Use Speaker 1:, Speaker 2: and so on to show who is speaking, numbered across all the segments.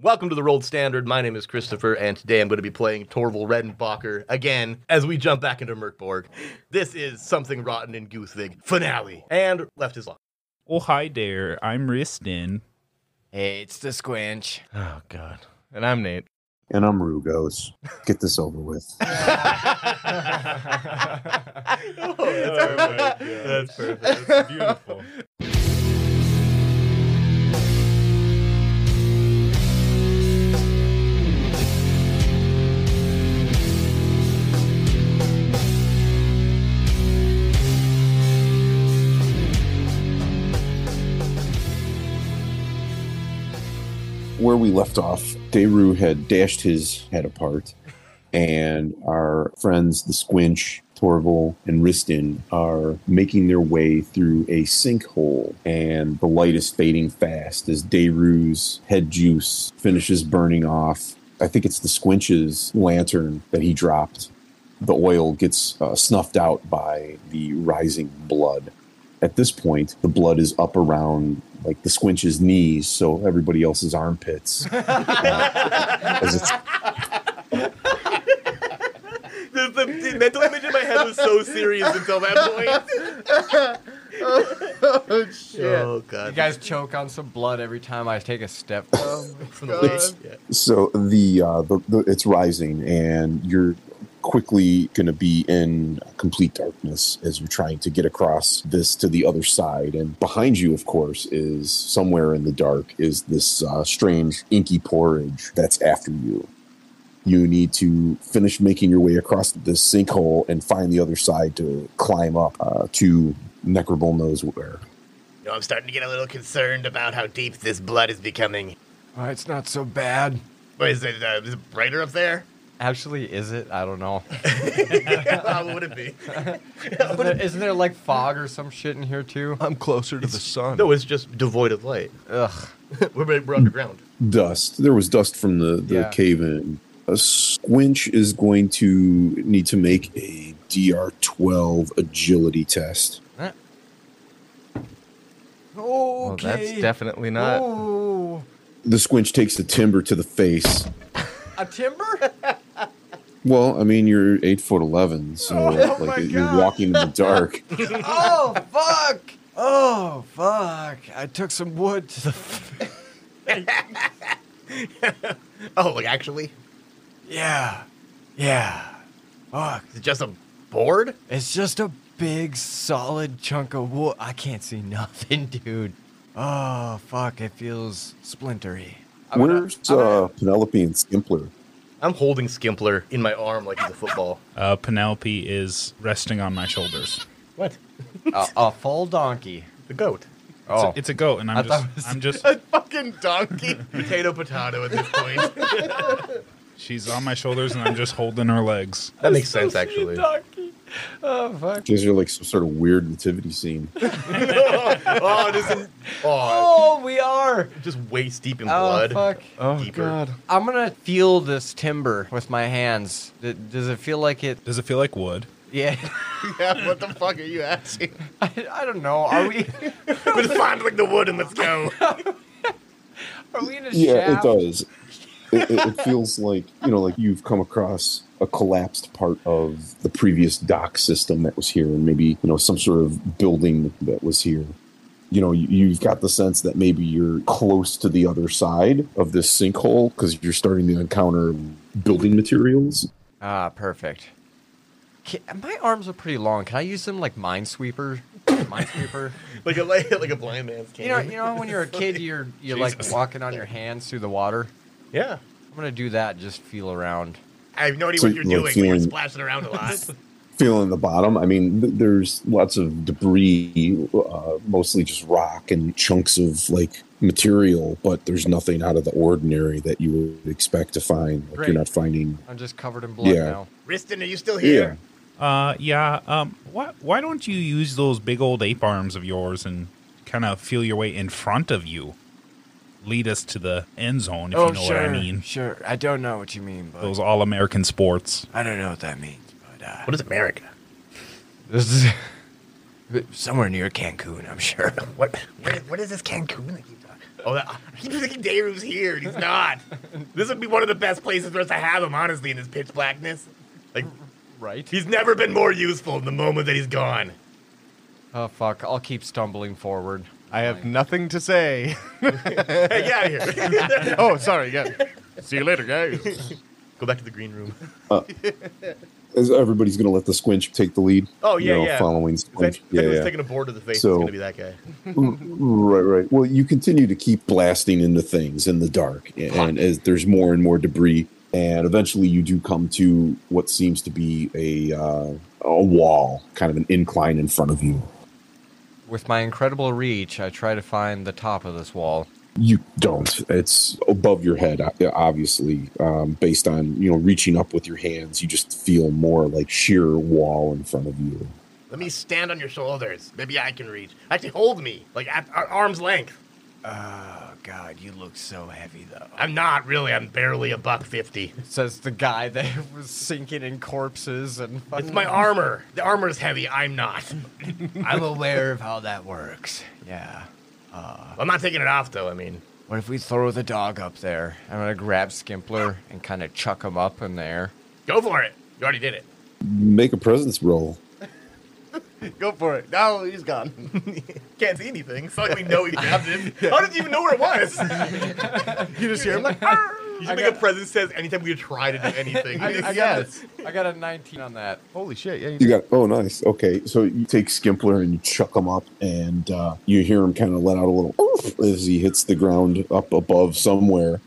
Speaker 1: Welcome to the Rolled Standard. My name is Christopher, and today I'm going to be playing Torval Redenbacher again as we jump back into Merkborg. This is Something Rotten in Goosevig finale, and left is locked.
Speaker 2: Oh, hi there. I'm Ristin.
Speaker 3: Hey, it's the squinch.
Speaker 1: Oh, God. And I'm Nate.
Speaker 4: And I'm Rugos. Get this over with.
Speaker 1: That's perfect.
Speaker 2: Beautiful.
Speaker 4: Where we left off, Deru had dashed his head apart, and our friends, the Squinch, Torval, and Ristin, are making their way through a sinkhole, and the light is fading fast as Deru's head juice finishes burning off. I think it's the Squinch's lantern that he dropped. The oil gets uh, snuffed out by the rising blood at this point, the blood is up around like the squinch's knees, so everybody else's armpits. uh, As it's-
Speaker 1: the, the- the mental image in my head was so serious until that point.
Speaker 5: oh shit!
Speaker 1: Oh,
Speaker 3: You
Speaker 1: God.
Speaker 3: guys choke on some blood every time I take a step.
Speaker 5: Oh,
Speaker 1: From the
Speaker 5: God.
Speaker 1: waist. Yeah.
Speaker 4: so the, uh, the, the it's rising, and you're quickly going to be in complete darkness as you're trying to get across this to the other side. And behind you, of course, is somewhere in the dark is this uh, strange inky porridge that's after you. You need to finish making your way across this sinkhole and find the other side to climb up uh, to Necrobull knows where.
Speaker 1: You know, I'm starting to get a little concerned about how deep this blood is becoming.
Speaker 3: Oh, it's not so bad.
Speaker 1: What is it? Uh, is it brighter up there?
Speaker 3: Actually, is it? I don't know.
Speaker 1: How would it be?
Speaker 3: Isn't there, isn't there like fog or some shit in here too?
Speaker 6: I'm closer to the sun.
Speaker 1: No, it's just devoid of light.
Speaker 3: Ugh.
Speaker 1: we're, we're underground.
Speaker 4: dust. There was dust from the, the
Speaker 3: Yeah.
Speaker 4: cave in. A squinch is going to need to make a DR 12 agility test.
Speaker 3: Oh,
Speaker 6: that's definitely not.
Speaker 3: Ooh.
Speaker 4: The squinch takes the timber to the face.
Speaker 3: A timber?
Speaker 4: Well, I mean, you're eight foot eleven, so like you're walking in the dark.
Speaker 3: oh fuck! Oh fuck! I took some wood to the. F-
Speaker 1: Oh, like actually,
Speaker 3: yeah, yeah. Fuck!
Speaker 1: is it just a board?
Speaker 3: It's just a big solid chunk of wood. I can't see nothing, dude. Oh fuck! It feels splintery. I'm gonna-
Speaker 4: Where's uh, Penelope and Skimpler?
Speaker 1: I'm holding Skimpler in my arm like he's a football.
Speaker 2: Uh, Penelope is resting on my shoulders.
Speaker 1: What?
Speaker 3: a, a full donkey.
Speaker 1: The goat.
Speaker 3: Oh,
Speaker 2: It's a goat, and I'm
Speaker 3: I thought it
Speaker 2: just,
Speaker 3: was-
Speaker 2: I'm just,
Speaker 1: A fucking donkey. potato, potato at this point.
Speaker 2: she's on my shoulders, and I'm just holding her legs.
Speaker 1: that makes sense, actually.
Speaker 3: donkey. Oh fuck!
Speaker 4: Because you're like some sort of weird nativity scene.
Speaker 1: oh, this is. Oh,
Speaker 3: Oh, we are.
Speaker 1: just waist deep in
Speaker 3: Oh
Speaker 1: blood.
Speaker 3: fuck!
Speaker 6: Oh
Speaker 1: Deeper.
Speaker 6: God!
Speaker 3: I'm gonna feel this timber with my hands. D- does it feel like it?
Speaker 2: Does it feel like wood?
Speaker 3: Yeah.
Speaker 1: Yeah, what the fuck are you asking?
Speaker 3: I, I don't know. Are we?
Speaker 1: Let's find like the wood and let's go.
Speaker 3: Are we in a
Speaker 4: yeah, it
Speaker 3: shaft?
Speaker 4: does. It, it, it feels like you know, like you've come across a collapsed part of the previous dock system that was here, and maybe you know some sort of building that was here. You know, you, you've got the sense that maybe you're close to the other side of this sinkhole because you're starting to encounter building materials.
Speaker 3: Ah, perfect. Ca my arms are pretty long. Can I use them like minesweeper? minesweeper.
Speaker 1: Like a like, like a blind man's cane.
Speaker 3: You know, you know how when you're a kid, you're you're like
Speaker 2: Jesus.
Speaker 3: walking on your hands through the water.
Speaker 1: yeah.
Speaker 3: I'm gonna do that. Just feel around.
Speaker 1: I have no idea
Speaker 4: So
Speaker 1: what you're
Speaker 4: you're
Speaker 1: doing. but You're
Speaker 4: feeling-
Speaker 1: splashing around a lot.
Speaker 4: Feeling the bottom. I mean, th- there's lots of debris, uh, mostly just rock and chunks of like material, but there's nothing out of the ordinary that you would expect to find. Like
Speaker 3: Great.
Speaker 4: you're not finding.
Speaker 3: I'm just covered in blood
Speaker 4: Yeah.
Speaker 3: now.
Speaker 1: Riston, are you still
Speaker 4: Yeah.
Speaker 1: here?
Speaker 2: Uh, yeah. Um, why, why don't you use those big old ape arms of yours and kind of feel your way in front of you? Lead us to the end zone, if you know what I mean.
Speaker 3: Oh, Sure. I don't know what you mean, but
Speaker 2: Those all-American sports.
Speaker 3: I don't know what that means. But uh,
Speaker 1: What is America?
Speaker 3: this is somewhere near Cancun, I'm sure.
Speaker 1: What? What, what is this Cancun that you talking? Oh, that, I keep thinking Deru's here, and he's not. this would be one of the best places for us to have him, honestly, in his pitch blackness. Like,
Speaker 3: Right?
Speaker 1: he's never been more useful in the moment that he's gone.
Speaker 3: Oh, fuck. I'll keep stumbling forward.
Speaker 5: I have nothing to say.
Speaker 1: Hey, get out of here.
Speaker 5: oh, sorry. Yeah. See you later, guys.
Speaker 1: Go back to the green room.
Speaker 4: Is everybody's going to let the squinch take the lead?
Speaker 1: Oh, yeah,
Speaker 4: You know,
Speaker 1: yeah.
Speaker 4: Following
Speaker 1: If any-
Speaker 4: squinch.
Speaker 1: if
Speaker 4: Um, Yeah,
Speaker 1: anyone's
Speaker 4: yeah.
Speaker 1: taking a board to the face,
Speaker 4: So-
Speaker 1: it's going to be that guy.
Speaker 4: Right, right. Well, you continue to keep blasting into things in the dark, and as there's more and more debris, and eventually you do come to what seems to be a uh, a wall, kind of an incline in front of you.
Speaker 3: With my incredible reach, I try to find the top of this wall.
Speaker 4: You don't. It's above your head, o- obviously. Um, based on you know reaching up with your hands, you just feel more like sheer wall in front of you.
Speaker 1: Let me stand on your shoulders. Maybe I can reach. Actually, hold me, like at, at arm's length.
Speaker 3: Oh, God. You look so heavy, though.
Speaker 1: I'm not really. I'm barely a buck fifty.
Speaker 3: Says the guy that was sinking in corpses and fucking.
Speaker 1: It's my armor. The armor's heavy. I'm not.
Speaker 3: I'm aware of how that works. Yeah.
Speaker 1: I'm not taking it off though. I mean,
Speaker 3: What if we throw the dog up there? I'm gonna grab Skimpler and kind of chuck him up in there.
Speaker 1: go for it. You already did it.
Speaker 4: Make a presence roll.
Speaker 5: Go for it. No, he's gone.
Speaker 1: Can't see anything. It's not like we know we grabbed him. How did you even know where it was?
Speaker 5: You just hear him like,
Speaker 1: You should make a presence says anytime we try to do anything.
Speaker 5: I got it.
Speaker 3: I got a 19 on that.
Speaker 5: Holy shit! Yeah, you
Speaker 4: You got oh nice okay. So you take Skimpler and you chuck him up, and uh, you hear him kind of let out a little oof as he hits the ground up above somewhere.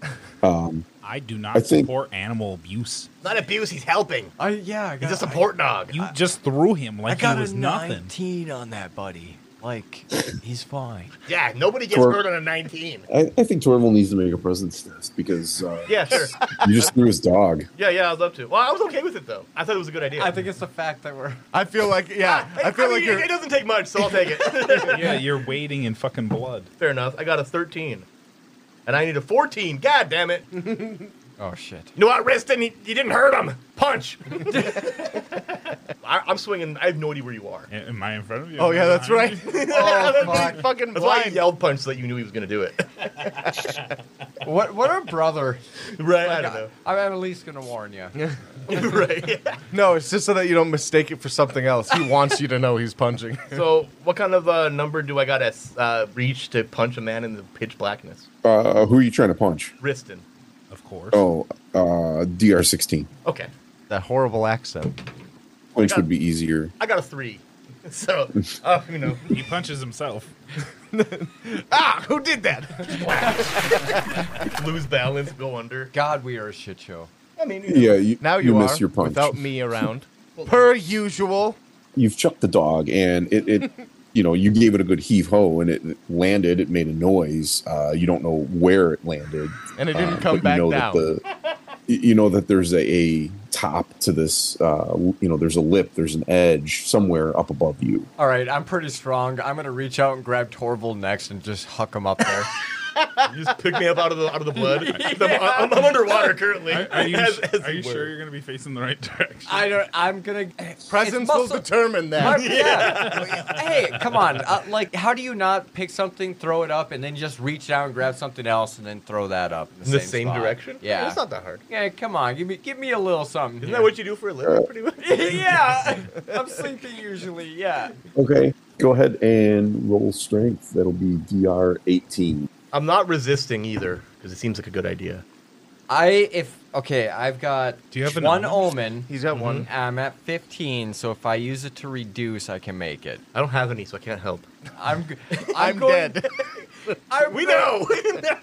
Speaker 4: Um,
Speaker 2: I do not
Speaker 4: I think-
Speaker 2: support animal abuse.
Speaker 1: not abuse. He's helping.
Speaker 3: I yeah, I got
Speaker 1: He's a support dog.
Speaker 2: You just threw him
Speaker 3: I, I
Speaker 2: like he
Speaker 3: got
Speaker 2: was
Speaker 3: a
Speaker 2: nothing.
Speaker 3: 19 on that, buddy. Like he's fine.
Speaker 1: yeah. Nobody gets
Speaker 4: Or-
Speaker 1: hurt on a 19.
Speaker 4: I, I think Torval needs to make a presence test because uh,
Speaker 1: Yeah, sure.
Speaker 4: you just threw his dog.
Speaker 1: Yeah, yeah. I'd love to. Well, I was okay with it though. I thought it was a good idea.
Speaker 3: it's the fact that we're
Speaker 5: I feel like yeah. I feel like
Speaker 1: mean,
Speaker 5: you're.
Speaker 1: it doesn't take much, so I'll take it.
Speaker 2: yeah, you're wading in fucking blood.
Speaker 1: Fair enough. I got a 13. And I need a 14. God damn it. You
Speaker 3: Oh shit.
Speaker 1: know what, Riston? You, you didn't hurt him. Punch. I, I'm swinging. I have no idea where you are.
Speaker 2: Am I in front of you?
Speaker 5: Oh yeah, that's right.
Speaker 1: That's why-
Speaker 5: He's fucking
Speaker 1: That's why I
Speaker 5: blind.
Speaker 1: yelled punch so that you knew he was going to do it.
Speaker 3: What what a brother.
Speaker 1: right? I don't know.
Speaker 3: I'm at least gonna warn you.
Speaker 1: right.
Speaker 5: No, it's just so that you don't mistake it for something else. He wants you to know he's punching.
Speaker 1: So, what kind of uh, number do I got to uh, reach to punch a man in the pitch blackness?
Speaker 4: Uh, who are you trying to punch?
Speaker 1: Riston.
Speaker 2: Of course.
Speaker 4: Oh, uh, DR sixteen.
Speaker 1: Okay.
Speaker 5: That horrible accent.
Speaker 4: Squinch would be easier.
Speaker 1: I got a three. So, uh, you know.
Speaker 2: He punches himself.
Speaker 5: Ah, who did that?
Speaker 1: lose balance, go under.
Speaker 3: God, we are a shit show.
Speaker 1: I mean, you know.
Speaker 4: Yeah, you,
Speaker 5: Now you, are
Speaker 4: miss your punch.
Speaker 5: without me around. per usual.
Speaker 4: You've chucked the dog, and it, it you know, you gave it a good heave ho, and it landed. It made a noise. Uh, you don't know where it landed,
Speaker 5: And it
Speaker 4: uh,
Speaker 5: didn't
Speaker 4: but
Speaker 5: come
Speaker 4: you
Speaker 5: back
Speaker 4: know
Speaker 5: down.
Speaker 4: That the, you you know that there's a, a top to this. Uh, you know, there's a lip. There's an edge somewhere up above you.
Speaker 3: All right, I'm pretty strong. I'm gonna reach out and grab Torval next and just huck him up there.
Speaker 1: You just pick me up out of the out of the blood. I'm, I'm, I'm underwater currently.
Speaker 2: Are, are you,
Speaker 1: As- as
Speaker 2: are you
Speaker 1: it were.
Speaker 2: sure you're going to be facing the right direction?
Speaker 3: I don't. I'm gonna
Speaker 5: Presence
Speaker 3: It's
Speaker 5: will
Speaker 3: muscle-
Speaker 5: determine
Speaker 3: My-
Speaker 5: that.
Speaker 3: yeah. hey, come on. Uh, like, how do you not pick something, throw it up, and then just reach down, grab something else, and then throw that up in the,
Speaker 1: In the
Speaker 3: same,
Speaker 1: same
Speaker 3: spot?
Speaker 1: direction?
Speaker 3: Yeah.
Speaker 1: It's not that hard.
Speaker 3: yeah, come on. Give me, give me a little something.
Speaker 1: Isn't
Speaker 3: here.
Speaker 1: that what you do for a living, pretty much?
Speaker 3: yeah, I'm sleeping usually. Yeah.
Speaker 4: Okay, go ahead and roll strength. That'll be DR eighteen.
Speaker 1: I'm not resisting either, because it seems like a good idea.
Speaker 3: I if okay, I've got
Speaker 2: Do you have an
Speaker 3: one
Speaker 2: omen?
Speaker 3: omen.
Speaker 5: He's got one.
Speaker 3: and I'm at 15, so if I use it to reduce, I can make it.
Speaker 1: I don't have any, so I can't help.
Speaker 3: I'm g- I'm,
Speaker 5: I'm
Speaker 3: going,
Speaker 5: dead.
Speaker 3: I'm
Speaker 1: We
Speaker 3: go-
Speaker 1: know!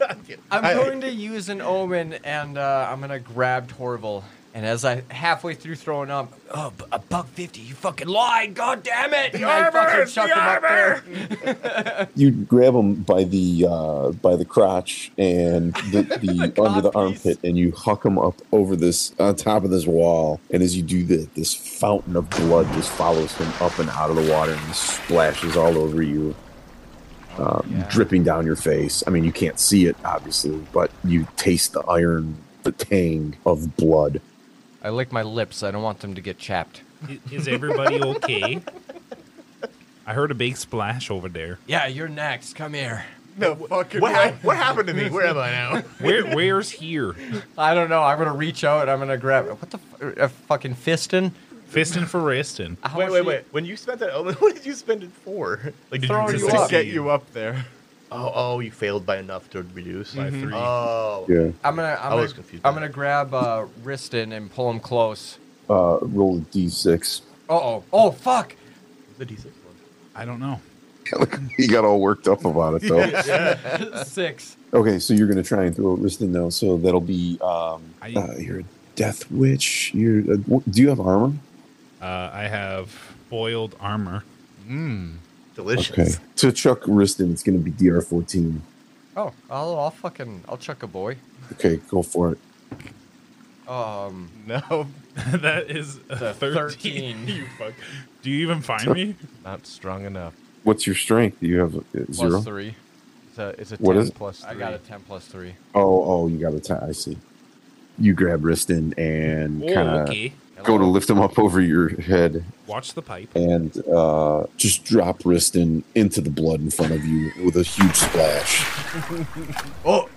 Speaker 1: I'm kidding.
Speaker 3: I'm
Speaker 5: I-
Speaker 3: going to use an omen, and uh, I'm gonna grab Torval. And as I halfway through throwing up, oh, b- a buck fifty! You fucking lied! God damn it! The I fucking
Speaker 1: it's
Speaker 3: chucked
Speaker 1: the
Speaker 3: him up there.
Speaker 4: you grab him by the uh, by the crotch and the, the under the armpit, and you huck him up over this on top of this wall. And as you do that, this fountain of blood just follows him up and out of the water and splashes all over you, uh, dripping down your face. I mean, you can't see it obviously, but you taste the iron, the tang of blood.
Speaker 3: I lick my lips. I don't want them to get chapped.
Speaker 2: I- Is everybody okay? I heard a big splash over there.
Speaker 3: Yeah, you're next. Come here.
Speaker 5: No fucking
Speaker 1: What,
Speaker 5: way.
Speaker 1: hap- what happened to me? Where am I now?
Speaker 2: Where, where's here?
Speaker 3: I don't know. I'm gonna reach out and I'm gonna grab. What the f- a fucking fistin?
Speaker 2: Fistin' for Ristin.
Speaker 3: How
Speaker 1: wait,
Speaker 3: much
Speaker 1: wait,
Speaker 3: you-
Speaker 1: wait. When you spent that omen, what did you spend it for? Like, did
Speaker 5: Throwing
Speaker 1: just
Speaker 5: you
Speaker 1: succeed?
Speaker 5: up. Get you up there. Mm-hmm.
Speaker 1: Oh, oh, you failed by enough to reduce.
Speaker 2: By three.
Speaker 1: Oh.
Speaker 4: Yeah.
Speaker 3: I'm gonna. I'm
Speaker 1: I
Speaker 3: gonna,
Speaker 1: was confused by
Speaker 3: I'm gonna grab uh, Riston and pull him close.
Speaker 4: Uh, roll a d6.
Speaker 3: Uh oh. Oh fuck.
Speaker 1: The D6 one.
Speaker 2: I don't know.
Speaker 4: he got all worked up about it though.
Speaker 3: Six.
Speaker 4: Okay, so you're gonna try and throw Riston now. So that'll be um,
Speaker 2: I-
Speaker 4: uh, you're a death witch. You're uh, w- do you have armor?
Speaker 2: Uh, I have boiled armor.
Speaker 1: Delicious.
Speaker 4: Okay. To Chuck Riston, it's gonna be DR fourteen.
Speaker 3: Oh, I'll, I'll fucking. I'll chuck a boy.
Speaker 4: Okay, go for it.
Speaker 3: Um.
Speaker 5: No,
Speaker 2: that is a
Speaker 3: The
Speaker 2: 13.
Speaker 3: 13.
Speaker 2: you fuck. Do you even find me?
Speaker 5: not strong enough.
Speaker 4: What's your strength? Do you have uh,
Speaker 3: plus
Speaker 4: zero?
Speaker 3: three.
Speaker 5: It's a, it's a
Speaker 4: What
Speaker 5: 10
Speaker 4: is it?
Speaker 5: plus three.
Speaker 3: I got a ten plus three.
Speaker 4: Oh, oh, you got a tie. I see. You grab Riston and kind of go to lift him up over your head
Speaker 2: Watch the pipe.
Speaker 4: and uh, just drop Riston into the blood in front of you with a huge splash.
Speaker 3: Oh.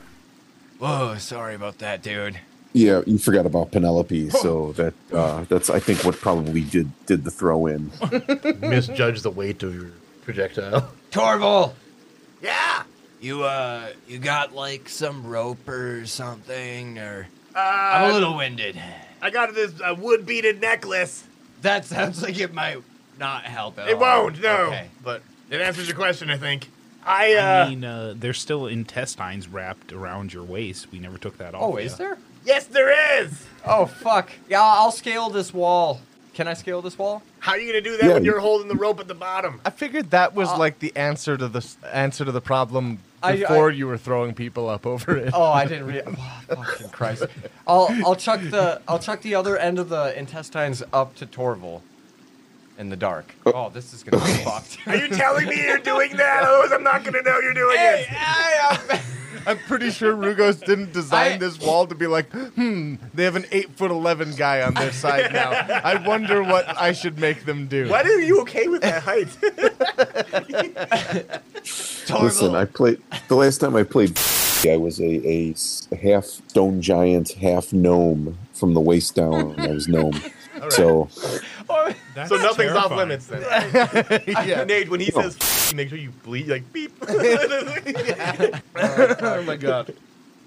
Speaker 3: Whoa. Sorry about that, dude.
Speaker 4: Yeah, you forgot about Penelope, so that uh, that's I think what probably did did the throw in.
Speaker 1: Misjudge the weight of your projectile.
Speaker 3: Torval.
Speaker 1: Yeah.
Speaker 3: You uh. You got like some rope or something or.
Speaker 1: Uh,
Speaker 3: I'm a little winded.
Speaker 1: I got this uh, wood beaded necklace.
Speaker 3: That sounds like it might not help at
Speaker 1: It
Speaker 3: all.
Speaker 1: won't, no.
Speaker 3: Oh, Okay.
Speaker 1: But it answers your question, I think. I, uh,
Speaker 2: I mean, uh, there's still intestines wrapped around your waist. We never took that off.
Speaker 3: Oh, is
Speaker 2: yet.
Speaker 3: there?
Speaker 1: yes, there is.
Speaker 3: Oh fuck. Yeah, I'll scale this wall. Can I scale this wall?
Speaker 1: How are you going to do that
Speaker 4: Yeah,
Speaker 1: when
Speaker 4: you-
Speaker 1: you're holding the rope at the bottom?
Speaker 5: I figured that was
Speaker 3: Uh,
Speaker 5: like the answer to the s- answer to the problem
Speaker 3: I- I-
Speaker 5: before you were throwing people up over it.
Speaker 3: Oh, I didn't read. Oh, fucking Christ! I'll I'll chuck the I'll chuck the other end of the intestines up to Torval, in the dark. Oh, this is gonna be fucked.
Speaker 1: Are you telling me you're doing that? Otherwise, I'm not going to know you're doing
Speaker 3: Hey,
Speaker 1: it.
Speaker 3: I, um,
Speaker 5: I'm pretty sure Rugos didn't design
Speaker 3: I-
Speaker 5: this wall to be like, hmm, they have an eight foot eleven guy on their side now. I wonder what I should make them do.
Speaker 1: Why are you okay with that height?
Speaker 4: Listen, I played the last time I played. I was a, a s- half stone giant, half gnome from the waist down. I was gnome, so
Speaker 2: That's
Speaker 1: so nothing's off
Speaker 2: terrifying.
Speaker 1: limits then. Nate, when he says, "F- you," make sure you bleed, like beep.
Speaker 5: Oh my god.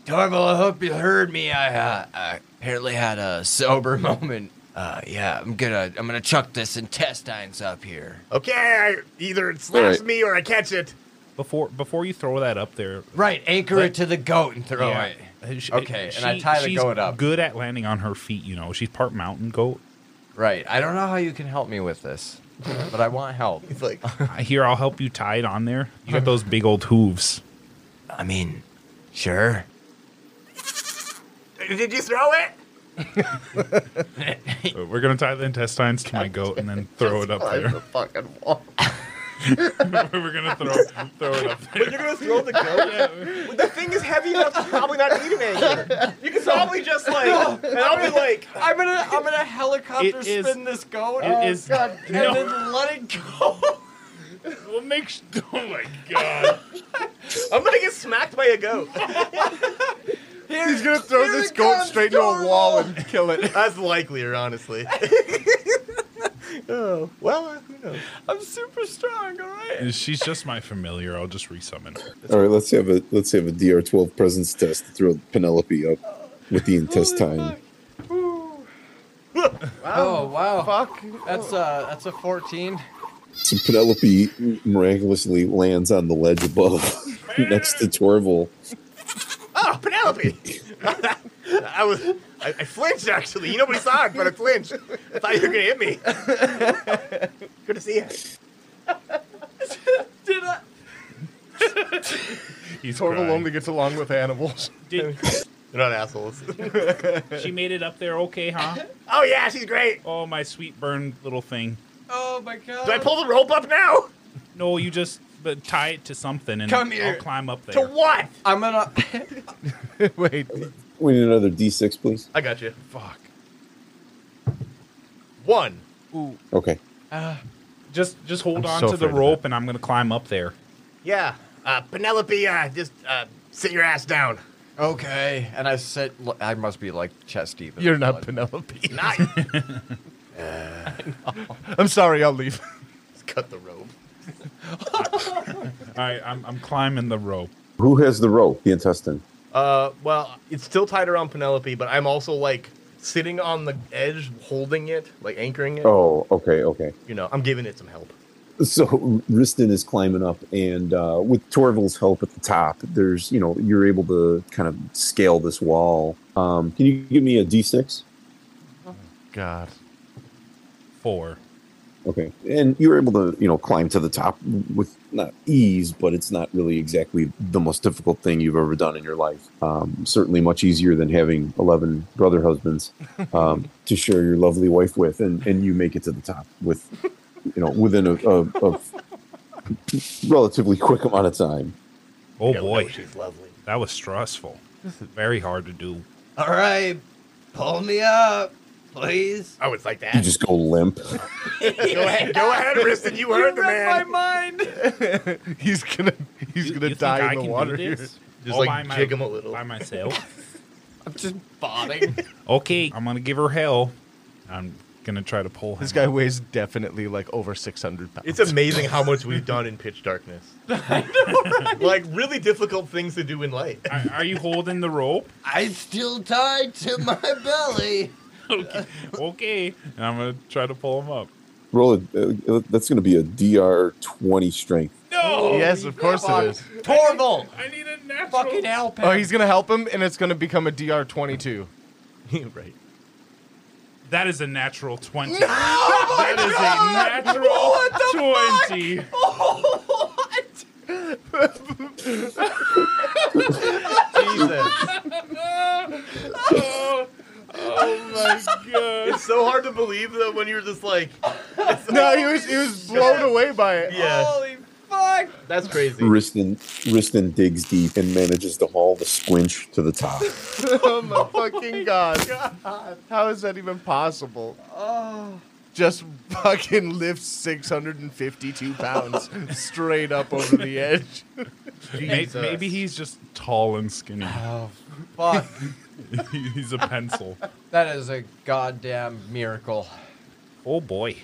Speaker 3: Torval, I hope you heard me. I, uh, I apparently had a sober moment. Uh, yeah, I'm gonna I'm gonna chuck this intestines up here.
Speaker 1: okay, I, either it slaps
Speaker 4: Alright.
Speaker 1: me or I catch it.
Speaker 2: Before before you throw that up there.
Speaker 3: Right, anchor it to the goat and throw
Speaker 2: Yeah.
Speaker 3: it.
Speaker 2: Uh, sh-
Speaker 3: Okay,
Speaker 2: uh,
Speaker 3: and I tie the
Speaker 2: she's
Speaker 3: goat up.
Speaker 2: Good at landing on her feet, you know. She's part mountain goat.
Speaker 3: Right. I don't know how you can help me with this, but I want help.
Speaker 1: It's like,
Speaker 2: I hear I'll help you tie it on there. You got those big old hooves.
Speaker 3: I mean, sure.
Speaker 1: did you throw it?
Speaker 2: Uh, We're gonna tie the intestines to my goat and then throw it up
Speaker 1: Climb
Speaker 2: there.
Speaker 1: the fucking wall.
Speaker 2: We're gonna throw throw it up there.
Speaker 1: But you're gonna throw the goat? the thing is heavy enough to probably not need an anchor. You can probably just like, and I'll be like,
Speaker 3: I'm gonna I'm gonna helicopter
Speaker 2: It is-
Speaker 3: spin this goat Oh,
Speaker 2: it is-
Speaker 3: God, and
Speaker 2: no.
Speaker 3: then let it go.
Speaker 2: We'll make. s- Oh my god!
Speaker 1: I'm gonna get smacked by a goat.
Speaker 3: Here,
Speaker 5: He's gonna throw
Speaker 3: here
Speaker 5: this
Speaker 3: it
Speaker 5: goat
Speaker 3: comes,
Speaker 5: straight into a
Speaker 3: Torval.
Speaker 5: wall and kill it.
Speaker 1: That's likelier, honestly. oh, well, who knows?
Speaker 3: I'm super strong, alright?
Speaker 2: She's just my familiar. I'll just resummon her.
Speaker 4: all right. Let's have a let's have a DR twelve presence test to throw Penelope up with the intestine.
Speaker 3: Oh wow.
Speaker 5: Fuck.
Speaker 3: That's uh that's a fourteen.
Speaker 4: So Penelope miraculously lands on the ledge above, next to Torval.
Speaker 1: Oh, Penelope! I was, I, I flinched actually. You nobody saw it, but I flinched. I thought you were gonna hit me. Good to see you.
Speaker 3: Did I
Speaker 2: He's
Speaker 5: Torval
Speaker 2: crying.
Speaker 5: only gets along with animals.
Speaker 2: Did-
Speaker 1: They're not assholes.
Speaker 2: she made it up there okay, huh?
Speaker 1: oh yeah, she's great.
Speaker 2: Oh my sweet burned little thing.
Speaker 3: Oh my god.
Speaker 1: Do I pull the rope up now?
Speaker 2: No, you just but tie it to something and
Speaker 3: Come here.
Speaker 2: I'll climb up
Speaker 1: To
Speaker 2: there.
Speaker 1: what?
Speaker 3: I'm gonna
Speaker 5: Wait.
Speaker 4: We need another D six, please.
Speaker 1: I got you.
Speaker 2: Fuck.
Speaker 1: One.
Speaker 4: Okay.
Speaker 2: Just just hold
Speaker 5: I'm
Speaker 2: on
Speaker 5: so
Speaker 2: to the
Speaker 5: afraid of
Speaker 2: rope and I'm gonna climb up there.
Speaker 1: Yeah. Uh, Penelope, uh, just uh, sit your ass down.
Speaker 3: Okay. And I sit. I must be like chest deep. in
Speaker 5: You're
Speaker 3: the
Speaker 5: not
Speaker 3: blood.
Speaker 5: Penelope.
Speaker 1: Not
Speaker 5: I'm sorry, I'll leave.
Speaker 1: Uh, cut the rope.
Speaker 2: I, I'm, I'm climbing the rope.
Speaker 4: Who has the rope? The intestine.
Speaker 1: Uh, well, it's still tied around Penelope, but I'm also like sitting on the edge, holding it, like anchoring it.
Speaker 4: Oh, okay, okay.
Speaker 1: You know, I'm giving it some help.
Speaker 4: So Riston is climbing up, and uh, with Torval's help at the top, there's you know you're able to kind of scale this wall. Um, can you give me a d6?
Speaker 5: God.
Speaker 2: Four.
Speaker 4: Okay, and you're able to you know climb to the top with not ease, but it's not really exactly the most difficult thing you've ever done in your life. Um, certainly much easier than having eleven brother husbands um, to share your lovely wife with, and and you make it to the top with you know within a, a, a relatively quick amount of time.
Speaker 2: Oh
Speaker 1: You know,
Speaker 2: boy,
Speaker 1: she's lovely.
Speaker 2: that was stressful. Very hard to do.
Speaker 3: All right. Pull me up, please.
Speaker 1: I was like that.
Speaker 4: You just go limp.
Speaker 1: go ahead, go ahead, Riston. You heard the man.
Speaker 5: he's gonna he's
Speaker 2: You-
Speaker 5: gonna
Speaker 2: you think
Speaker 5: die
Speaker 2: I
Speaker 5: in the
Speaker 2: can
Speaker 5: water
Speaker 2: do
Speaker 5: here.
Speaker 2: this?
Speaker 1: Just,
Speaker 2: All
Speaker 1: like,
Speaker 2: by my-
Speaker 1: jig 'em a little.
Speaker 2: by myself.
Speaker 3: I'm just bobbing.
Speaker 2: Okay, I'm gonna give her hell. I'm gonna try to pull him.
Speaker 5: This guy weighs definitely like over 600 pounds.
Speaker 1: It's amazing how much we've done in pitch darkness. Like really difficult things to do in light.
Speaker 2: Are, are you holding the rope?
Speaker 3: I'm still tied to my belly.
Speaker 2: Okay, and I'm gonna try to pull him up.
Speaker 4: Roll it. Uh, that's going to be a DR 20 strength.
Speaker 2: No,
Speaker 5: yes, of course it is.
Speaker 3: Torval.
Speaker 2: I need a natural.
Speaker 3: Fucking help him.
Speaker 5: Oh, he's gonna help him, and it's gonna become a DR 22.
Speaker 1: right.
Speaker 2: That is a natural twenty. No,
Speaker 3: oh
Speaker 2: that is a natural twenty.
Speaker 1: Jesus.
Speaker 2: Oh my god.
Speaker 1: It's so hard to believe that when you're just like,
Speaker 5: No, he was he was blown away by it.
Speaker 1: yeah,
Speaker 3: Holy fuck.
Speaker 1: that's crazy.
Speaker 4: Riston, Riston digs deep and manages to haul the squinch to the top.
Speaker 5: Oh my fucking god. How is that even possible?
Speaker 3: Oh.
Speaker 5: Just fucking lifts 652 pounds straight up over the edge.
Speaker 2: Maybe, maybe he's just tall and skinny.
Speaker 3: Oh, fuck.
Speaker 2: he's a pencil.
Speaker 3: that is a goddamn miracle.
Speaker 2: Oh boy.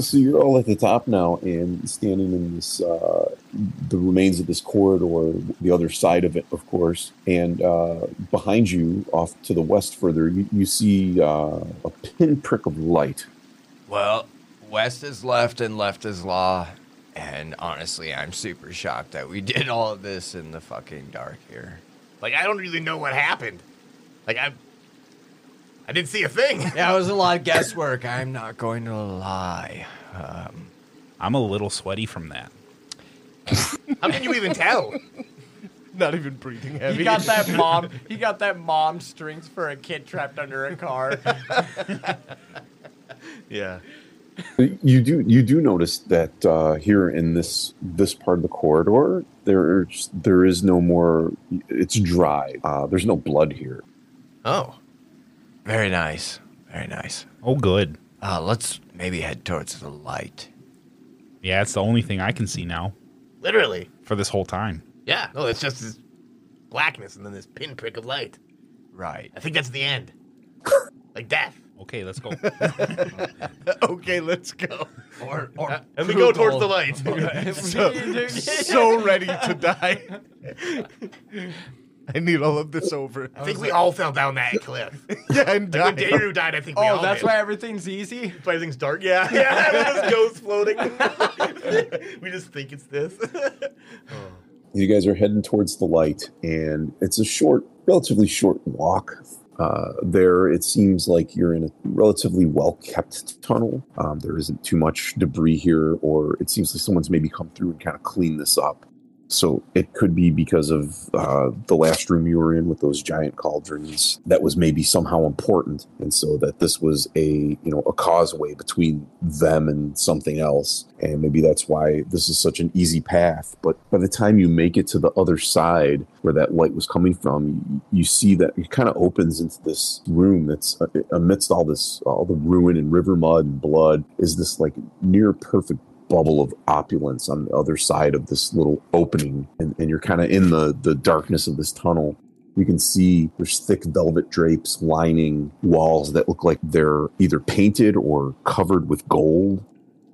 Speaker 4: So you're all at the top now and standing in this, uh, the remains of this corridor, the other side of it, of course. And uh, behind you, off to the west further, you, you see uh, a pinprick of light.
Speaker 3: Well, West is left and left is law. And honestly, I'm super shocked that we did all of this in the fucking dark here.
Speaker 1: Like I don't really know what happened. Like I, I didn't see a thing.
Speaker 3: Yeah, it was a lot of guesswork. I'm not going to lie. Um,
Speaker 2: I'm a little sweaty from that.
Speaker 1: How can you even tell?
Speaker 5: Not even breathing heavy.
Speaker 3: he got that mom. He got that mom strings for a kid trapped under a car.
Speaker 1: Yeah.
Speaker 4: You do you do notice that uh, here in this this part of the corridor, there's there is no more. It's dry. Uh, there's no blood here.
Speaker 1: Oh.
Speaker 3: Very nice. Very nice.
Speaker 2: Oh good.
Speaker 3: Uh, let's maybe head towards the light.
Speaker 2: Yeah, it's the only thing I can see now
Speaker 1: Literally.
Speaker 2: for this whole time.
Speaker 1: Yeah. No, it's just this blackness and then this pinprick of light.
Speaker 3: Right.
Speaker 1: I think that's the end. Like death.
Speaker 2: Okay, let's go.
Speaker 5: okay, let's go.
Speaker 3: Or or
Speaker 1: And we go towards the light.
Speaker 5: So, so ready to die. I need all of this over.
Speaker 1: I think we all fell down that cliff.
Speaker 5: Yeah, and
Speaker 1: When
Speaker 5: die.
Speaker 1: Dayru died, I think we all
Speaker 3: Oh, that's
Speaker 1: did.
Speaker 3: why everything's easy.
Speaker 1: Everything's dark. Yeah, yeah. With this ghost floating. we just think it's this. Oh.
Speaker 4: You guys are heading towards the light, and it's a short, relatively short walk. Uh, there, it seems like you're in a relatively well kept tunnel. Um, there isn't too much debris here, or it seems like someone's maybe come through and kind of cleaned this up. So it could be because of uh, the last room you were in with those giant cauldrons that was maybe somehow important, and so that this was a you know a causeway between them and something else, and maybe that's why this is such an easy path. But by the time you make it to the other side where that light was coming from, you see that it kind of opens into this room that's uh, amidst all this all the ruin and river mud and blood is this like near perfect bubble of opulence on the other side of this little opening, and, and you're kind of in the the darkness of this tunnel. You can see there's thick velvet drapes lining walls that look like they're either painted or covered with gold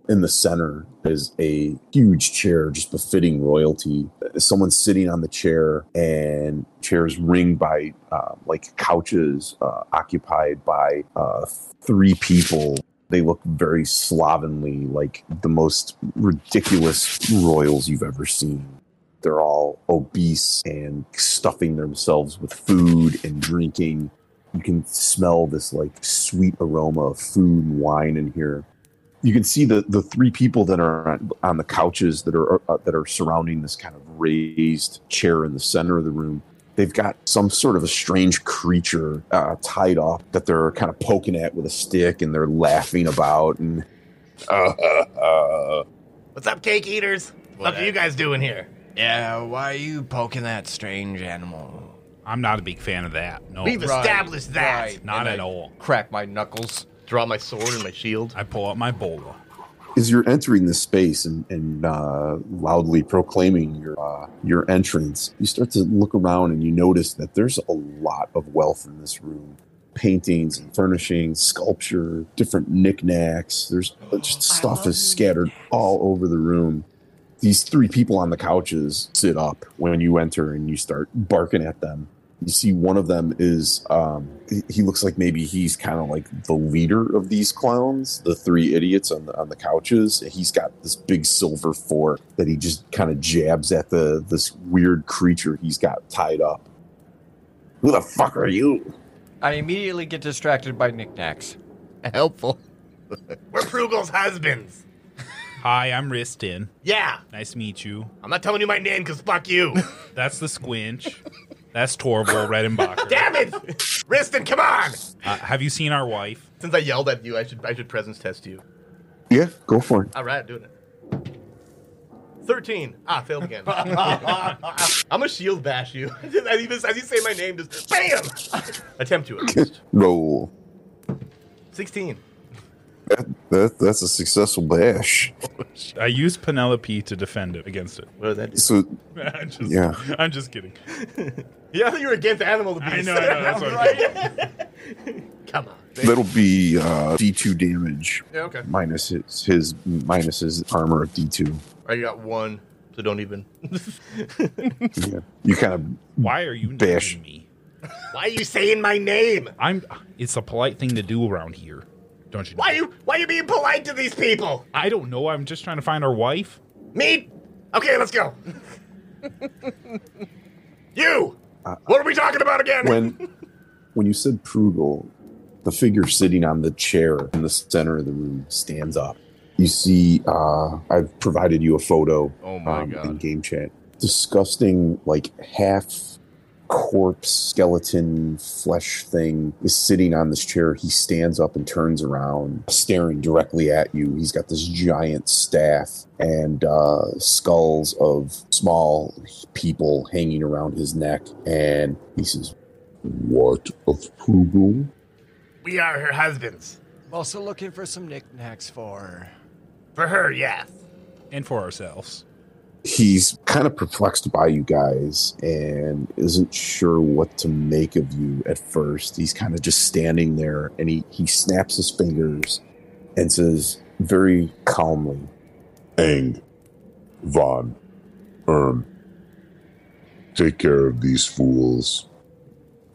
Speaker 4: in the center is a huge chair just befitting royalty someone's sitting on the chair and chairs ringed by uh, like couches uh, occupied by uh, three people they look very slovenly like the most ridiculous royals you've ever seen they're all obese and stuffing themselves with food and drinking you can smell this like sweet aroma of food and wine in here you can see the the three people that are on, on the couches that are uh, that are surrounding this kind of raised chair in the center of the room. They've got some sort of a strange creature uh, tied up that they're kind of poking at with a stick, and they're laughing about. And uh,
Speaker 1: What's up, cake eaters? What are you guys doing here?
Speaker 3: Yeah, why are you poking that strange animal?
Speaker 2: I'm not a big fan of that. No,
Speaker 1: We've established that.
Speaker 3: right.
Speaker 2: not
Speaker 3: And
Speaker 2: at
Speaker 3: I
Speaker 2: all.
Speaker 3: Crack my knuckles.
Speaker 1: Draw my sword and my shield.
Speaker 2: I pull out my bowl.
Speaker 4: as you're entering this space and, and uh, loudly proclaiming your uh, your entrance, you start to look around and you notice that there's a lot of wealth in this room. Paintings and furnishings, sculpture, different knickknacks. There's just stuff is scattered all over the room. These three people on the couches sit up when you enter and you start barking at them. You see, one of them is, um, he- he looks like maybe he's kind of like the leader of these clowns, the three idiots on the, on the couches. He's got this big silver fork that he just kind of jabs at the this weird creature he's got tied up. Who the fuck are you?
Speaker 3: I immediately get distracted by knickknacks.
Speaker 1: Helpful. We're Prugel's husbands.
Speaker 2: Hi, I'm Ristin.
Speaker 1: Yeah.
Speaker 2: Nice to meet you.
Speaker 1: I'm not telling you my name because fuck you.
Speaker 2: That's the squinch. That's Torval Redenbacher.
Speaker 1: Damn it! Riston, come on!
Speaker 2: Uh, have you seen our wife?
Speaker 1: Since I yelled at you, I should I should presence test you.
Speaker 4: Yeah, go for it.
Speaker 1: All right, doing it. Thirteen. Ah, failed again. I'm a shield bash you. as, you as you say my name, just bam. Attempt to at least.
Speaker 4: Roll.
Speaker 1: Sixteen.
Speaker 4: That, that's a successful bash.
Speaker 2: I use Penelope to defend it against it.
Speaker 1: What does that do?
Speaker 4: So,
Speaker 2: I'm just,
Speaker 4: Yeah.
Speaker 2: I'm just kidding.
Speaker 1: Yeah, you're against animal abuse.
Speaker 2: I know, I know. That's what I'm doing.
Speaker 1: Come on.
Speaker 4: that'll be uh, D2 damage
Speaker 1: Yeah, okay.
Speaker 4: minus his, his minus his armor of D2.
Speaker 1: I got one, so don't even.
Speaker 4: Yeah. You kind of
Speaker 2: Why are you
Speaker 4: Bish.
Speaker 2: knocking me?
Speaker 1: Why are you saying my name?
Speaker 2: I'm. It's a polite thing to do around here, don't you? know?
Speaker 1: Why are you why are you being polite to these people?
Speaker 2: I don't know. I'm just trying to find our wife.
Speaker 1: Me? Okay, let's go. you! what are we talking about again?
Speaker 4: when when you said Prugel, the figure sitting on the chair in the center of the room stands up. You see, uh, I've provided you a photo.
Speaker 1: Oh my God.
Speaker 4: In um, game chat, disgusting, like half corpse skeleton flesh thing is sitting on this chair. He stands up and turns around, staring directly at you. He's got this giant staff and uh, skulls of small people hanging around his neck, and he says, "What of Poogle?"
Speaker 1: we are her husbands.
Speaker 3: I'm also looking for some knickknacks for her.
Speaker 1: For her, yes.
Speaker 2: and for ourselves.
Speaker 4: he's kind of perplexed by you guys and isn't sure what to make of you at first. He's kind of just standing there and he, he snaps his fingers and says very calmly,
Speaker 7: Ang, Von, Erm. Take care of these fools.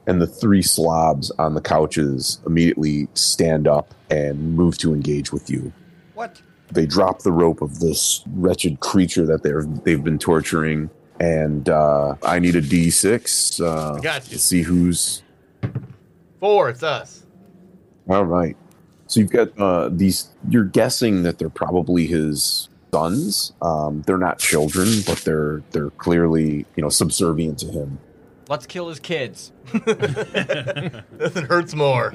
Speaker 4: and the three slobs on the couches immediately stand up and move to engage with you.
Speaker 3: What?
Speaker 4: they drop the rope of this wretched creature that they're they've been torturing and uh i need a d6 uh
Speaker 1: Got you.
Speaker 4: to see who's
Speaker 1: Four, it's us.
Speaker 4: all right so you've got uh these you're guessing that they're probably his sons um they're not children but they're they're clearly you know subservient to him
Speaker 3: Let's kill his kids.
Speaker 1: Nothing hurts more.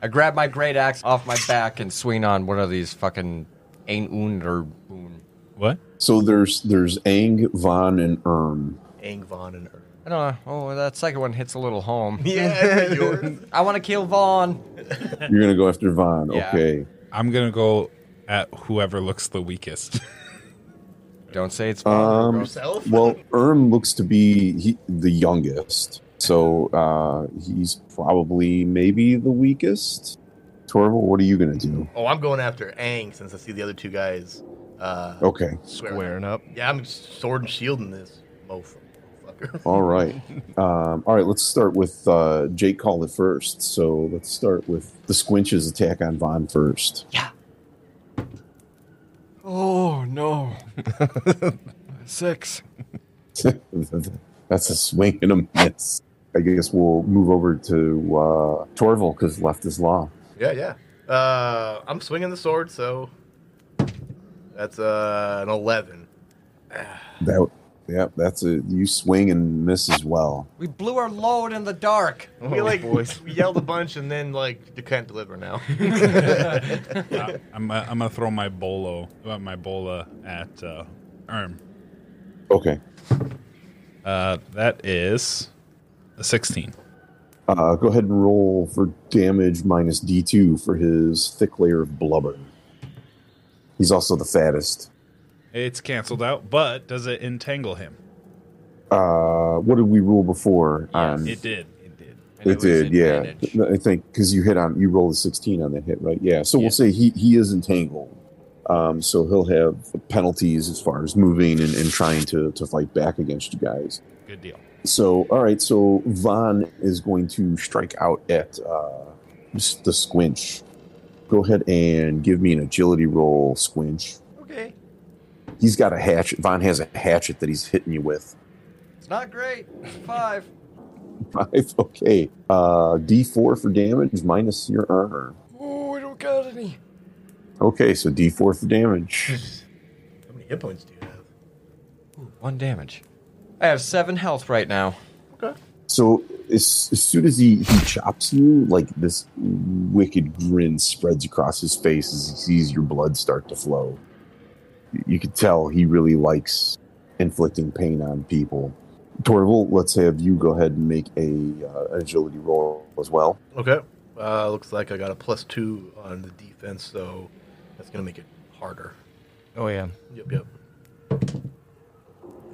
Speaker 3: I grab my great axe off my back and swing on one of these fucking ain't un or un.
Speaker 2: What?
Speaker 4: so there's there's ang von and erm
Speaker 1: Angvon and her.
Speaker 3: I don't know. Oh, that second one hits a little home.
Speaker 1: Yeah, is that yours?
Speaker 3: I want to kill Vaughn.
Speaker 1: Eh.
Speaker 4: you're gonna go after von
Speaker 3: Yeah.
Speaker 4: okay
Speaker 2: I'm gonna go at whoever looks the weakest.
Speaker 3: Don't say it's
Speaker 4: Um,
Speaker 1: Yourself?
Speaker 4: Well, Erm looks to be he, the youngest, so uh, he's probably maybe the weakest. Torval, what are you gonna do?
Speaker 1: Oh, I'm going after Aang since I see the other two guys. Uh,
Speaker 4: Okay,
Speaker 1: square.
Speaker 5: Squaring up.
Speaker 1: Yeah, I'm sword and shielding this motherfucker.
Speaker 4: all right, um, all right. Let's start with uh, Jake. Called it first, so let's start with the Squinch's attack on Vaughn first.
Speaker 3: Oh no. Six.
Speaker 4: That's a swing and a miss. I guess we'll move over to uh, Torval because left is law.
Speaker 1: yeah, yeah. Uh, I'm swinging the sword, so that's uh, an 11.
Speaker 4: That, yeah, that's a you swing and miss as well.
Speaker 3: We blew our load in the dark.
Speaker 1: we like we yelled a bunch and then like you can't deliver now.
Speaker 2: I, I'm, uh, I'm gonna throw my bolo, uh, my bola at uh, Erm.
Speaker 4: Okay,
Speaker 2: Uh, that is a 16.
Speaker 4: Uh, go ahead and roll for damage minus D2 for his thick layer of blubber. He's also the fattest.
Speaker 2: It's canceled out, but does it entangle him?
Speaker 4: Uh, what did we rule before? on-
Speaker 2: It did. Um, It did.
Speaker 4: It did, yeah. I think because you hit on, you rolled a 16 on that hit, right? Yeah. So we'll say he, he is entangled. Um, so he'll have penalties as far as moving and, and trying to, to fight back against you guys.
Speaker 2: Good deal.
Speaker 4: So, all right. So Vaughn is going to strike out at uh, s- the Squinch. Go ahead and give me an agility roll, Squinch.
Speaker 1: okay,
Speaker 4: He's got a hatchet. Vaughn has a hatchet that he's hitting you with.
Speaker 3: It's not great. Five.
Speaker 4: Five. Okay. Uh, D4 for damage minus your armor.
Speaker 3: Oh, I don't got any.
Speaker 4: Okay. So D4 for damage.
Speaker 1: how many hit points do you have?
Speaker 3: One damage. I have seven health right now.
Speaker 4: So as, as soon as he, he chops you, like this wicked grin spreads across his face as he sees your blood start to flow. You could tell he really likes inflicting pain on people. Torval, let's have you go ahead and make a uh, agility roll as well.
Speaker 1: Okay, uh, looks like I got a plus two on the defense, so that's gonna make it harder.
Speaker 5: Oh yeah.
Speaker 1: Yep, yep.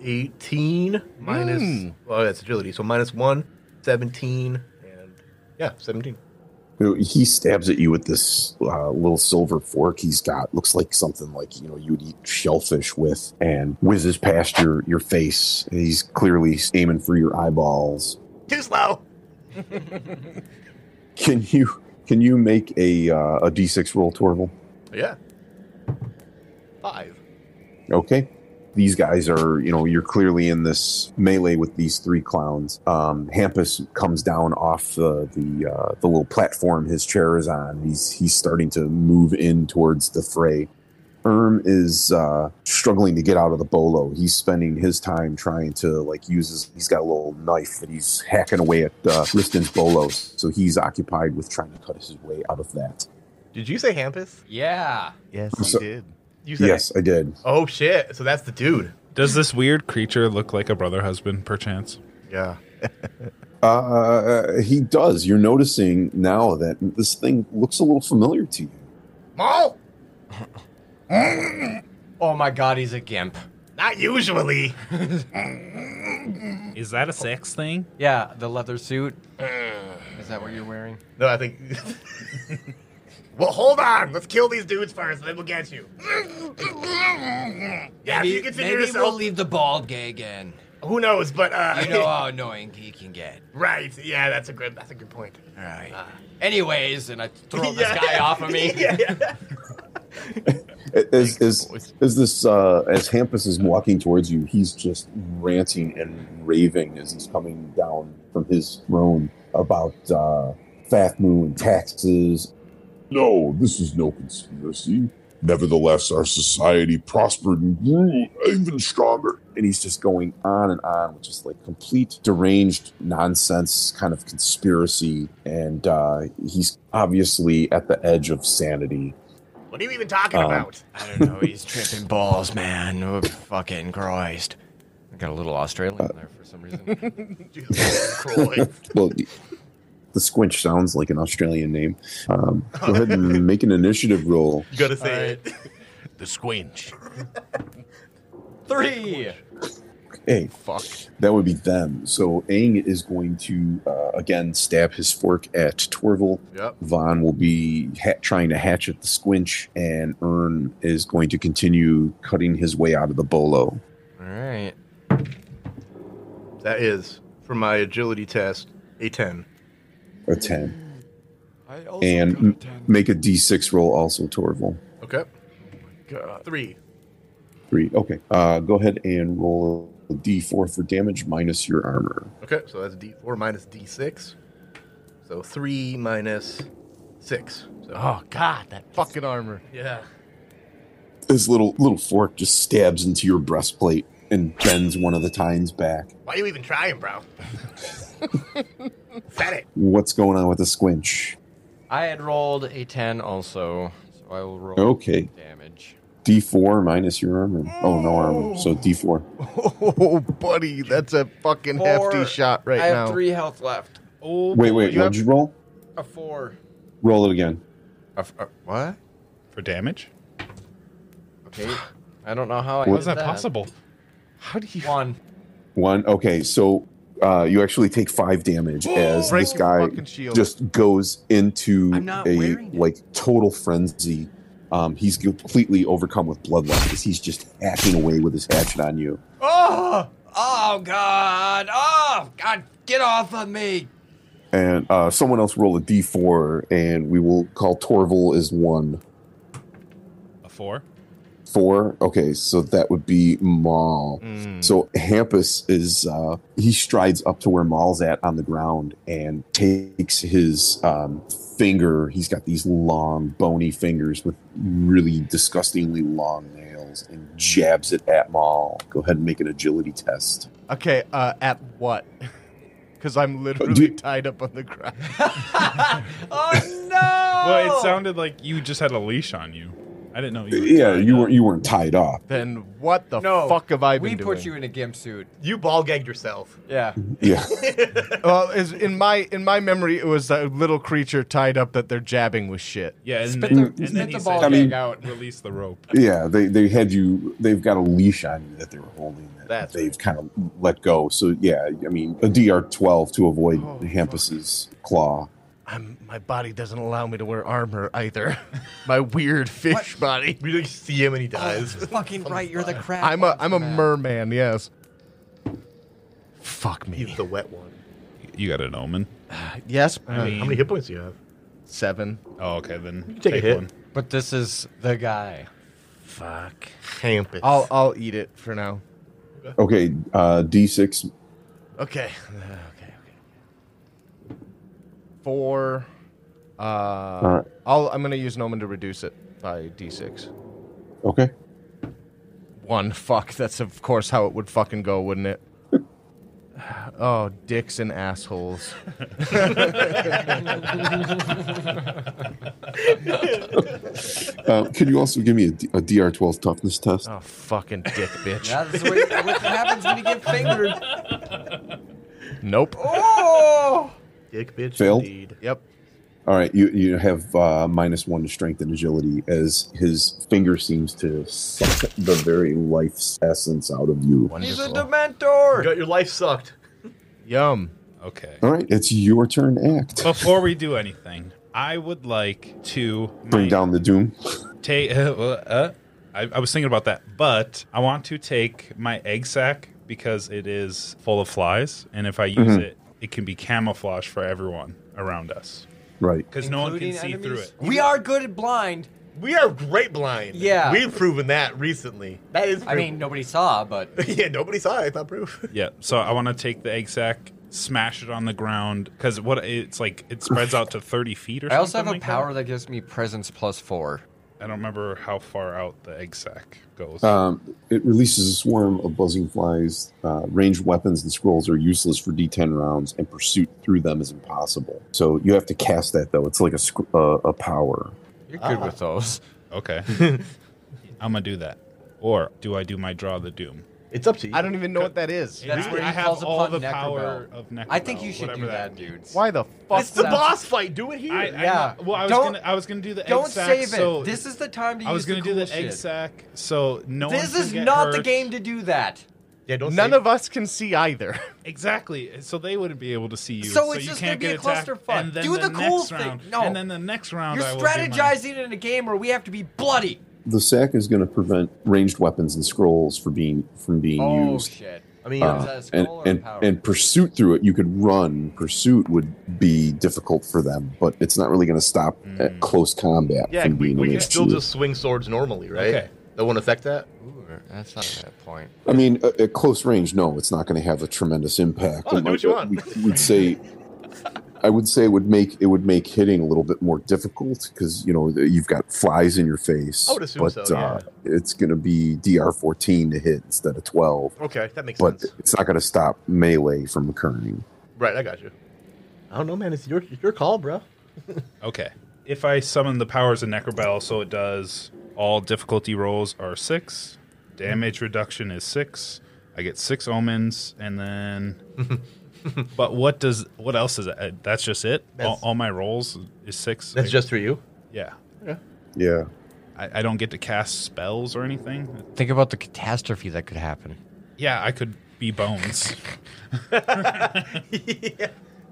Speaker 1: 18 minus.
Speaker 5: Mm.
Speaker 1: Oh, that's agility. So minus one, 17, and yeah, 17.
Speaker 4: You know, He stabs at you with this uh, little silver fork he's got. Looks like something like you know you'd eat shellfish with, and whizzes past your your face. He's clearly aiming for your eyeballs.
Speaker 1: Too slow.
Speaker 4: Can you can you make a uh, a d6 roll, Torval?
Speaker 1: Yeah. Five.
Speaker 4: Okay. These guys are, you know, you're clearly in this melee with these three clowns. Um, Hampus comes down off the the, uh, the little platform his chair is on. He's he's starting to move in towards the fray. Erm is uh, struggling to get out of the bolo. He's spending his time trying to like use his. He's got a little knife that he's hacking away at uh, Riston's bolo, so he's occupied with trying to cut his way out of that.
Speaker 1: Did you say Hampus?
Speaker 3: Yeah.
Speaker 6: Yes,
Speaker 4: you So-
Speaker 6: did.
Speaker 1: You said
Speaker 4: Yes, I did.
Speaker 1: Oh shit! So that's the dude.
Speaker 2: Does this weird creature look like a brother husband, perchance?
Speaker 1: Yeah.
Speaker 4: Uh, he does. You're noticing now that this thing looks a little familiar to you.
Speaker 1: Maul.
Speaker 3: Oh my god, he's a gimp.
Speaker 1: Not usually.
Speaker 2: Is that a sex thing?
Speaker 3: Yeah, the leather suit. Is that what you're wearing?
Speaker 1: No, I think. well, hold on. Let's kill these dudes first, and then we'll get you. yeah, if you consider yourself.
Speaker 3: leave the bald gig in.
Speaker 1: Who knows? But uh,
Speaker 3: how annoying he can get.
Speaker 1: right? Yeah, that's a good. That's a good point.
Speaker 3: Right. Anyways, and I throw
Speaker 1: Yeah. yeah, yeah.
Speaker 4: As as, as this uh, as Hampus is walking towards you, he's just ranting and raving as he's coming down from his throne about uh, Fathmu and taxes.
Speaker 7: No, this is no conspiracy. Nevertheless, our society prospered and grew even stronger.
Speaker 4: And he's just going on and on, which is like complete deranged nonsense kind of conspiracy. And uh, he's obviously at the edge of sanity.
Speaker 1: What are you even talking
Speaker 4: Um,
Speaker 1: about?
Speaker 3: I don't know. He's tripping balls, man. Oh, fucking Christ. I got a little Australian there for some reason.
Speaker 1: Jesus Christ.
Speaker 4: Well, The Squinch sounds like an Australian name. Um, go ahead and make an initiative roll.
Speaker 1: Gotta say it.
Speaker 8: The squinch.
Speaker 3: Three.
Speaker 4: Hey,
Speaker 5: Fuck.
Speaker 4: that would be them. So Aang is going to uh, again stab his fork at Torval.
Speaker 5: Yep.
Speaker 4: Vaughn will be ha- trying to hatch at the squinch, and Ern is going to continue cutting his way out of the bolo.
Speaker 3: All right.
Speaker 1: That is, for my agility test, a 10.
Speaker 4: A ten,
Speaker 5: I also
Speaker 4: and m- make a d6 roll also, Torval.
Speaker 1: Okay. Three.
Speaker 4: Three. Okay. Uh, go ahead and roll a d4 for damage minus your armor.
Speaker 1: Okay, so that's D4 minus D6. So three minus six. So,
Speaker 8: Oh God, that
Speaker 5: fucking armor.
Speaker 1: yeah.
Speaker 4: His little little fork just stabs into your breastplate and bends one of the tines back.
Speaker 1: Why are you even trying, bro? Fat it.
Speaker 4: What's going on with the squinch?
Speaker 3: I had rolled a 10 also, so I will roll
Speaker 4: Okay.
Speaker 3: damage.
Speaker 4: D4 minus your armor. Oh, no armor. So D4.
Speaker 5: Oh, buddy, that's a fucking hefty
Speaker 3: Four.
Speaker 5: shot right
Speaker 3: I have
Speaker 5: now.
Speaker 3: three health left.
Speaker 4: Wait, wait.
Speaker 5: Oh, you
Speaker 4: What'd you roll?
Speaker 3: A four.
Speaker 4: Roll it again.
Speaker 5: A f- a- what?
Speaker 2: for damage.
Speaker 3: Okay. I don't know how I
Speaker 2: How
Speaker 3: did
Speaker 2: is that possible?
Speaker 5: How do you?
Speaker 3: One.
Speaker 4: One. Okay. So uh, you actually take five damage as
Speaker 5: Break
Speaker 4: this
Speaker 5: your
Speaker 4: guy
Speaker 5: fucking shield.
Speaker 4: just goes into
Speaker 3: I'm not
Speaker 4: a
Speaker 3: wearing it.
Speaker 4: like total frenzy. Um, he's completely overcome with bloodlust because he's just hacking away with his hatchet on you.
Speaker 3: Oh! Oh, God! Oh, God, get off of me!
Speaker 4: And uh, someone else roll a D4, and we will call Torval as one.
Speaker 2: A four.
Speaker 4: Four. Okay, so that would be Maul.
Speaker 2: Hmm.
Speaker 4: So Hampus is uh, he strides up to where Maul's at on the ground and takes his um, finger. He's got these long bony fingers with really disgustingly long nails and jabs it at Maul. Go ahead and make an agility test.
Speaker 5: Okay, uh, at what? Because I'm literally
Speaker 4: dude.
Speaker 5: tied up on the ground.
Speaker 3: Oh, no!
Speaker 2: Well, it sounded like you just had a leash on you. I didn't know you. were
Speaker 4: Yeah,
Speaker 2: tied
Speaker 4: you
Speaker 2: up.
Speaker 4: weren't you weren't tied up.
Speaker 5: Then what the
Speaker 3: No.
Speaker 5: fuck have I been
Speaker 3: We
Speaker 5: doing?
Speaker 3: put you in a gimp suit.
Speaker 1: You ball gagged yourself.
Speaker 3: Yeah.
Speaker 4: Yeah.
Speaker 5: Well, is, in my in my memory, it was a little creature tied up that they're jabbing with shit.
Speaker 2: Yeah, and
Speaker 3: Spit
Speaker 2: then,
Speaker 3: the,
Speaker 2: and then
Speaker 3: spit
Speaker 2: he
Speaker 3: the
Speaker 2: said,
Speaker 3: ball
Speaker 4: I
Speaker 3: gag
Speaker 4: mean-
Speaker 3: out.
Speaker 2: release the rope.
Speaker 4: Yeah, they, they had you. They've got a leash on you that they were holding. That
Speaker 1: That's
Speaker 4: they've kind of let go. So yeah, I mean a DR twelve to avoid
Speaker 5: Oh,
Speaker 4: Hampus's claw.
Speaker 5: I'm, my body doesn't allow me to wear armor either. my weird fish body.
Speaker 1: We like see him and he dies.
Speaker 3: Fucking right, you're the crap.
Speaker 5: I'm a I'm a
Speaker 3: monster, man.
Speaker 5: merman. Yes. Fuck
Speaker 1: He's
Speaker 5: me.
Speaker 1: the wet one.
Speaker 2: You got an omen.
Speaker 5: Yes.
Speaker 2: I mean,
Speaker 1: How many hit points do you have?
Speaker 5: Seven.
Speaker 2: Oh, okay, then you
Speaker 1: take a hit.
Speaker 2: One.
Speaker 3: But this is the guy.
Speaker 1: Fuck. Hampus.
Speaker 5: I'll I'll eat it for now.
Speaker 4: Okay, uh, D six.
Speaker 5: Okay. Okay. Okay. Four. Uh,
Speaker 4: right.
Speaker 5: I'll I'm gonna use an omen to reduce it by d6.
Speaker 4: Okay,
Speaker 5: One. Fuck. That's of course how it would fucking go, wouldn't it? oh, dicks and assholes.
Speaker 4: uh, can you also give me a, D- a DR twelve toughness test?
Speaker 5: Oh, fucking dick, bitch.
Speaker 3: Yeah, this is what, what happens when you get fingered.
Speaker 5: Nope.
Speaker 3: Oh!
Speaker 1: Dick bitch
Speaker 4: Failed.
Speaker 1: indeed.
Speaker 5: Yep.
Speaker 4: All right, you you have uh, minus one to strength and agility as his finger seems to suck the very life's essence out of you.
Speaker 3: He's a
Speaker 5: Wonderful.
Speaker 1: You
Speaker 3: Dementor!
Speaker 1: got your life sucked.
Speaker 5: Yum.
Speaker 2: Okay.
Speaker 4: All right, it's your turn.
Speaker 5: Oh,
Speaker 4: Act.
Speaker 2: Before we do anything, I would like to
Speaker 4: Bring down the doom.
Speaker 2: take. Uh, uh, I, I was thinking about that, but I want to take my egg sack because it is full of flies, and if I use
Speaker 4: Mm-hmm.
Speaker 2: it, it can be camouflage for everyone around us
Speaker 4: Right.
Speaker 2: because no one can
Speaker 3: Including
Speaker 2: see through
Speaker 3: enemies?
Speaker 2: it.
Speaker 3: We are good at blind.
Speaker 1: We are great blind.
Speaker 3: Yeah.
Speaker 1: We've proven that recently. That is
Speaker 3: I
Speaker 1: proof.
Speaker 3: mean, nobody saw, but
Speaker 1: yeah, nobody saw it. It's not proof.
Speaker 2: Yeah, so I want to take the egg sack, smash it on the ground because what it's like it spreads out to thirty feet or
Speaker 3: I
Speaker 2: something.
Speaker 3: also have a
Speaker 2: like that.
Speaker 3: power that. gives me presence plus four.
Speaker 2: I don't remember how far out the egg sack goes.
Speaker 4: Um, it releases a swarm of buzzing flies. Uh, ranged weapons and scrolls are useless for D10 rounds, and pursuit through them is impossible. So you have to cast that, though. It's like a, sc- uh, a power.
Speaker 3: You're good with those.
Speaker 2: okay, I'm gonna do that. Or do I do my draw the doom?
Speaker 1: It's up to you.
Speaker 5: I don't even know what that is.
Speaker 3: That's
Speaker 2: I,
Speaker 3: where he
Speaker 2: I have
Speaker 3: calls
Speaker 2: all
Speaker 3: upon
Speaker 2: the
Speaker 3: Necrobell.
Speaker 2: power of Necrobell.
Speaker 3: I think you should
Speaker 2: whatever
Speaker 3: do that,
Speaker 2: means.
Speaker 3: dude.
Speaker 5: Why the fuck?
Speaker 1: it's the
Speaker 3: sounds-
Speaker 1: boss fight. Do it here.
Speaker 2: I,
Speaker 3: Yeah.
Speaker 2: yeah. well, I was
Speaker 3: Don't-
Speaker 2: gonna I was gonna do the
Speaker 3: Don't
Speaker 2: egg sack.
Speaker 3: save it.
Speaker 2: So
Speaker 3: this is the time to
Speaker 2: I was
Speaker 3: use
Speaker 2: gonna
Speaker 3: the
Speaker 2: do the
Speaker 3: cool
Speaker 2: egg
Speaker 3: shit.
Speaker 2: sack. So no. one
Speaker 3: This
Speaker 2: can
Speaker 3: is
Speaker 2: get
Speaker 3: not the
Speaker 2: hurt.
Speaker 3: game to do that.
Speaker 1: yeah, don't
Speaker 5: None
Speaker 1: say-
Speaker 5: of us can see either.
Speaker 2: Exactly. So they wouldn't be able to see you.
Speaker 3: So it's
Speaker 2: you
Speaker 3: just
Speaker 2: can't
Speaker 3: gonna be
Speaker 2: get
Speaker 3: a
Speaker 2: attacked.
Speaker 3: clusterfuck.
Speaker 2: And then
Speaker 3: Do the cool
Speaker 2: next
Speaker 3: thing.
Speaker 2: round-
Speaker 3: No.
Speaker 2: And then the next round.
Speaker 3: You're
Speaker 2: I will do mine.
Speaker 3: strategizing in a game where we have to be bloody.
Speaker 4: The sack is going to prevent ranged weapons and scrolls for being from being
Speaker 3: Oh
Speaker 4: used.
Speaker 3: shit!
Speaker 1: I mean,
Speaker 4: Uh,
Speaker 1: it's-
Speaker 3: that a
Speaker 4: and,
Speaker 3: scroll or a
Speaker 4: and,
Speaker 3: power?
Speaker 4: and pursuit through it, you could run. Pursuit would be difficult for them, but it's not really going to stop uh close combat
Speaker 1: Hmm. yeah,
Speaker 4: from
Speaker 1: we,
Speaker 4: being
Speaker 1: we
Speaker 4: an
Speaker 1: can still
Speaker 4: issue.
Speaker 1: just swing swords normally, right?
Speaker 2: Okay.
Speaker 1: That won't affect that.
Speaker 3: Ooh, that's not a bad point.
Speaker 4: I mean, at, at close range, no, it's not going to have a tremendous impact.
Speaker 1: Oh, do what you
Speaker 4: It
Speaker 1: want.
Speaker 4: would- would say, I would say it would make it would make hitting a little bit more difficult because you know you've got flies in your face.
Speaker 1: I would assume
Speaker 4: but,
Speaker 1: so, yeah.
Speaker 4: uh, it's going to be DR fourteen to hit instead of twelve,
Speaker 1: Okay, that makes
Speaker 4: but
Speaker 1: sense.
Speaker 4: it's not going to stop melee from occurring.
Speaker 1: Right, I got you. I don't know, man. It's your your call, bro.
Speaker 2: Okay. If I summon the powers of Necrobell, so it does, all difficulty rolls are six. Damage reduction is six. I get six omens, and then. but what does what else is it? Uh, That's just it. All,
Speaker 1: That's-
Speaker 2: all my rolls is six.
Speaker 1: That's
Speaker 2: I-
Speaker 1: just for you.
Speaker 2: yeah.
Speaker 4: Yeah,
Speaker 2: I, I don't get to cast spells or anything.
Speaker 3: Think about the catastrophe that could happen.
Speaker 2: Yeah, I could be bones.
Speaker 1: yeah.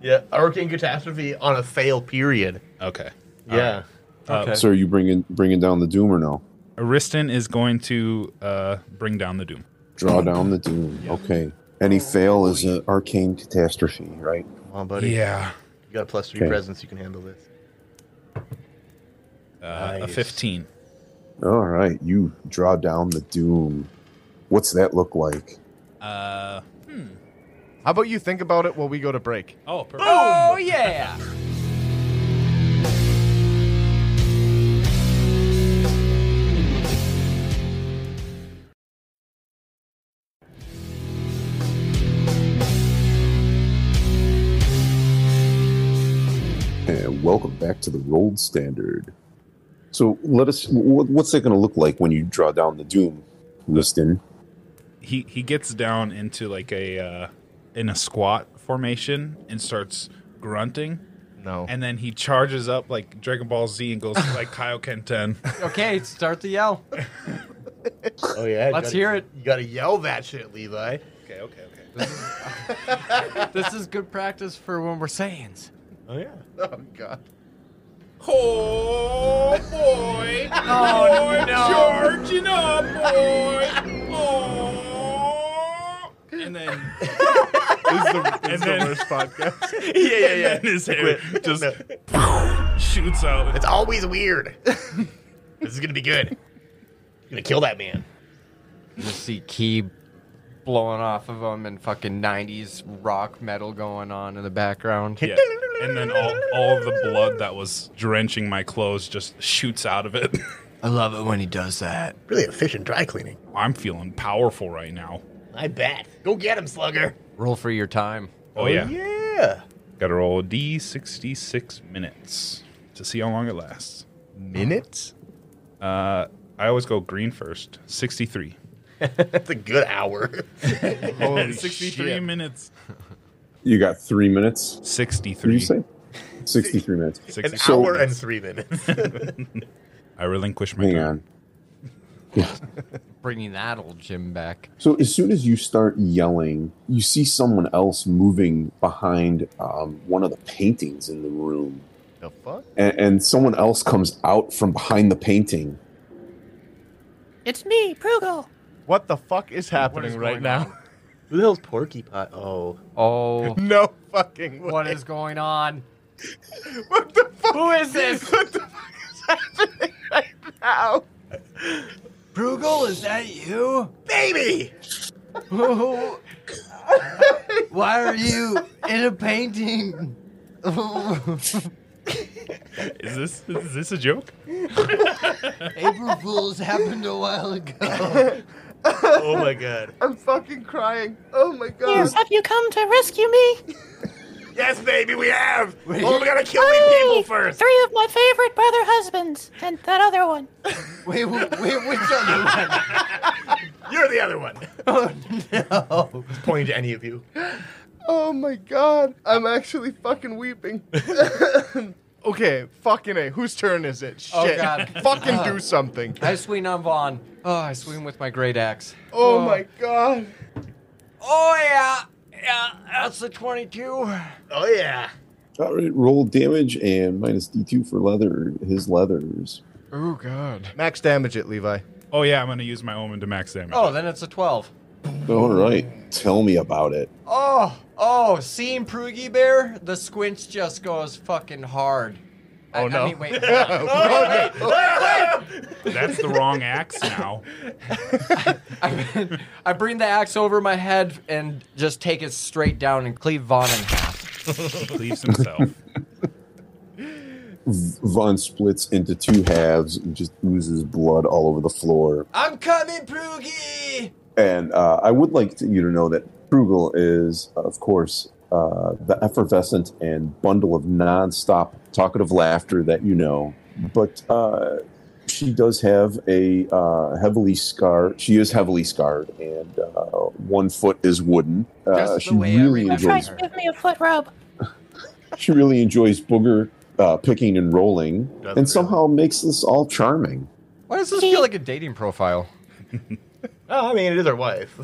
Speaker 1: yeah, hurricane catastrophe on a fail period.
Speaker 2: okay.
Speaker 1: yeah,
Speaker 2: Okay.
Speaker 4: So are you bringing bringing down the doom or no?
Speaker 2: Ariston is going to uh, bring down the doom.
Speaker 4: Draw down the doom. Okay. Any fail
Speaker 1: Oh,
Speaker 4: is an arcane catastrophe, right?
Speaker 1: come on, buddy.
Speaker 2: Yeah.
Speaker 1: You got a plus three
Speaker 4: Okay.
Speaker 1: presence. You can handle this.
Speaker 2: Uh, A
Speaker 1: Nice.
Speaker 2: 15.
Speaker 4: All right, you draw down the doom. What's that look like?
Speaker 2: Uh,
Speaker 5: How about you think about it while we go to break?
Speaker 2: oh, perfect.
Speaker 3: Oh yeah!
Speaker 4: And welcome back to the rolled standard. So let us. wh- What's that going to look like when you draw down the doom, Liston?
Speaker 2: he he gets down into like a uh, in a squat formation and starts grunting
Speaker 5: No.
Speaker 2: and then he charges up like Dragon Ball Z and goes like Kaioken 10.
Speaker 3: Okay, start the yell.
Speaker 1: Oh yeah, you
Speaker 3: Let's
Speaker 1: gotta-
Speaker 3: hear it.
Speaker 1: You gotta yell that shit, Levi.
Speaker 2: Okay, okay, okay.
Speaker 3: This is good practice for when we're sayings.
Speaker 1: Oh yeah. Oh god.
Speaker 2: Oh boy. boy, charging up, boy. Oh. And then and then,
Speaker 6: podcast.
Speaker 1: yeah, yeah, yeah.
Speaker 2: and his hair just shoots out.
Speaker 1: It's always weird. this is gonna be good. You're gonna kill that man.
Speaker 3: You see Key blowing off of him and fucking 90s rock metal going on in the background.
Speaker 2: Yeah. And then all, all the blood that was drenching my clothes just shoots out of it.
Speaker 3: I love it when he does that.
Speaker 1: Really efficient dry cleaning.
Speaker 2: I'm feeling powerful right now.
Speaker 1: I bet. Go get him, Slugger.
Speaker 3: Roll for your time.
Speaker 2: Oh, yeah.
Speaker 1: Yeah.
Speaker 2: Gotta roll a D66 minutes to see how long it lasts.
Speaker 5: Minutes?
Speaker 2: Uh, I always go green first. 63.
Speaker 1: That's a good hour.
Speaker 5: Holy
Speaker 2: 63
Speaker 5: shit.
Speaker 2: Oh, minutes.
Speaker 4: You got three minutes. What did
Speaker 2: 63.
Speaker 4: you say? Sixty-three minutes.
Speaker 1: An
Speaker 2: 63.
Speaker 4: So-
Speaker 1: hour and three minutes.
Speaker 2: I relinquish my
Speaker 4: Hang
Speaker 2: gun.
Speaker 4: on.
Speaker 3: Bringing that old Jim back.
Speaker 4: So as soon as you start yelling, you see someone else moving behind um, one of the paintings in the room,
Speaker 5: The fuck?
Speaker 4: and, and someone else comes out from behind the painting.
Speaker 8: It's me, Prugal.
Speaker 5: What the fuck is happening right now?
Speaker 1: Who the hell's Porky Pot? Oh.
Speaker 3: Oh,
Speaker 5: No fucking way.
Speaker 3: what is going on?
Speaker 5: What the fuck?
Speaker 3: Who is this?
Speaker 5: What the fuck is happening right now?
Speaker 3: Brugal, is that you?
Speaker 1: Baby!
Speaker 3: Who- Why are you in a painting?
Speaker 2: Is this is this a joke?
Speaker 3: April Fools happened a while ago.
Speaker 1: Oh my god.
Speaker 5: I'm fucking crying. Oh my god.
Speaker 8: Have you come to rescue me?
Speaker 1: Yes, baby, we have! Oh, we gotta kill these people first!
Speaker 8: Three of my favorite brother husbands, and that other one.
Speaker 3: Wait, wait, wait which other one?
Speaker 1: You're the other one. Oh no! Pointing to any of you.
Speaker 5: Oh my god, I'm actually fucking weeping. okay, fucking A. Whose turn is it? Shit.
Speaker 3: Oh, God.
Speaker 5: fucking do something.
Speaker 3: I swing on Vaughn. Oh, I swing with my great axe.
Speaker 5: Oh my god.
Speaker 3: Oh yeah, yeah. That's the twenty-two.
Speaker 1: Oh yeah.
Speaker 4: All right, roll damage and minus D2 for leather, his leathers.
Speaker 5: Oh god. Max damage it, Levi.
Speaker 2: Oh yeah, I'm gonna use my omen to max damage.
Speaker 3: Oh, then it's a twelve.
Speaker 4: All right, tell me about it.
Speaker 3: Oh, oh, seeing Proogie Bear, the squinch just goes fucking hard. Oh, I,
Speaker 5: no.
Speaker 3: I mean, wait.
Speaker 2: That's the wrong axe now.
Speaker 3: I, I bring the axe over my head and just take it straight down and cleave Vaughn in half.
Speaker 2: He cleaves himself.
Speaker 4: Vaughn splits into two halves and just oozes blood all over the floor.
Speaker 3: I'm coming, Proogie!
Speaker 4: And uh, I would like to, you to know that Frugal is, of course, uh, the effervescent and bundle of nonstop talkative laughter that you know. But uh, she does have a uh, heavily scarred. She is heavily scarred, and uh, one foot is wooden.
Speaker 3: Just
Speaker 4: Uh,
Speaker 3: the
Speaker 4: she
Speaker 3: way I
Speaker 4: really
Speaker 3: remember
Speaker 8: Try
Speaker 4: enjoys.
Speaker 8: to give me a foot rub.
Speaker 4: She really enjoys booger uh, picking and rolling,
Speaker 1: Doesn't
Speaker 4: and somehow makes this all charming.
Speaker 3: Why does this feel like a dating profile?
Speaker 1: Oh, I mean, it is our wife.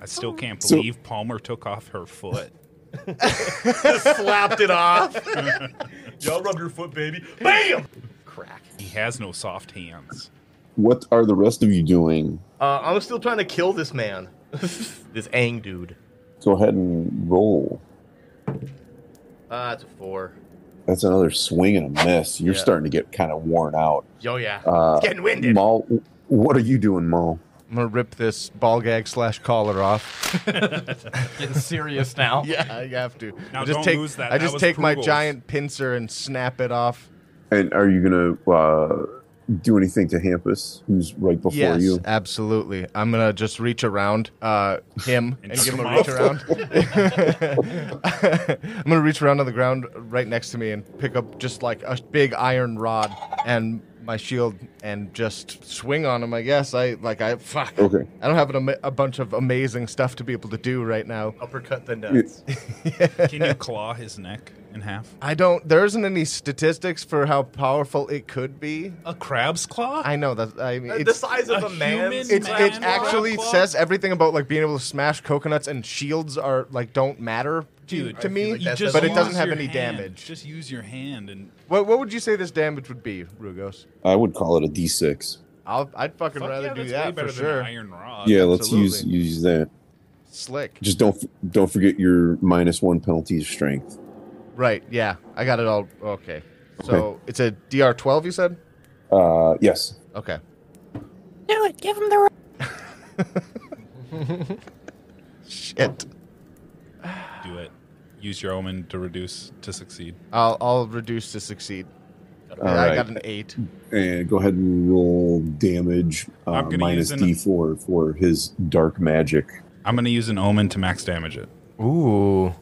Speaker 2: I still can't
Speaker 4: So-
Speaker 2: believe Palmer took off her foot.
Speaker 1: Slapped it off. Y'all rub your foot, baby. Bam! Crack.
Speaker 2: He has no soft hands.
Speaker 4: What are the rest of you doing?
Speaker 1: Uh, I'm still trying to kill this man. this Ang dude.
Speaker 4: Go ahead and roll.
Speaker 1: Ah, it's a four.
Speaker 4: That's another swing and a miss. You're
Speaker 1: Yeah.
Speaker 4: starting to get kind of worn out.
Speaker 1: Yo, Oh, yeah.
Speaker 4: Uh,
Speaker 1: it's getting winded.
Speaker 4: Maul, what are you doing, Maul?
Speaker 5: I'm gonna rip this ball gag slash collar off.
Speaker 3: Getting serious now.
Speaker 5: Yeah, I have to.
Speaker 2: Now
Speaker 5: I just
Speaker 2: don't
Speaker 5: take,
Speaker 2: lose that.
Speaker 5: I
Speaker 2: That
Speaker 5: just
Speaker 2: was
Speaker 5: take my
Speaker 2: Krugel's.
Speaker 5: giant pincer and snap it off.
Speaker 4: And are you going to uh, do anything to Hampus, who's right before
Speaker 5: yes,
Speaker 4: you?
Speaker 5: absolutely. I'm gonna just reach around uh, him
Speaker 2: And
Speaker 5: and give
Speaker 2: tuck
Speaker 5: him
Speaker 2: him
Speaker 5: a reach around. I'm gonna reach around on the ground right next to me and pick up just like a big iron rod and my shield and just swing on him. I guess I like I fuck.
Speaker 4: Okay.
Speaker 5: I don't have an, ama- a bunch of amazing stuff to be able to do right now.
Speaker 1: Uppercut the nuts.
Speaker 2: Can you claw his neck in half?
Speaker 5: I don't. There isn't any statistics for how powerful it could be.
Speaker 2: A crab's claw?
Speaker 5: I know that. I mean,
Speaker 1: Uh, the
Speaker 5: it's,
Speaker 1: size of
Speaker 2: a
Speaker 1: a, man's
Speaker 2: human
Speaker 5: it's
Speaker 2: man
Speaker 5: it
Speaker 2: claw?
Speaker 5: actually
Speaker 2: Claw?
Speaker 5: says everything about like being able to smash coconuts and shields are like don't matter to,
Speaker 2: Dude,
Speaker 5: to
Speaker 2: I
Speaker 5: me.
Speaker 1: feel like that's-
Speaker 5: but it
Speaker 2: use
Speaker 5: doesn't have
Speaker 2: your
Speaker 5: any
Speaker 2: hand.
Speaker 5: damage.
Speaker 2: Just use your hand and
Speaker 5: What, what would you say this damage would be, Rugos?
Speaker 4: I would call it a D6.
Speaker 5: I'll, I'd fucking
Speaker 2: Fuck
Speaker 5: rather
Speaker 2: yeah,
Speaker 5: do
Speaker 2: that's way
Speaker 5: that
Speaker 2: better
Speaker 5: for
Speaker 2: than
Speaker 5: sure.
Speaker 2: an iron rod.
Speaker 4: yeah, let's use
Speaker 5: absolutely.
Speaker 4: use that.
Speaker 5: Slick.
Speaker 4: Just don't don't forget your minus one penalty to strength.
Speaker 5: Right? Yeah, I got it all. Okay. So it's a DR twelve. You said.
Speaker 4: Uh, yes.
Speaker 5: Okay.
Speaker 8: Do it. Give him the. Rub.
Speaker 5: Shit.
Speaker 2: Do it. Use your omen to reduce to succeed.
Speaker 5: I'll I'll reduce to succeed.
Speaker 4: All
Speaker 5: I
Speaker 4: right.
Speaker 5: got an eight.
Speaker 4: And go ahead and roll damage uh,
Speaker 2: I'm gonna
Speaker 4: minus
Speaker 2: use an-
Speaker 4: D4 for his dark magic.
Speaker 2: I'm gonna use an omen to max damage it.
Speaker 5: Ooh,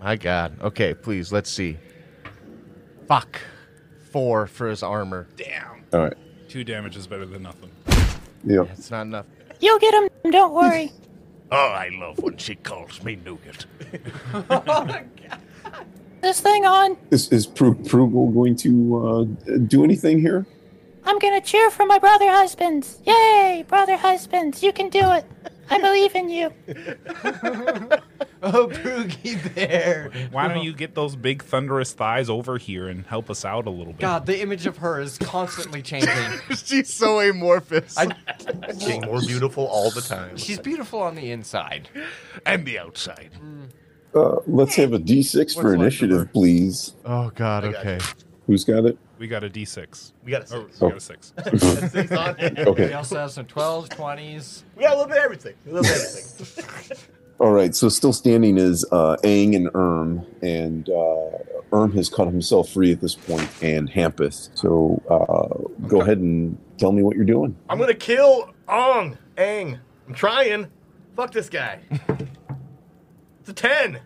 Speaker 5: my God. Okay, please let's see. Fuck. Four for his armor.
Speaker 4: All right.
Speaker 2: Two damage is better than nothing.
Speaker 4: Yeah.
Speaker 5: That's not enough.
Speaker 8: You'll get him. Don't worry.
Speaker 1: Oh, I love when she calls me nougat.
Speaker 8: this thing on.
Speaker 4: Is, is Pru- Prugel going to uh, do anything here?
Speaker 8: I'm gonna cheer for my brother husbands. Yay, brother husbands! You can do it. I believe in you.
Speaker 3: Oh, Proogie Bear.
Speaker 2: Why don't you get those big thunderous thighs over here and help us out a little bit?
Speaker 3: God, the image of her is constantly changing.
Speaker 5: She's so amorphous.
Speaker 3: I-
Speaker 1: Getting more beautiful all the time.
Speaker 3: she's beautiful on the inside.
Speaker 1: and the outside.
Speaker 4: Uh, let's have a D6 for
Speaker 3: What's left of
Speaker 4: initiative,
Speaker 3: her?
Speaker 4: please.
Speaker 5: oh God.
Speaker 1: I got
Speaker 5: Okay.
Speaker 4: Who's got it?
Speaker 2: We got a D6.
Speaker 1: We got a
Speaker 2: Oh,
Speaker 1: six.
Speaker 2: we got a six.
Speaker 1: Six on it.
Speaker 3: We
Speaker 4: Okay.
Speaker 3: also have some 12s, 20s.
Speaker 1: We got a little bit of everything. A little bit of everything.
Speaker 4: All right. So still standing is uh, Aang and Erm, and uh, Erm has cut himself free at this point, and Hampus. So uh, go ahead and tell me what you're doing.
Speaker 1: I'm gonna kill Ong Ang. I'm trying. Fuck this guy. It's a ten.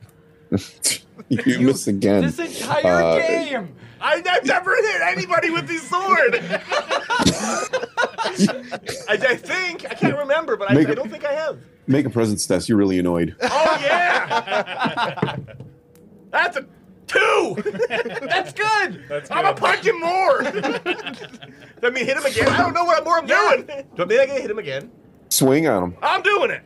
Speaker 4: you, miss again.
Speaker 3: This entire
Speaker 4: Uh,
Speaker 3: game!
Speaker 1: I, I've never hit anybody with this sword. I, I think I can't remember, but I,
Speaker 4: Make
Speaker 1: I
Speaker 4: a-
Speaker 1: don't think I have.
Speaker 4: Make a presence test. You're really annoyed.
Speaker 1: Oh yeah, that's a two. That's good.
Speaker 2: That's
Speaker 1: I'm gonna
Speaker 2: good.
Speaker 1: punch him more. I mean, hit him again. I don't know what more I'm doing. Do I mean I can hit him again?
Speaker 4: Swing on him.
Speaker 1: I'm doing it.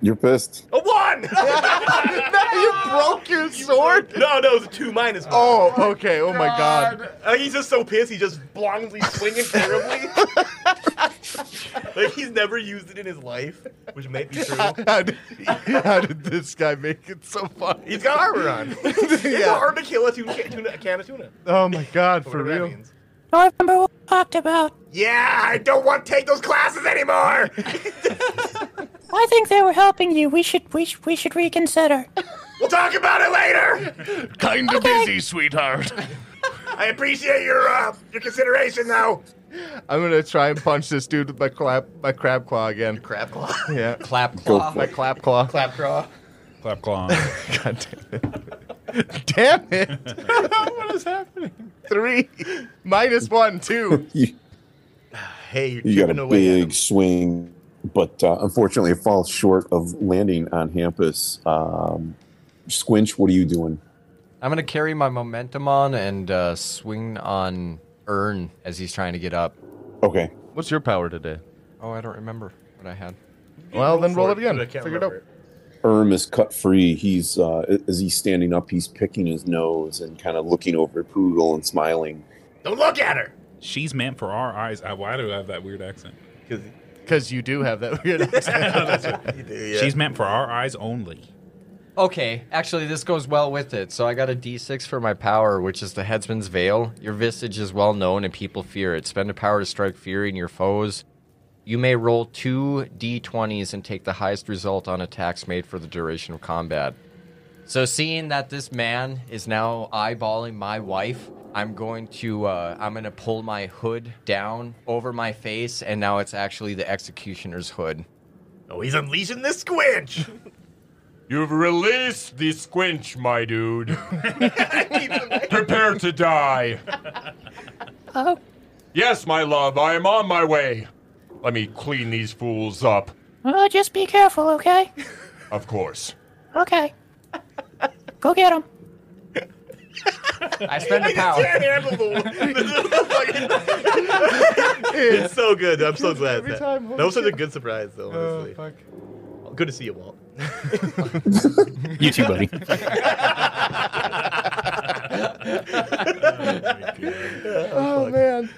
Speaker 4: You're pissed.
Speaker 1: A one.
Speaker 5: you broke your sword.
Speaker 1: no, no, it was a two minus one.
Speaker 5: Oh, okay. Oh my god.
Speaker 1: Like, Uh, he's just so pissed, he's just blindly swinging terribly. like he's never used it in his life, which may be true.
Speaker 5: How did, how did this guy make it so funny?
Speaker 1: He's got armor on. It's
Speaker 5: Yeah.
Speaker 1: hard to kill a, tuna, tuna, a can of tuna.
Speaker 5: Oh my god, for
Speaker 1: whatever that
Speaker 5: real.
Speaker 1: means.
Speaker 8: I remember what we talked about.
Speaker 1: Yeah, I don't want to take those classes anymore.
Speaker 8: I think they were helping you. We should we should, we should reconsider.
Speaker 1: we'll talk about it later.
Speaker 6: Kinda
Speaker 8: Okay.
Speaker 6: busy, sweetheart.
Speaker 1: I appreciate your uh, your consideration, though.
Speaker 5: I'm gonna try and punch this dude with my clap, my crab claw again.
Speaker 1: Crab claw.
Speaker 5: Yeah,
Speaker 3: Clap
Speaker 4: Go
Speaker 3: claw.
Speaker 4: for
Speaker 5: my
Speaker 4: it.
Speaker 5: clap claw.
Speaker 1: Clap claw.
Speaker 2: Clap claw. on.
Speaker 5: God damn it! damn it! what is happening? Three, minus one, two.
Speaker 4: You,
Speaker 1: Hey, you're
Speaker 4: you got
Speaker 1: chipping
Speaker 4: a
Speaker 1: away at him.
Speaker 4: big swing, but uh, unfortunately, it falls short of landing on Hampus. Um, Squinch, what are you doing?
Speaker 3: I'm gonna carry my momentum on and uh, swing on Earn as he's trying to get up.
Speaker 4: Okay.
Speaker 5: What's your power today?
Speaker 3: Oh, I don't remember what I had.
Speaker 5: Well, then roll
Speaker 1: For
Speaker 5: it again.
Speaker 1: but I can't
Speaker 5: Figure it out.
Speaker 1: remember
Speaker 4: Erm is cut free. He's uh, as he's standing up, he's picking his nose and kind of looking over at Poodle and smiling.
Speaker 1: Don't look at her.
Speaker 2: She's meant for our eyes. Uh, Why do I have that weird accent?
Speaker 5: Because you do have that weird accent.
Speaker 1: You do, yeah.
Speaker 2: She's meant for our eyes only.
Speaker 3: Okay, actually, this goes well with it. So I got a D6 for my power, which is the Headsman's Veil. Your visage is well known and people fear it. Spend a power to strike fear in your foes. You may roll two D20s and take the highest result on attacks made for the duration of combat. So, seeing that this man is now eyeballing my wife, I'm going to uh, I'm going to pull my hood down over my face, and now it's actually the executioner's hood.
Speaker 1: Oh, he's unleashing this squinch.
Speaker 6: You've released the squinch, my dude. Prepare to die.
Speaker 8: Oh,
Speaker 6: Yes, my love, I am on my way. Let me clean these fools up.
Speaker 8: well, Uh, just be careful, okay?
Speaker 6: Of course.
Speaker 8: Okay. Go get him.
Speaker 3: I spend a
Speaker 1: I
Speaker 3: power.
Speaker 1: can't handle the, It's so good. I'm so glad.
Speaker 5: Every
Speaker 1: That,
Speaker 5: time, holy
Speaker 1: that was such a
Speaker 5: shit. Oh,
Speaker 1: good surprise, though. Honestly, good to see you, Walt.
Speaker 9: You too, buddy.
Speaker 5: Oh man.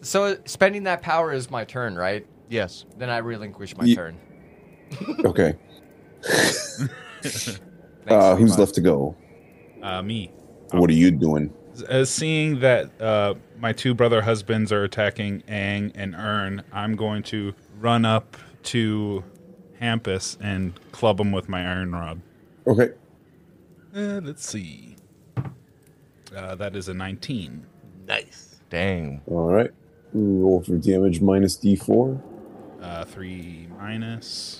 Speaker 3: So spending that power is my turn, right?
Speaker 5: Yes.
Speaker 3: Then I relinquish my
Speaker 4: Ye-
Speaker 3: turn.
Speaker 4: Okay.
Speaker 3: Thanks,
Speaker 4: uh, who's
Speaker 3: Levi.
Speaker 4: left to go?
Speaker 2: Uh, me.
Speaker 4: What are you doing?
Speaker 2: Uh, seeing that uh, my two brother husbands are attacking Aang and Earn, I'm going to run up to Hampus and club him with my iron rod.
Speaker 4: Okay.
Speaker 2: Uh, let's see. Uh, that is a 19.
Speaker 1: Nice.
Speaker 5: Dang.
Speaker 4: All right. Roll for damage minus d4.
Speaker 2: Uh, three minus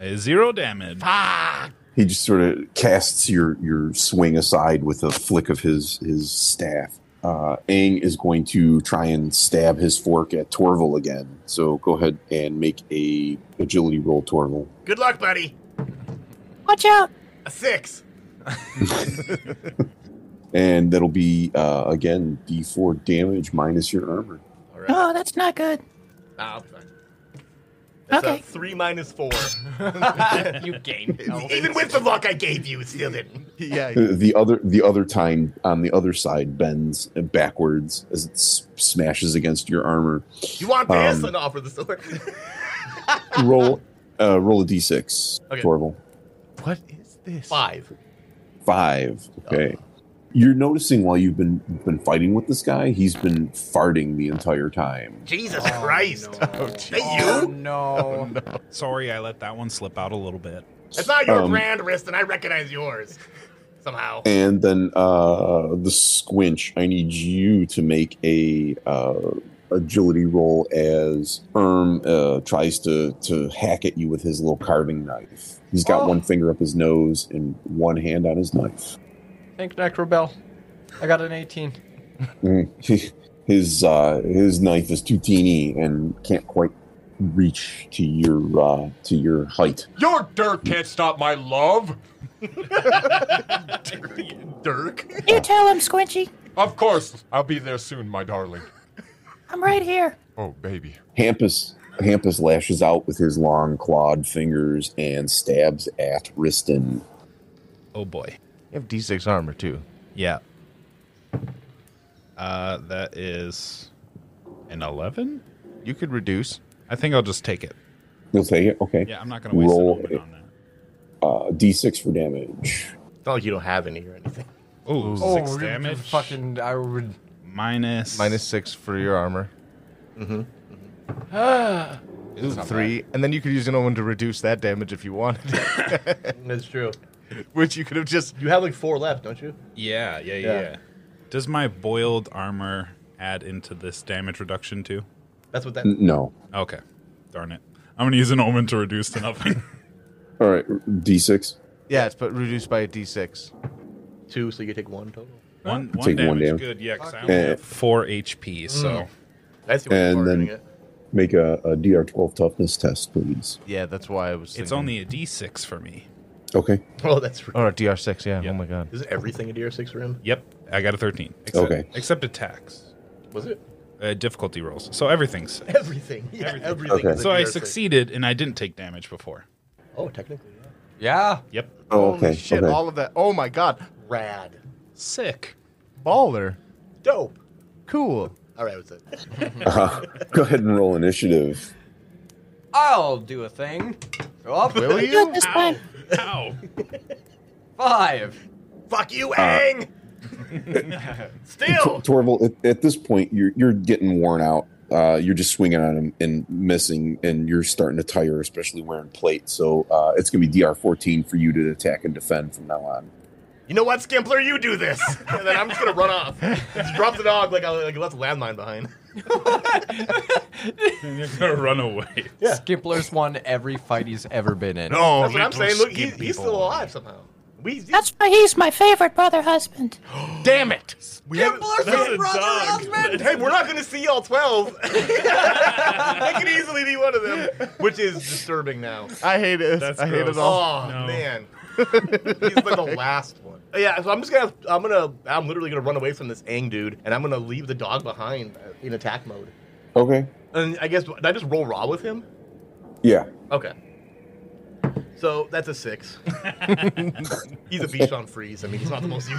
Speaker 2: uh, zero damage.
Speaker 4: He just sort of casts your your swing aside with a flick of his his staff. Uh, Aang is going to try and stab his fork at Torval again. So go ahead and make a agility roll, Torval.
Speaker 1: Good luck, buddy.
Speaker 8: Watch out.
Speaker 1: A six.
Speaker 4: and that'll be uh, again d4 damage minus your armor.
Speaker 1: All right.
Speaker 8: Oh, that's not good.
Speaker 1: Nah,
Speaker 3: Ah,
Speaker 1: I'm fine. That's
Speaker 8: Okay.
Speaker 1: a three minus four.
Speaker 3: you gain. health.
Speaker 1: Even with the luck I gave you, it still didn't.
Speaker 5: Yeah.
Speaker 4: Uh, The other the other time on the other side bends backwards as it s- smashes against your armor.
Speaker 1: You want this?
Speaker 4: Um,
Speaker 1: and offer the sword.
Speaker 4: Roll uh, roll a d6.
Speaker 1: Okay.
Speaker 4: Torval.
Speaker 5: What is this?
Speaker 1: Five.
Speaker 4: Five. Okay.
Speaker 1: Oh.
Speaker 4: You're noticing while you've been been fighting with this guy, he's been farting the entire time.
Speaker 1: Jesus
Speaker 5: Oh,
Speaker 1: Christ. Is that
Speaker 3: Oh,
Speaker 1: you?
Speaker 3: no.
Speaker 2: Sorry, I let that one slip out a little bit.
Speaker 1: That's not your
Speaker 4: Um,
Speaker 1: brand, Riston. I recognize yours. Somehow.
Speaker 4: And then uh, the squinch. I need you to make a uh, agility roll as Erm uh, tries to to hack at you with his little carving knife. He's got
Speaker 3: Oh.
Speaker 4: one finger up his nose and one hand on his knife.
Speaker 3: Thank Necrobell. I got an 18.
Speaker 4: Mm. His uh, his knife is too teeny and can't quite reach to your uh, to your height.
Speaker 6: Your dirt can't stop my love.
Speaker 1: Dirk.
Speaker 8: You tell him, Squinchy.
Speaker 6: Of course, I'll be there soon, my darling.
Speaker 8: I'm right here.
Speaker 6: Oh, baby.
Speaker 4: Hampus Hampus lashes out with his long clawed fingers and stabs at Riston.
Speaker 2: Oh boy.
Speaker 5: You have D6 armor too.
Speaker 2: Yeah. Uh, that is an eleven.
Speaker 5: You could reduce.
Speaker 2: I think I'll just take it.
Speaker 4: You'll take it, okay?
Speaker 2: Yeah, I'm not gonna waste
Speaker 4: Roll
Speaker 2: an omen
Speaker 4: it.
Speaker 2: on that.
Speaker 4: Uh, D6 for damage.
Speaker 1: It's not like you don't have any or anything.
Speaker 2: Ooh, six
Speaker 3: Oh, you-
Speaker 2: damage.
Speaker 3: Fucking, I would.
Speaker 2: minus
Speaker 5: Minus six for your armor.
Speaker 3: It's not
Speaker 5: Three. And then you could use an omen to reduce that damage if you wanted,
Speaker 1: That's true.
Speaker 5: which you could have just.
Speaker 1: You have like four left, don't you?
Speaker 2: Yeah, yeah, yeah,
Speaker 1: Yeah.
Speaker 2: yeah. Does my boiled armor add into this damage reduction too?
Speaker 1: That's what that.
Speaker 4: N- No.
Speaker 2: Okay. Darn it. I'm gonna use an omen to reduce to nothing.
Speaker 4: All right, D6.
Speaker 5: Yeah, it's but reduced by a D6.
Speaker 1: Two, so you take one total.
Speaker 2: one one
Speaker 4: Take
Speaker 2: damage, Mm.
Speaker 4: one damage.
Speaker 2: good, yeah, 'cause I only have four HP, so
Speaker 1: I see what you're
Speaker 4: And
Speaker 1: bargaining
Speaker 4: then-
Speaker 1: it.
Speaker 4: Make a, a DR12 toughness test, please.
Speaker 5: Yeah, that's why I was.
Speaker 2: it's
Speaker 5: thinking-
Speaker 2: only a D six for me.
Speaker 4: Okay.
Speaker 1: Oh, that's right.
Speaker 5: Or a DR6, yeah.
Speaker 2: Yeah.
Speaker 5: Oh my god.
Speaker 1: Is everything a DR6 for him?
Speaker 2: Yep. I got a thirteen. Except,
Speaker 4: Okay.
Speaker 2: Except attacks.
Speaker 1: Was it?
Speaker 2: Uh, difficulty rolls. So everything's
Speaker 1: Everything. Yeah, everything.
Speaker 4: Okay.
Speaker 1: is a
Speaker 2: so I
Speaker 1: DR6.
Speaker 2: succeeded and I didn't take damage before.
Speaker 1: Oh, technically, yeah.
Speaker 3: Yeah.
Speaker 2: Yep.
Speaker 4: Oh,
Speaker 5: Holy
Speaker 4: okay.
Speaker 5: shit,
Speaker 4: okay.
Speaker 5: all of that. Oh my god.
Speaker 1: Rad.
Speaker 2: Sick.
Speaker 5: Baller.
Speaker 1: Dope.
Speaker 5: Cool.
Speaker 1: All right, what's it?
Speaker 4: Uh, go ahead and roll initiative.
Speaker 3: I'll do a thing. Oh, Up
Speaker 5: Will
Speaker 8: You
Speaker 5: you?
Speaker 8: got this one.
Speaker 2: Ow.
Speaker 3: five.
Speaker 1: Fuck you,
Speaker 4: Uh,
Speaker 1: Ang! Still!
Speaker 4: Torval, at, at this point, you're, you're getting worn out. Uh, you're just swinging on him and missing, and you're starting to tire, especially wearing plate. So uh, it's going to be DR14 for you to attack and defend from now on.
Speaker 1: You know what, Skimpler? You do this! And then I'm just gonna run off. Just drop the dog like I like I left a landmine behind.
Speaker 2: And you're gonna run away.
Speaker 1: Yeah.
Speaker 3: Skimpler's won every fight he's ever been in.
Speaker 6: No,
Speaker 2: Oh,
Speaker 1: That's what I'm saying. Look, he's, he's still alive somehow. We,
Speaker 8: That's why he's my favorite brother husband.
Speaker 1: damn it! We haven't-
Speaker 3: Skimpler's
Speaker 2: That's
Speaker 3: my
Speaker 2: a
Speaker 3: brother
Speaker 2: dog.
Speaker 3: husband.
Speaker 1: Hey, we're not going to see all 12. I could easily be one of them, which is disturbing now.
Speaker 5: I hate it.
Speaker 2: That's
Speaker 5: I hate
Speaker 2: gross.
Speaker 5: it all.
Speaker 1: Oh,
Speaker 2: No.
Speaker 1: man. He's like the last one. Yeah, so I'm just going to, I'm going to, I'm literally going to run away from this Ang dude, and I'm going to leave the dog behind uh, in attack mode.
Speaker 4: Okay.
Speaker 1: And I guess, did I just roll raw with him?
Speaker 4: Yeah.
Speaker 1: Okay. So that's a six. he's a Bichon Freeze. I mean, he's not the most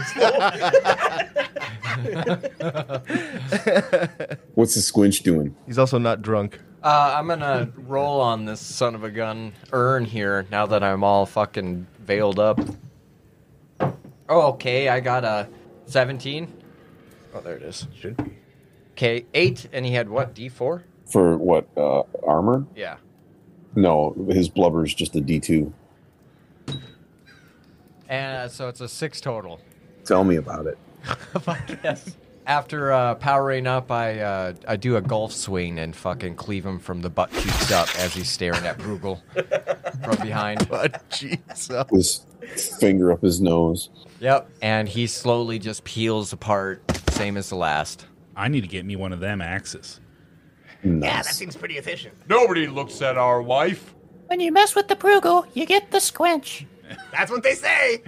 Speaker 1: useful.
Speaker 4: What's the squinch doing?
Speaker 5: He's also not drunk.
Speaker 3: Uh, I'm gonna roll on this son of a gun urn here now that I'm all fucking veiled up. Oh, okay, I got a 17. Oh, there it is.
Speaker 1: Should be.
Speaker 3: Okay, 8, and he had what, D4?
Speaker 4: For what? Uh, armor?
Speaker 3: Yeah.
Speaker 4: No, his blubber's just a D2.
Speaker 3: And uh, so it's a 6 total.
Speaker 4: Tell me about it.
Speaker 3: After uh, powering up, I uh, I do a golf swing and fucking cleave him from the butt cheeks up as he's staring at Bruegel from behind.
Speaker 5: But Jesus.
Speaker 4: His finger up his nose.
Speaker 3: Yep. And he slowly just peels apart, same as the last.
Speaker 2: I need to get me one of them axes.
Speaker 1: Yeah, that
Speaker 4: Nice.
Speaker 1: seems pretty efficient.
Speaker 6: Nobody looks at our wife.
Speaker 8: When you mess with the Bruegel, you get the squinch.
Speaker 1: That's what they say.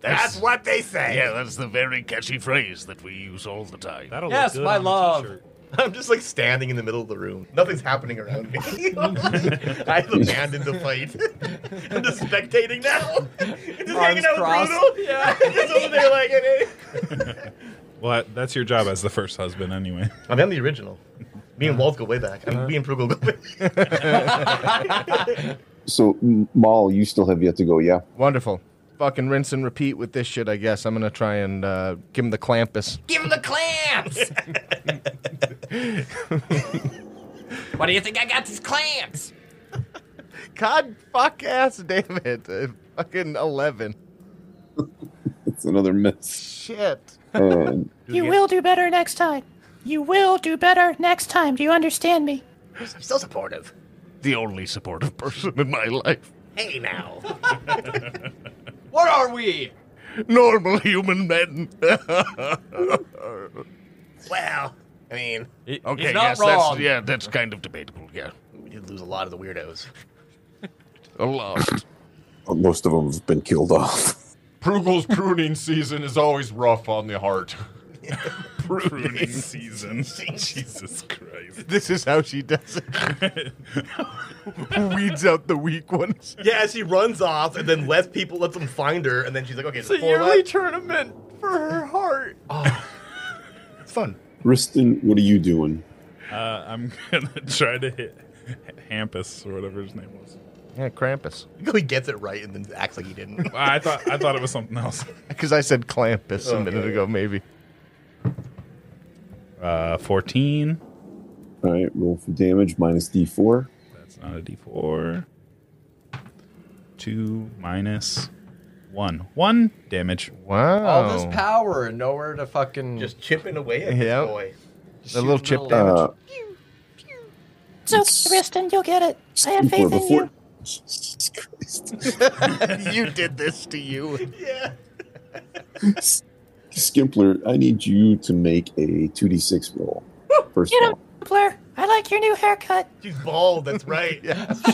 Speaker 1: That's what they say.
Speaker 10: Yeah, that's the very catchy phrase that we use all the time.
Speaker 2: That'll
Speaker 3: Yes,
Speaker 2: look good
Speaker 3: my
Speaker 2: on a
Speaker 3: love.
Speaker 2: t-shirt.
Speaker 1: I'm just like standing in the middle of the room. Nothing's happening around me. I've abandoned the fight. I'm just spectating now. Just hanging
Speaker 3: Arms
Speaker 1: out
Speaker 3: crossed.
Speaker 1: with Bruno. Yeah. just over there like, hey.
Speaker 2: Well, that's your job as the first husband, anyway.
Speaker 1: I mean, I'm the original. Me and Walt go way back. I mean, me and Prugel go way back.
Speaker 4: So, M- Maul, you still have yet to go, yeah?
Speaker 5: Wonderful. Fucking rinse and repeat with this shit, I guess. I'm gonna try and uh, give him the clampus.
Speaker 3: Give him the clamps! what do you think I got these clamps?
Speaker 5: God fuck ass damn it. Uh, fucking eleven.
Speaker 4: It's another miss.
Speaker 5: Shit.
Speaker 4: And
Speaker 8: You will do better next time. You will do better next time. Do you understand me?
Speaker 1: I'm so supportive.
Speaker 10: The only supportive person in my life.
Speaker 1: Hey, now.
Speaker 3: What are we?
Speaker 10: Normal human men.
Speaker 1: Well, I mean,
Speaker 10: Okay,
Speaker 1: he's not
Speaker 10: yes, that's
Speaker 1: wrong.
Speaker 10: yeah, that's kind of debatable. Yeah,
Speaker 1: we did lose a lot of the weirdos.
Speaker 10: a lot.
Speaker 4: Most of them have been killed off.
Speaker 6: Prugel's pruning season is always rough on the heart.
Speaker 2: Pruning season. Jesus Christ.
Speaker 5: This is how she does it. Weeds out the weak ones.
Speaker 1: Yeah, she runs off, and then lets people let them find her, and then she's like, okay,
Speaker 3: It's a
Speaker 1: there's four
Speaker 3: yearly
Speaker 1: left.
Speaker 3: tournament for her heart.
Speaker 5: Fun.
Speaker 4: Riston, what are you doing?
Speaker 2: Uh, I'm gonna try to hit Hampus or whatever his name was.
Speaker 5: Yeah, Krampus.
Speaker 1: He gets it right and then acts like he didn't.
Speaker 2: I thought I thought it was something else.
Speaker 5: Because I said Clampus a
Speaker 1: Okay.
Speaker 5: minute ago, maybe.
Speaker 2: Uh, 14.
Speaker 4: All right, roll for damage minus d4.
Speaker 2: That's not a D4. Two minus one. One damage.
Speaker 5: Wow.
Speaker 3: All this power and nowhere to fucking
Speaker 1: Just chipping away at
Speaker 5: Yeah.
Speaker 1: this boy.
Speaker 3: just
Speaker 5: a
Speaker 3: shoot
Speaker 5: little
Speaker 3: him
Speaker 5: chip
Speaker 3: in the-
Speaker 5: down.
Speaker 4: Uh,
Speaker 8: It's okay, Riston, you'll get it. I have faith in you.
Speaker 4: Jesus Christ.
Speaker 5: you did this to you.
Speaker 1: Yeah.
Speaker 4: Skimpler, I need you to make a 2d6 roll. First
Speaker 8: You
Speaker 4: of all.
Speaker 8: know, Blur, I like your new haircut.
Speaker 1: She's bald, that's right.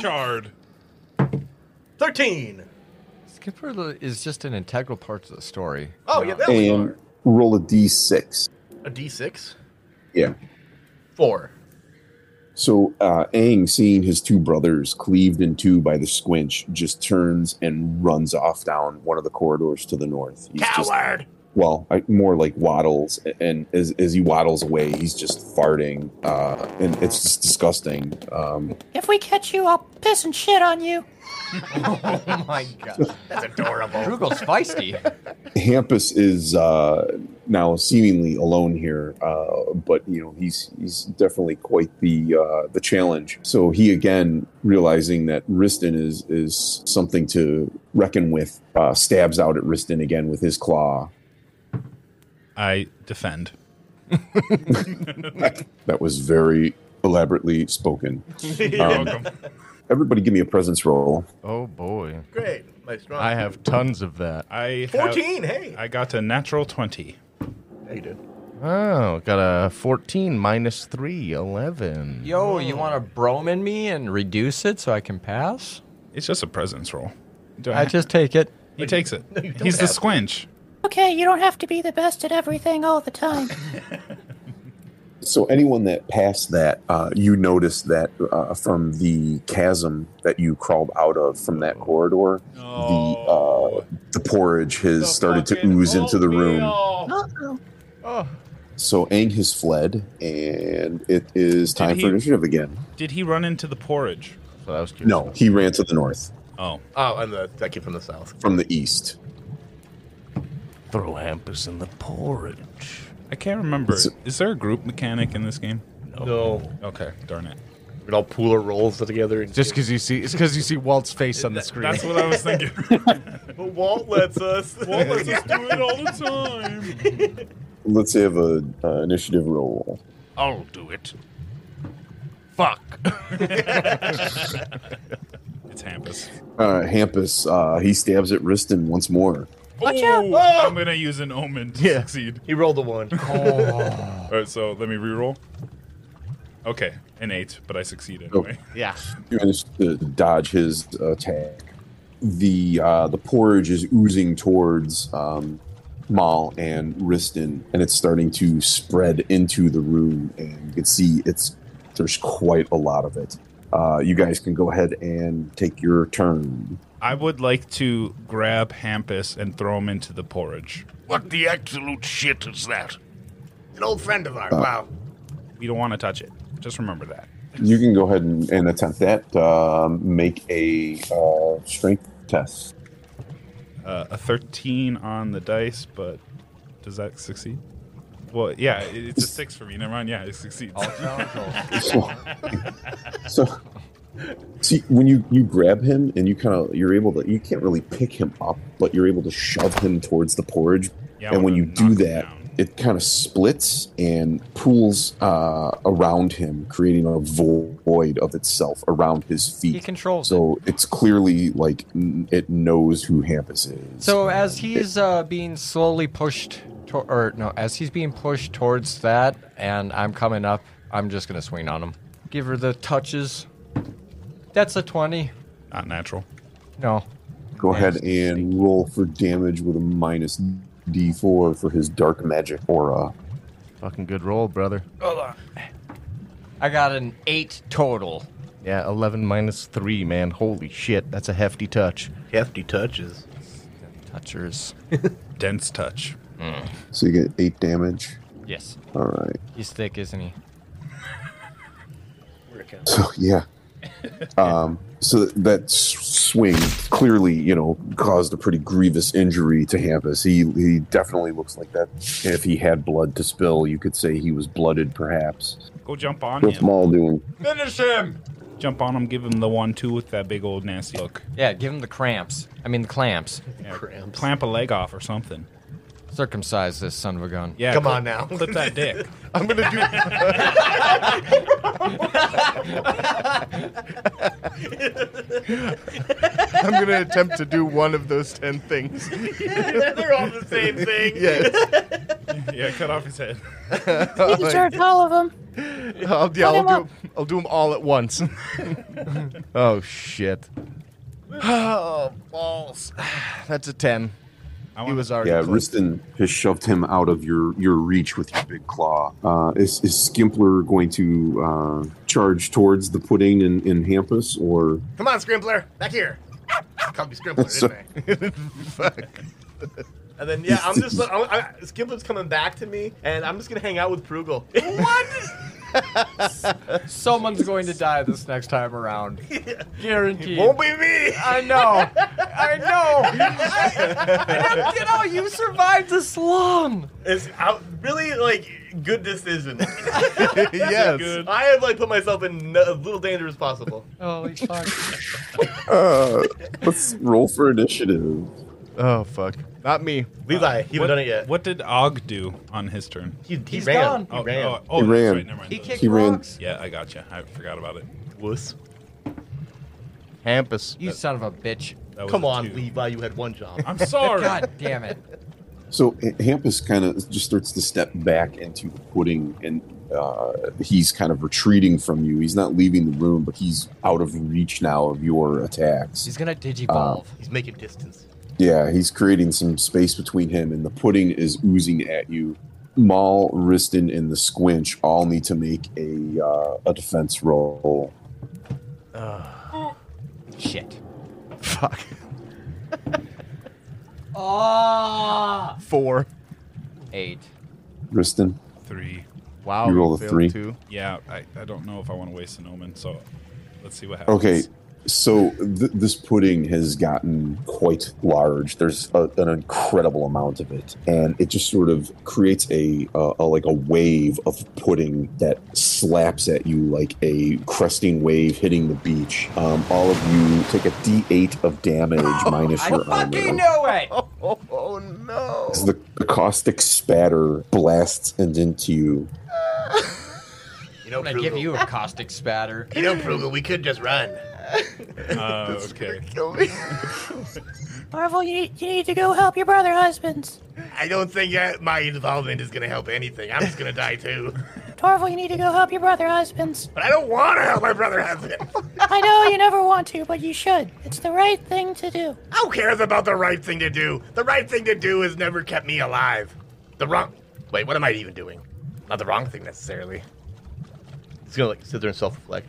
Speaker 2: Charred.
Speaker 1: 13.
Speaker 3: Skipper li- is just an integral part of the story.
Speaker 1: Oh, yeah, that was
Speaker 4: And
Speaker 1: hard.
Speaker 4: roll a d6.
Speaker 1: A d6?
Speaker 4: Yeah.
Speaker 1: Four.
Speaker 4: So uh, Aang, seeing his two brothers cleaved in two by the squinch, just turns and runs off down one of the corridors to the north. He's just-
Speaker 1: Coward!
Speaker 4: well, I, more like waddles, and as, as he waddles away, he's just farting, uh, and it's just disgusting. Um,
Speaker 8: If we catch you, I'll piss and shit on you.
Speaker 3: Oh my god.
Speaker 1: That's adorable.
Speaker 3: Frugal's feisty.
Speaker 4: Hampus is uh, now seemingly alone here, uh, but you know he's he's definitely quite the uh, the challenge. So he again realizing that Riston is is something to reckon with, uh, stabs out at Riston again with his claw.
Speaker 2: I defend.
Speaker 4: That was very elaborately spoken. Um, everybody, give me a presence roll.
Speaker 5: Oh, boy.
Speaker 1: Great. My strong.
Speaker 5: I have tons of that.
Speaker 2: I have-
Speaker 1: 14, hey.
Speaker 2: I got a natural 20.
Speaker 1: Yeah, you did.
Speaker 5: Oh, got a 14 minus 3, 11.
Speaker 3: Yo, you want to brome in me and reduce it so I can pass?
Speaker 2: It's just a presence roll. Do I
Speaker 3: I just take it.
Speaker 2: he takes it.
Speaker 1: you don't
Speaker 2: He's the
Speaker 1: have to.
Speaker 2: squinch.
Speaker 8: Okay, you don't have to be the best at everything all the time.
Speaker 4: So anyone that passed that, uh, you noticed that uh, from the chasm that you crawled out of from that corridor,
Speaker 2: Oh. No.
Speaker 4: the uh, the porridge has
Speaker 2: The
Speaker 4: started to
Speaker 2: fucking
Speaker 4: ooze into the room.
Speaker 2: oatmeal.
Speaker 8: Uh-oh.
Speaker 5: Oh,
Speaker 4: So Aang has fled, and it is time
Speaker 2: Did
Speaker 4: for
Speaker 2: he-
Speaker 4: initiative again.
Speaker 2: Did he run into the porridge?
Speaker 5: that's what I was curious.
Speaker 4: No, he ran to the north
Speaker 2: Oh,
Speaker 1: Oh, and the that kid from the south.
Speaker 4: from the east.
Speaker 10: Throw Hampus in the porridge.
Speaker 2: I can't remember.
Speaker 4: So-
Speaker 2: Is there a group mechanic in this game?
Speaker 1: No.
Speaker 2: Okay, darn it.
Speaker 1: We'd all pool our rolls together. And
Speaker 5: Just because you see, it's because you see Walt's face on the screen.
Speaker 2: That's what I was thinking.
Speaker 1: But Walt lets us. Walt lets us do it all the time.
Speaker 4: Let's have a uh, initiative roll.
Speaker 10: I'll do it. Fuck.
Speaker 2: It's Hampus.
Speaker 4: Uh, Hampus, uh, he stabs at Riston once more.
Speaker 8: Watch out!
Speaker 2: Ooh, I'm gonna use an omen to
Speaker 5: Yeah.
Speaker 2: succeed.
Speaker 1: He rolled a one.
Speaker 2: All right, so let me reroll. Okay, an eight, but I succeed anyway.
Speaker 5: yeah.
Speaker 4: You managed to dodge his attack. The uh, the porridge is oozing towards um, Maul and Riston, and it's starting to spread into the room. And you can see it's there's quite a lot of it. Uh, you guys can go ahead and take your turn.
Speaker 2: I would like to grab Hampus and throw him into the porridge.
Speaker 10: What the absolute shit is that?
Speaker 1: An old friend of ours. Wow.
Speaker 2: We don't want to touch it. Just remember that.
Speaker 4: You can go ahead and, and attempt that. Um, make a uh, strength test.
Speaker 2: Uh, a 13 on the dice, but does that succeed? Well, yeah, it- it's a six for me. Never mind. Yeah, it succeeds.
Speaker 4: so, so see when you you grab him and you kind of you're able to you can't really pick him up but you're able to shove him towards the porridge
Speaker 2: Yeah, I
Speaker 4: and when
Speaker 2: wanna
Speaker 4: you
Speaker 2: knock
Speaker 4: do
Speaker 2: him
Speaker 4: that
Speaker 2: down.
Speaker 4: it kind of splits and pools uh, around him, creating a void of itself around his feet.
Speaker 3: He controls
Speaker 4: So it's clearly like n- it knows who Hampus is.
Speaker 3: So as he's uh, being slowly pushed, to- or no, as he's being pushed towards that, and I'm coming up, I'm just gonna swing on him. Give her the touches. That's a twenty.
Speaker 2: Not natural.
Speaker 3: No.
Speaker 4: Go ahead and roll for damage with a minus d4 for his dark magic aura.
Speaker 5: Fucking good roll, brother.
Speaker 3: I got an eight total.
Speaker 5: Yeah, 11 minus 3, man. Holy shit, that's a hefty touch.
Speaker 1: Hefty touches.
Speaker 3: Touchers.
Speaker 2: Dense touch.
Speaker 4: So you get eight damage.
Speaker 3: Yes.
Speaker 4: All right.
Speaker 3: He's thick, isn't he?
Speaker 4: So yeah. Um, so that- that s- swing clearly, you know, caused a pretty grievous injury to Hampus. He he definitely looks like that. If he had blood to spill, you could say he was blooded, perhaps.
Speaker 2: Go jump on
Speaker 4: What's
Speaker 2: him.
Speaker 4: Maul doing?
Speaker 6: Finish him!
Speaker 2: Jump on him. Give him the one two with that big old nasty look.
Speaker 3: Yeah. Give him the cramps. I mean the clamps.
Speaker 1: Cramps.
Speaker 2: Clamp a leg off or something.
Speaker 3: Circumcise this son of a gun.
Speaker 2: Yeah.
Speaker 1: Come
Speaker 2: clip-
Speaker 1: on now.
Speaker 2: Clip that dick.
Speaker 5: I'm gonna do. I'm gonna attempt to do one of those 10 things.
Speaker 1: They're all the same thing.
Speaker 5: Yes.
Speaker 2: yeah. Cut off his head.
Speaker 8: He deserved all of them.
Speaker 5: I'll, yeah,
Speaker 8: Put
Speaker 5: I'll,
Speaker 8: him up.
Speaker 5: do, I'll do them all at once. oh, shit. Oh, balls. That's a 10.
Speaker 2: I
Speaker 5: He
Speaker 2: want,
Speaker 5: was already.
Speaker 4: Yeah,
Speaker 5: close.
Speaker 4: Riston has shoved him out of your your reach with your big claw. Uh, is, is Skimpler going to uh, charge towards the pudding in, in Hampus, or
Speaker 1: Come on, Scrimpler. Back here. Called me Scrimpler, didn't I? And then yeah, I'm just I, I, Skimpler's coming back to me, and I'm just gonna hang out with Prugel.
Speaker 3: Someone's going to die this next time around. Guaranteed.
Speaker 1: Won't be me.
Speaker 3: I know. I know. I, you know, you survived the slum.
Speaker 1: It's out, really like good decision.
Speaker 5: yes.
Speaker 1: I have like put myself in no- as little danger as possible.
Speaker 3: Holy fuck.
Speaker 4: uh, let's roll for initiative?
Speaker 5: Oh, fuck. Not me.
Speaker 1: Levi, you haven't done it yet.
Speaker 2: What did Og do on his turn?
Speaker 1: He, he
Speaker 3: He's
Speaker 1: ran.
Speaker 3: gone.
Speaker 1: He ran.
Speaker 2: Oh, oh,
Speaker 4: He
Speaker 2: that's
Speaker 4: ran.
Speaker 2: right, never mind.
Speaker 3: He kicked
Speaker 4: He ran.
Speaker 3: rocks.
Speaker 2: yeah, I gotcha. I forgot about it.
Speaker 1: Wuss.
Speaker 5: Hampus.
Speaker 3: You son of a bitch.
Speaker 2: That was
Speaker 1: Come
Speaker 2: a
Speaker 1: on,
Speaker 2: two.
Speaker 1: Levi, you had one job.
Speaker 2: I'm sorry.
Speaker 3: God damn it.
Speaker 4: So H- Hampus kind of just starts to step back into the pudding, and uh, he's kind of retreating from you. He's not leaving the room, but he's out of reach now of your attacks.
Speaker 3: He's gonna digivolve.
Speaker 1: He's making distance.
Speaker 4: Yeah, he's creating some space between him, and the pudding is oozing at you. Maul, Riston, and the Squinch all need to make a uh, a defense roll.
Speaker 3: Shit.
Speaker 5: Fuck.
Speaker 3: Ah.
Speaker 5: Four.
Speaker 3: Eight.
Speaker 4: Riston,
Speaker 2: Three.
Speaker 5: Wow.
Speaker 4: You roll a
Speaker 5: failed
Speaker 4: three.
Speaker 5: Two.
Speaker 2: Yeah, I, I don't know if I want to waste an omen, so let's see what happens.
Speaker 4: Okay, so th- this pudding has gotten quite large. There's a, an incredible amount of it, and it just sort of creates a, uh, a like a wave of pudding that slaps at you like a cresting wave hitting the beach. Um, all of you take a D8 of damage minus
Speaker 3: I
Speaker 4: your armor.
Speaker 3: fucking knew it.
Speaker 5: Oh, oh, no.
Speaker 4: As the, the caustic spatter blasts and into you.
Speaker 1: You know,
Speaker 3: I'm gonna give
Speaker 1: Prugel-
Speaker 3: you a caustic spatter.
Speaker 1: You know, Prugel, we could just run.
Speaker 2: Uh, okay.
Speaker 5: Kill me.
Speaker 8: Marvel, you need, you need to go help your brother husbands.
Speaker 1: I don't think uh, my involvement is going to help anything. I'm just going to die too.
Speaker 8: Torval, you need to go help your brother husbands.
Speaker 1: But I don't want to help my brother husband.
Speaker 8: I know you never want to, but you should. It's the right thing to do.
Speaker 1: Who cares about the right thing to do? The right thing to do has never kept me alive. The wrong. Wait, what am I even doing? Not the wrong thing necessarily. He's gonna like sit there and self-reflect.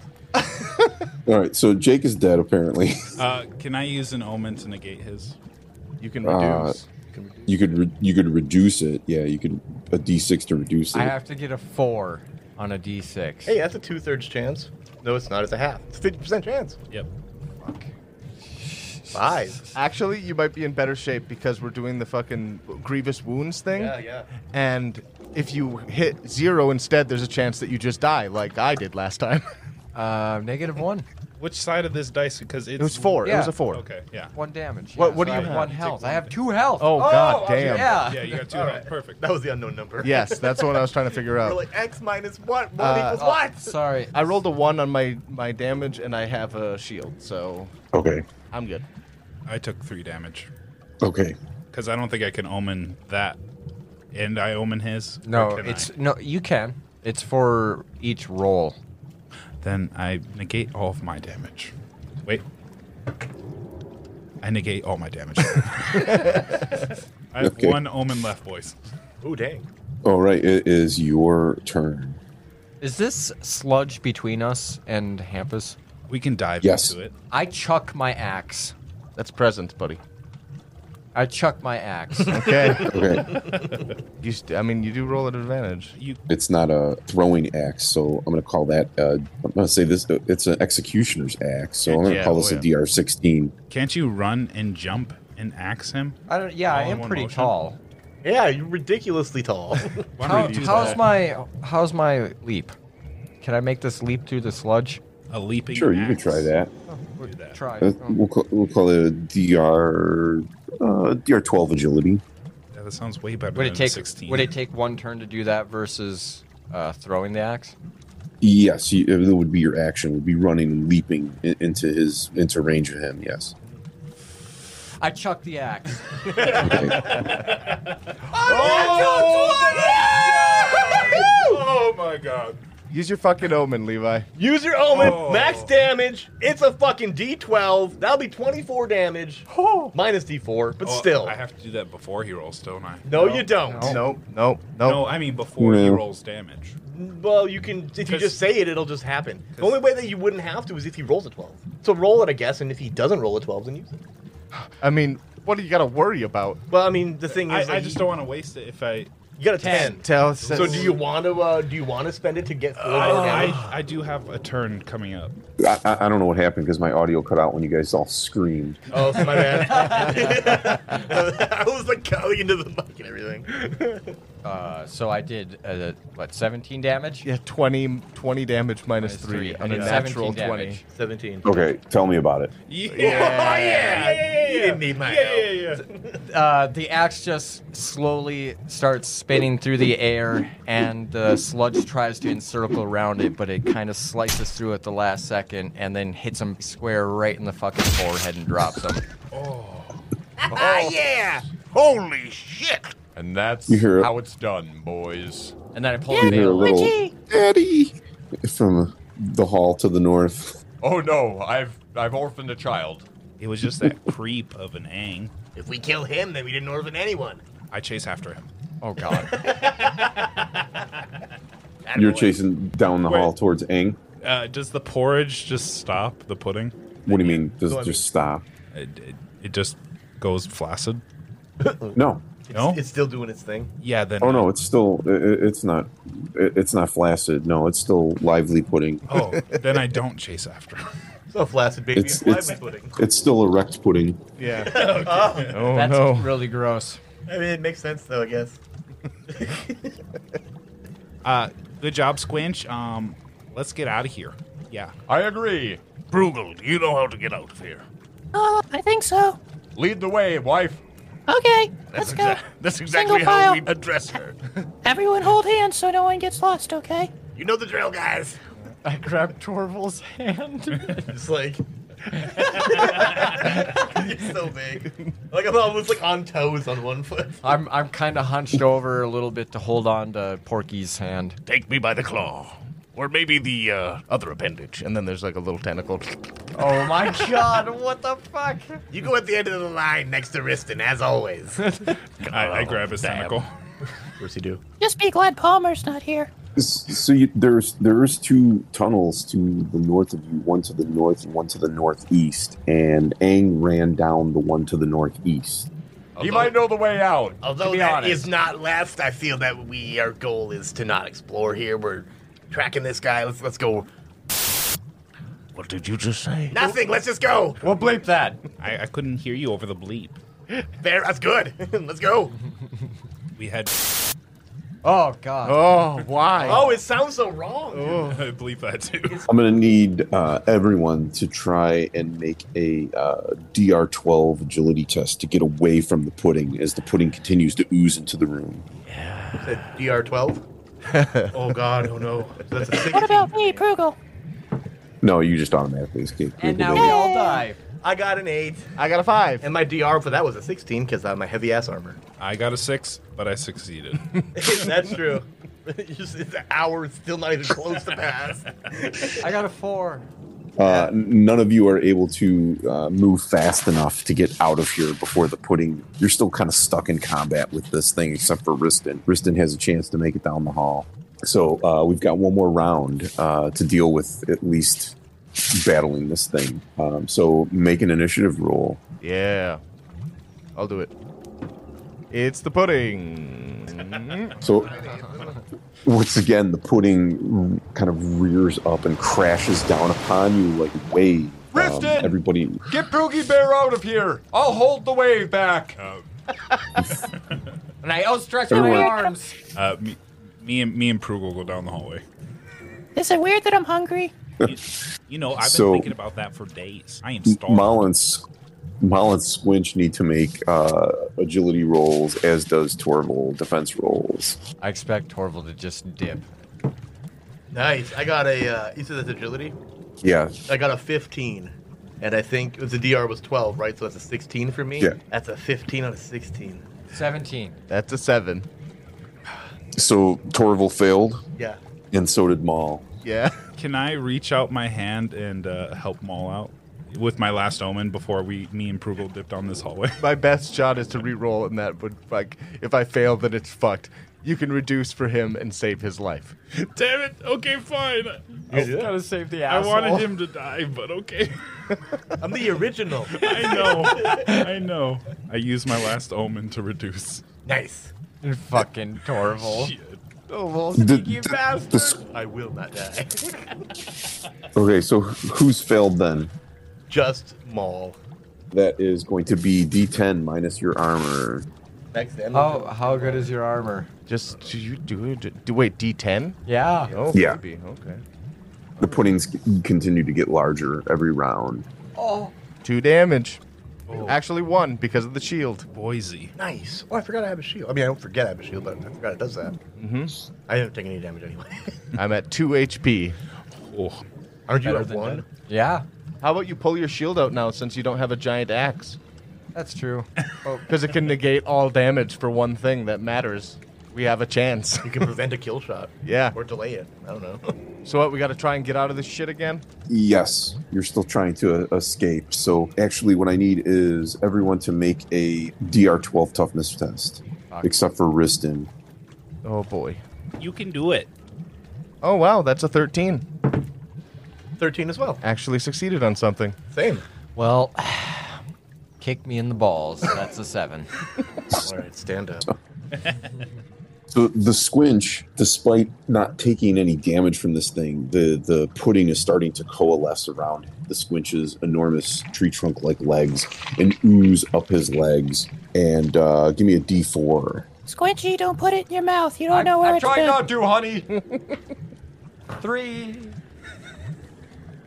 Speaker 4: All right, so Jake is dead apparently.
Speaker 2: Uh, can I use an omen to negate his?
Speaker 5: You can
Speaker 4: Uh,
Speaker 5: reduce.
Speaker 4: you could re- you could reduce it. Yeah, you could a D6 to reduce it.
Speaker 3: I have to get a four on a d6.
Speaker 1: Hey, that's a two-thirds chance. No, it's not. It's a half. It's a fifty percent chance.
Speaker 2: Yep.
Speaker 1: Five.
Speaker 5: Actually, you might be in better shape because we're doing the fucking grievous wounds thing.
Speaker 1: yeah.
Speaker 5: And if you hit zero instead, there's a chance that you just die, like I did last time.
Speaker 3: Uh, negative one.
Speaker 2: Which side of this dice? Because it's
Speaker 5: It was four. It was
Speaker 3: Yeah.
Speaker 5: a four.
Speaker 2: Okay, yeah.
Speaker 3: One damage.
Speaker 5: What-
Speaker 3: yeah,
Speaker 5: what
Speaker 3: so
Speaker 5: do
Speaker 3: I
Speaker 5: you
Speaker 3: have
Speaker 5: have?
Speaker 3: One health. I have two health.
Speaker 5: Oh, God damn.
Speaker 3: Yeah.
Speaker 2: Yeah, you got two.
Speaker 1: All
Speaker 2: health.
Speaker 1: right.
Speaker 2: Perfect.
Speaker 1: That was the unknown number.
Speaker 5: Yes, that's what I was trying to figure
Speaker 1: We're
Speaker 5: out.
Speaker 1: like X minus what? One
Speaker 5: Uh,
Speaker 1: equals
Speaker 3: Oh,
Speaker 1: what?
Speaker 3: sorry.
Speaker 5: I rolled a one on my my damage, and I have a shield, so
Speaker 4: Okay.
Speaker 5: I'm good.
Speaker 2: I took three damage
Speaker 4: Okay.
Speaker 2: because I don't think I can omen that, and I omen his. or
Speaker 3: No,
Speaker 2: can I?
Speaker 3: it's no. You can. It's for each roll.
Speaker 2: Then I negate all of my damage. Wait. I negate all my damage. I have
Speaker 4: Okay.
Speaker 2: one omen left, boys.
Speaker 1: Ooh, dang.
Speaker 4: All right. It is your turn.
Speaker 3: Is this sludge between us and Hampus?
Speaker 2: We can dive
Speaker 4: Yes.
Speaker 2: into it.
Speaker 3: I chuck my axe.
Speaker 5: That's present, buddy.
Speaker 3: I chuck my axe.
Speaker 5: Okay.
Speaker 4: Okay.
Speaker 5: you st- I mean, you do roll at advantage.
Speaker 4: it's not a throwing axe, so I'm going to call that. Uh, I'm going to say this. uh, It's an executioner's axe, so I'm going to
Speaker 5: Yeah,
Speaker 4: call this
Speaker 5: oh,
Speaker 4: a
Speaker 5: yeah.
Speaker 4: DR16.
Speaker 2: Can't you run and jump and axe him?
Speaker 3: I don't. Yeah,
Speaker 2: All
Speaker 3: I
Speaker 2: in
Speaker 3: am
Speaker 2: one
Speaker 3: pretty
Speaker 2: motion?
Speaker 3: tall.
Speaker 1: Yeah, you're ridiculously tall.
Speaker 2: Why
Speaker 3: How,
Speaker 2: don't we do
Speaker 3: how's
Speaker 2: that?
Speaker 3: my How's my leap? Can I make this leap through the sludge?
Speaker 2: a leaping?
Speaker 4: Sure, you can
Speaker 2: axe.
Speaker 4: try that.
Speaker 2: Do that.
Speaker 3: Try.
Speaker 4: Uh,
Speaker 3: Oh.
Speaker 4: we'll, call, we'll call it a DR uh, DR12 agility.
Speaker 2: Yeah, that sounds way better.
Speaker 3: Would
Speaker 2: than
Speaker 3: it take
Speaker 2: 16.
Speaker 3: Would it take one turn to do that versus uh, throwing the axe?
Speaker 4: Yes, you, it would be your action. Would be running and leaping in, into his into range of him. Yes.
Speaker 3: I chuck the axe.
Speaker 4: Okay.
Speaker 2: Oh my god!
Speaker 5: Use your fucking omen, Levi.
Speaker 1: Use your omen,
Speaker 2: Oh.
Speaker 1: max damage. It's a fucking D12. That'll be 24 damage. Minus D4, but
Speaker 2: Oh,
Speaker 1: still.
Speaker 2: I have to do that before he rolls, don't I?
Speaker 1: no, you don't.
Speaker 5: Nope, nope,
Speaker 2: No,
Speaker 5: nope.
Speaker 2: I mean before he
Speaker 4: No.
Speaker 2: rolls damage.
Speaker 1: Well, you can if you
Speaker 2: 'Cause-
Speaker 1: just say it, it'll just happen. The only way that you wouldn't have to is if he rolls a 12. So roll it, I guess, and if he doesn't roll a 12, then use it.
Speaker 5: I mean, what do you got to worry about?
Speaker 1: Well, I mean, the thing
Speaker 2: I,
Speaker 1: is, like,
Speaker 2: I just
Speaker 1: you-
Speaker 2: don't want to waste it if I.
Speaker 1: You got a 10.
Speaker 5: Tell us.
Speaker 1: So do you want to uh, do you want to spend it to get four more damage?
Speaker 2: Uh, I, I do have a turn coming up.
Speaker 4: I, I- I don't know what happened because my audio cut out when you guys all screamed.
Speaker 1: Oh, my bad. I was like going into the mic and everything.
Speaker 3: Uh, so I did uh, what 17 damage.
Speaker 5: Yeah, 20, 20 damage minus,
Speaker 3: Minus
Speaker 5: three,
Speaker 3: three,
Speaker 5: on
Speaker 3: I
Speaker 5: a
Speaker 3: did
Speaker 5: natural
Speaker 3: 17
Speaker 5: twenty.
Speaker 3: damage.
Speaker 1: 17.
Speaker 4: Okay, tell me about it.
Speaker 2: Yeah.
Speaker 1: yeah, Oh, yeah, yeah, You didn't need my help.
Speaker 3: Uh, the axe just slowly starts spinning through the air, and the sludge tries to encircle around it, but it kind of slices through at the last second, and then hits him square right in the fucking forehead and drops him.
Speaker 6: Holy shit! And that's
Speaker 4: You hear it.
Speaker 6: how it's done, boys.
Speaker 3: And then I pull
Speaker 4: You
Speaker 3: the
Speaker 4: hear a
Speaker 3: veil.
Speaker 4: little
Speaker 8: Richie!
Speaker 4: Daddy from the hall to the north.
Speaker 6: Oh no, I've I've orphaned a child.
Speaker 2: It was just that creep of an ang.
Speaker 1: If we kill him, then we didn't orphan anyone.
Speaker 2: I chase after him.
Speaker 3: Oh god.
Speaker 1: Attaboy.
Speaker 4: You're chasing down the hall towards Aang.
Speaker 2: Uh, does the porridge just stop the pudding?
Speaker 4: What do you mean? Does
Speaker 1: So I
Speaker 4: it just stop?
Speaker 2: It, it, it just goes flaccid.
Speaker 1: Oh.
Speaker 4: No.
Speaker 2: No.
Speaker 1: It's still doing its thing.
Speaker 2: yeah. Then.
Speaker 4: Oh no, it's still. i- i- It's not. i- It's not flaccid. No, it's still lively pudding.
Speaker 2: Oh, then I don't chase after him.
Speaker 1: So flaccid baby
Speaker 4: It's-
Speaker 1: and
Speaker 4: it's-
Speaker 1: lively pudding.
Speaker 4: It's still erect pudding.
Speaker 5: Yeah. Oh
Speaker 3: That's
Speaker 5: no.
Speaker 3: really gross.
Speaker 1: I mean, it makes sense though, I guess.
Speaker 2: Uh, good job, Squinch. Um, let's get out of here. Yeah.
Speaker 6: I agree.
Speaker 10: Brugel, do you know how to get out of here?
Speaker 8: Oh, I think so.
Speaker 6: Lead the way, wife.
Speaker 8: Okay, let's go.
Speaker 10: exac- that's exactly
Speaker 8: Single
Speaker 10: how
Speaker 8: file.
Speaker 10: we address her.
Speaker 8: Everyone hold hands so no one gets lost, okay?
Speaker 1: You know the drill, guys.
Speaker 5: I grabbed Torval's hand.
Speaker 1: It's like You're so big. Like I'm almost like on toes on one foot.
Speaker 3: I'm I'm kind of hunched over a little bit to hold on to Porky's hand.
Speaker 10: Take me by the claw. Or maybe the uh, other appendage.
Speaker 5: and then there's like a little tentacle.
Speaker 3: Oh my god! What the fuck?
Speaker 1: You go at the end of the line next to Riston, as always. of
Speaker 2: I, I grab his
Speaker 10: damn.
Speaker 2: tentacle.
Speaker 1: course you do.
Speaker 8: Just be glad Palmer's not here.
Speaker 4: S- So you, there's there's two tunnels to the north of you. One to the north and one to the northeast. And Aang ran down the one to the northeast.
Speaker 6: He might know the way out.
Speaker 1: Although
Speaker 3: be
Speaker 1: that is
Speaker 3: honest.
Speaker 1: not left, I feel that we our goal is to not explore here. We're tracking this guy. Let's let's go.
Speaker 10: What did you just say?
Speaker 1: Nothing. Let's just go.
Speaker 5: We'll bleep that.
Speaker 2: I, I couldn't hear you over the bleep.
Speaker 1: There. That's good. let's go.
Speaker 2: We had
Speaker 3: Oh God.
Speaker 5: Oh, why?
Speaker 1: Oh, it sounds so wrong.
Speaker 2: I believe that too.
Speaker 4: I'm going to need uh, everyone to try and make a uh, DR12 agility test to get away from the pudding as the pudding continues to ooze into the room.
Speaker 1: Said DR12. oh God, oh no. That's a
Speaker 8: What
Speaker 1: 16.
Speaker 8: about me, Prugel?
Speaker 4: No, you just automatically escape.
Speaker 3: And now
Speaker 4: Google
Speaker 3: we
Speaker 4: Doodle.
Speaker 3: all die.
Speaker 1: I got an eight,
Speaker 5: I got a five.
Speaker 1: and my DR for that was a 16 because I have my heavy ass armor.
Speaker 2: I got a six, but I succeeded.
Speaker 1: That's true. It's just- it's an hour, it's still not even close to pass.
Speaker 3: I got a four.
Speaker 4: Uh, n- none of you are able to uh, move fast enough to get out of here before the pudding. You're still kind of stuck in combat with this thing, except for Riston. Riston has a chance to make it down the hall. So uh, we've got one more round uh, to deal with at least battling this thing. Um, so make an initiative roll.
Speaker 5: Yeah. I'll do it. It's the pudding.
Speaker 4: So once again, the pudding kind of rears up and crashes down upon you like a wave. Um,
Speaker 6: Riston!
Speaker 4: everybody
Speaker 6: Get Boogie Bear out of here. I'll hold the wave back.
Speaker 2: Uh,
Speaker 3: And I outstretch my
Speaker 4: Everyone-
Speaker 3: arms.
Speaker 2: Uh, me, me and me and Prugel go down the hallway.
Speaker 8: Is it weird that I'm hungry?
Speaker 2: You know, I've been
Speaker 4: So-
Speaker 2: thinking about that for days. I am starving.
Speaker 4: Maul and, S- Maul and Squinch need to make uh, agility rolls, as does Torval defense rolls.
Speaker 3: I expect Torval to just dip.
Speaker 1: Nice. I got a, uh, you said that's agility?
Speaker 4: Yeah.
Speaker 1: I got a 15. And I think the DR was 12, right? So that's a 16 for me.
Speaker 4: Yeah.
Speaker 1: That's a 15 out of 16.
Speaker 3: Seventeen.
Speaker 5: That's a seven.
Speaker 4: So Torval failed,
Speaker 1: Yeah.
Speaker 4: and so did Maul.
Speaker 5: Yeah.
Speaker 2: Can I reach out my hand and uh, help Maul out with my last omen before we, me and Prugel dipped on this hallway?
Speaker 5: My best shot is to re-roll, and that would like if I fail, then it's fucked. You can reduce for him and save his life.
Speaker 2: Damn it! Okay, fine.
Speaker 3: Gotta save the
Speaker 2: I
Speaker 3: asshole.
Speaker 2: wanted him to die, but okay.
Speaker 1: I'm the original.
Speaker 2: I know. I know. I used my last omen to reduce.
Speaker 1: nice.
Speaker 3: Fucking Torval.
Speaker 2: Shit.
Speaker 4: The-
Speaker 3: you
Speaker 4: the-
Speaker 3: bastard.
Speaker 4: the s-
Speaker 1: I will not die.
Speaker 4: okay, so who's failed then?
Speaker 1: Just maul.
Speaker 4: That is going to be D10 minus your armor.
Speaker 1: Next then.
Speaker 3: How how good is your armor?
Speaker 5: Just do you do it? Do wait D ten?
Speaker 3: Yeah.
Speaker 5: Oh
Speaker 4: Yeah.
Speaker 5: maybe. Okay.
Speaker 4: The puddings c- continue to get larger every round.
Speaker 3: Oh.
Speaker 5: Two damage. Actually, one because of the shield.
Speaker 2: Boise.
Speaker 1: Nice. Oh, I forgot I have a shield. I mean, I don't forget I have a shield, but I forgot it does that. Mm-hmm. I haven't taken any damage anyway.
Speaker 5: I'm at two HP.
Speaker 2: Oh,
Speaker 1: Aren't you
Speaker 3: Better
Speaker 1: at
Speaker 3: than
Speaker 1: one?
Speaker 3: dead. Yeah.
Speaker 5: How about you pull your shield out now since you don't have a giant axe?
Speaker 3: That's true. Oh,
Speaker 5: Because it can negate all damage for one thing that matters. We have a chance.
Speaker 1: You can prevent a kill shot.
Speaker 5: Yeah.
Speaker 1: Or delay it. I don't know.
Speaker 5: So what? We got to try and get out of this shit again.
Speaker 4: Yes, you're still trying to uh, escape. So actually, what I need is everyone to make a DR12 toughness test, except for Riston.
Speaker 5: Oh boy.
Speaker 2: you can do it.
Speaker 5: Oh wow, that's a thirteen.
Speaker 1: 13 as well.
Speaker 5: Actually succeeded on something.
Speaker 1: Same.
Speaker 3: well, kick me in the balls. That's a seven.
Speaker 1: All right, stand up.
Speaker 4: So the squinch, despite not taking any damage from this thing, the the pudding is starting to coalesce around the squinch's enormous tree trunk like legs and ooze up his legs. And uh, give me a D4.
Speaker 8: Squinchy, don't put it in your mouth. You don't
Speaker 3: I'm-
Speaker 8: know where
Speaker 3: I'm
Speaker 8: it's
Speaker 3: trying
Speaker 8: been.
Speaker 6: Not do, honey.
Speaker 3: Three.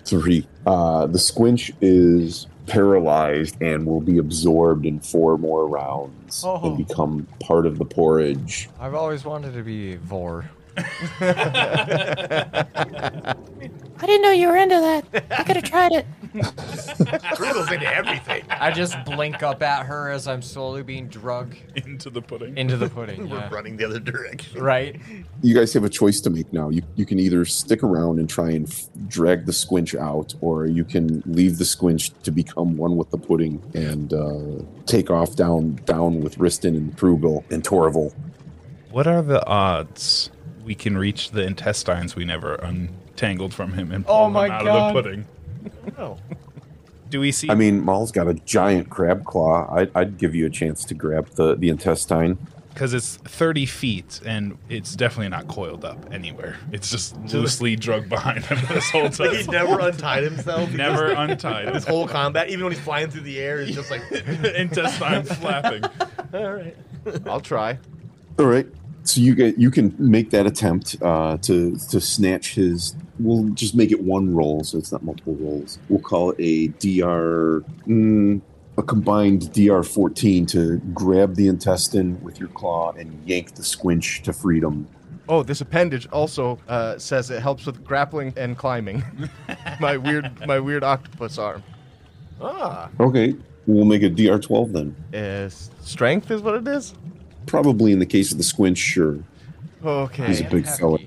Speaker 4: Three. Uh, the squinch is paralyzed and will be absorbed in four more rounds
Speaker 3: Oh.
Speaker 4: and become part of the porridge.
Speaker 3: I've always wanted to be Vor.
Speaker 8: I didn't know you were into that. I could have tried it.
Speaker 1: Google's into everything.
Speaker 3: I just blink up at her as I'm slowly being drugged
Speaker 2: Into the pudding.
Speaker 3: into the pudding. yeah.
Speaker 1: We're running the other direction.
Speaker 3: Right?
Speaker 4: you guys have a choice to make now. You, you can either stick around and try and f- drag the squinch out, or you can leave the squinch to become one with the pudding and uh, take off down down with Riston and Prugel and Torval.
Speaker 2: What are the odds we can reach the intestines we never untangled from him and pull
Speaker 3: Oh
Speaker 2: them
Speaker 3: my
Speaker 2: out
Speaker 3: God.
Speaker 2: of the pudding?
Speaker 1: Oh.
Speaker 2: Do we see?
Speaker 4: I mean, Maul's got a giant crab claw. I'd, I'd give you a chance to grab the, the intestine.
Speaker 2: Because it's 30 feet and it's definitely not coiled up anywhere. It's just loosely drug behind him this whole time.
Speaker 1: He never untied himself.
Speaker 2: never untied.
Speaker 1: This
Speaker 2: His
Speaker 1: whole combat, even when he's flying through the air, it's just like,
Speaker 2: intestines flapping.
Speaker 5: I'll try.
Speaker 4: All right. So you get you can make that attempt uh, to to snatch his. We'll just make it one roll, so it's not multiple rolls. We'll call it a dr mm, a combined dr fourteen to grab the intestine with your claw and yank the squinch to freedom.
Speaker 5: Oh, this appendage also uh, says it helps with grappling and climbing. my weird, my weird octopus arm.
Speaker 1: Ah,
Speaker 4: Okay, we'll make a dr twelve then.
Speaker 5: Is strength is what it is.
Speaker 4: Probably in the case of the squinch, sure.
Speaker 5: Okay.
Speaker 4: He's a big fella.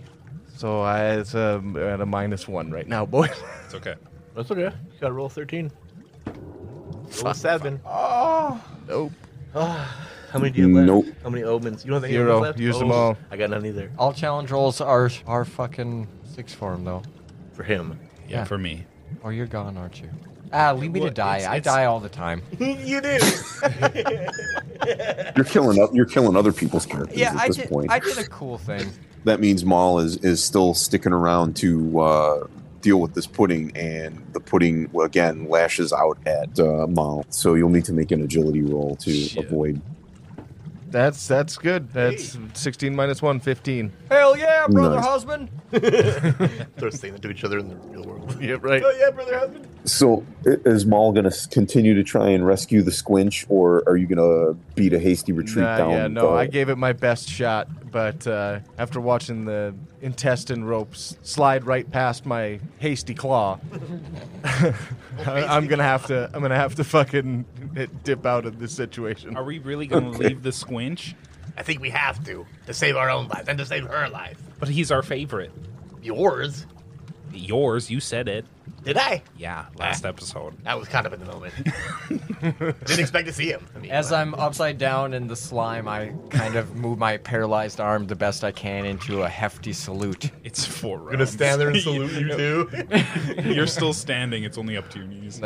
Speaker 5: So I, it's um, at a minus one right now, boy.
Speaker 2: It's okay.
Speaker 1: that's okay. You gotta roll 13. Roll 7.
Speaker 6: Oh.
Speaker 5: nope.
Speaker 1: How many do you have left?
Speaker 4: Nope.
Speaker 1: How many omens? You don't have any
Speaker 5: Zero.
Speaker 1: omens left?
Speaker 5: Use them
Speaker 1: Oh,
Speaker 5: all.
Speaker 1: I got none either.
Speaker 3: All challenge rolls are are fucking six form though.
Speaker 1: For him.
Speaker 2: Yeah,
Speaker 3: Yeah.
Speaker 2: for me.
Speaker 3: Or you're gone, aren't you? Ah, leave me to
Speaker 2: Look,
Speaker 3: die.
Speaker 2: it's-
Speaker 3: I
Speaker 2: it's-
Speaker 3: die all the time.
Speaker 1: you do.
Speaker 4: You're killing oth- you're killing other people's characters
Speaker 3: yeah,
Speaker 4: at
Speaker 3: I
Speaker 4: this
Speaker 3: did.
Speaker 4: point.
Speaker 3: I did a cool thing.
Speaker 4: that means Maul is is still sticking around to uh, deal with this pudding, and the pudding again lashes out at uh, Maul. So you'll need to make an agility roll to
Speaker 2: Shit.
Speaker 4: avoid.
Speaker 5: That's that's good. That's 16 minus 1, 15.
Speaker 3: Hell yeah, brother
Speaker 4: Nice.
Speaker 3: husband.
Speaker 1: They're saying that to each other in the real world.
Speaker 5: Yeah, right.
Speaker 1: Oh, yeah, brother husband.
Speaker 4: So i- is Maul going to continue to try and rescue the squinch, or are you going to beat a hasty retreat
Speaker 5: Nah,
Speaker 4: down?
Speaker 5: Uh, yeah, no,
Speaker 4: the-
Speaker 5: I gave it my best shot, but uh, after watching the intestine ropes slide right past my hasty claw, I, I'm gonna have to. I'm gonna have to fucking dip out of this situation.
Speaker 2: Are we really going to leave the squinch?
Speaker 1: I think we have to to save our own lives and to save her life.
Speaker 2: But he's our favorite.
Speaker 1: Yours?
Speaker 2: Yours, you said it.
Speaker 1: Did I?
Speaker 2: Yeah,
Speaker 9: Ah.
Speaker 2: last episode.
Speaker 1: That was kind of in the moment. Didn't expect to see him. I mean,
Speaker 3: As
Speaker 1: well,
Speaker 3: I'm upside down in the slime, I kind of move my paralyzed arm the best I can into a hefty salute.
Speaker 2: It's four rounds.
Speaker 1: gonna stand there and salute you too.
Speaker 2: You're still standing. It's only up to your knees.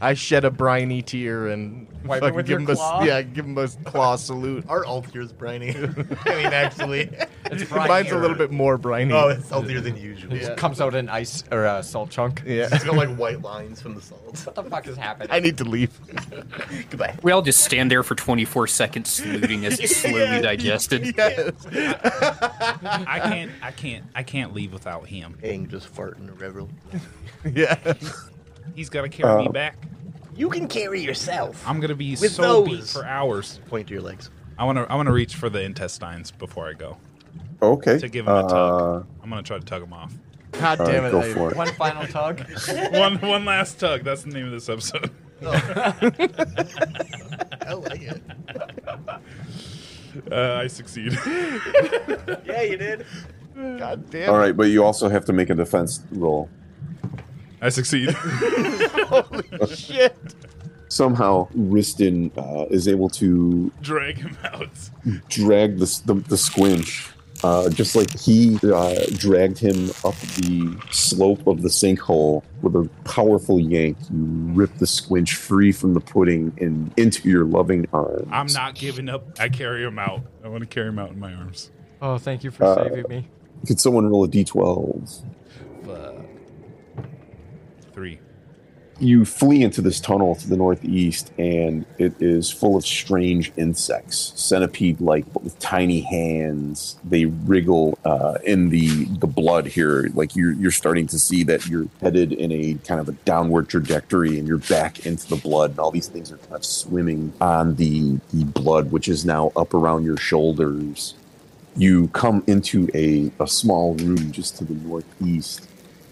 Speaker 5: I shed a briny tear and
Speaker 3: Wipe it
Speaker 5: fucking
Speaker 3: with
Speaker 5: give
Speaker 3: your
Speaker 5: him
Speaker 3: claw?
Speaker 5: a yeah, give him a claw salute.
Speaker 1: Our altier's briny. I mean, actually,
Speaker 3: It's
Speaker 5: Mine's a
Speaker 3: brinier.
Speaker 5: little bit more briny.
Speaker 1: oh, it's saltier than usual.
Speaker 3: It just
Speaker 1: Yeah.
Speaker 3: comes out an ice or a salt chunk.
Speaker 5: yeah.
Speaker 1: It's got like white lines from the salt.
Speaker 3: What the fuck is happening?
Speaker 5: I need to leave.
Speaker 1: Goodbye.
Speaker 9: We all just stand there for 24 seconds saluting as it's slowly digested.
Speaker 2: I can't. I can't. I can't leave without him.
Speaker 1: Aang just farting a revel.
Speaker 5: Yeah.
Speaker 2: He's got to carry me back.
Speaker 1: You can carry yourself.
Speaker 2: I'm gonna be
Speaker 1: Uh, With
Speaker 2: so beat
Speaker 1: those.
Speaker 2: for hours.
Speaker 1: Point to your legs.
Speaker 2: I wanna. I wanna reach for the intestines before I go
Speaker 4: okay.
Speaker 2: to give him a
Speaker 4: Uh,
Speaker 2: tug. I'm gonna try to tug him off.
Speaker 5: God
Speaker 4: all right,
Speaker 5: damn it.
Speaker 4: go
Speaker 5: I-
Speaker 4: for it.
Speaker 3: One final tug.
Speaker 2: one. One last tug. That's the name of this episode.
Speaker 1: I like it.
Speaker 2: Uh, I succeed.
Speaker 1: Yeah, you did.
Speaker 5: God damn
Speaker 4: All
Speaker 5: it.
Speaker 4: right, but you also have to make a defense roll.
Speaker 2: I succeed.
Speaker 5: Shit.
Speaker 4: Somehow, Ristin uh, is able to
Speaker 2: Drag him out.
Speaker 4: dragged the the, the squinch, uh, just like he uh, dragged him up the slope of the sinkhole with a powerful yank. You rip the squinch free from the pudding and into your loving arms.
Speaker 2: I'm not giving up. I carry him out. I want to carry him out in my arms.
Speaker 3: Oh, thank you for saving me.
Speaker 4: Uh, Could someone roll a d12?
Speaker 2: Three.
Speaker 4: You flee into this tunnel to the northeast, and it is full of strange insects, centipede-like, but with tiny hands. They wriggle uh, in the the blood here. Like you're you're starting to see that you're headed in a kind of a downward trajectory, and you're back into the blood. And all these things are kind of swimming on the the blood, which is now up around your shoulders. You come into a, a small room just to the northeast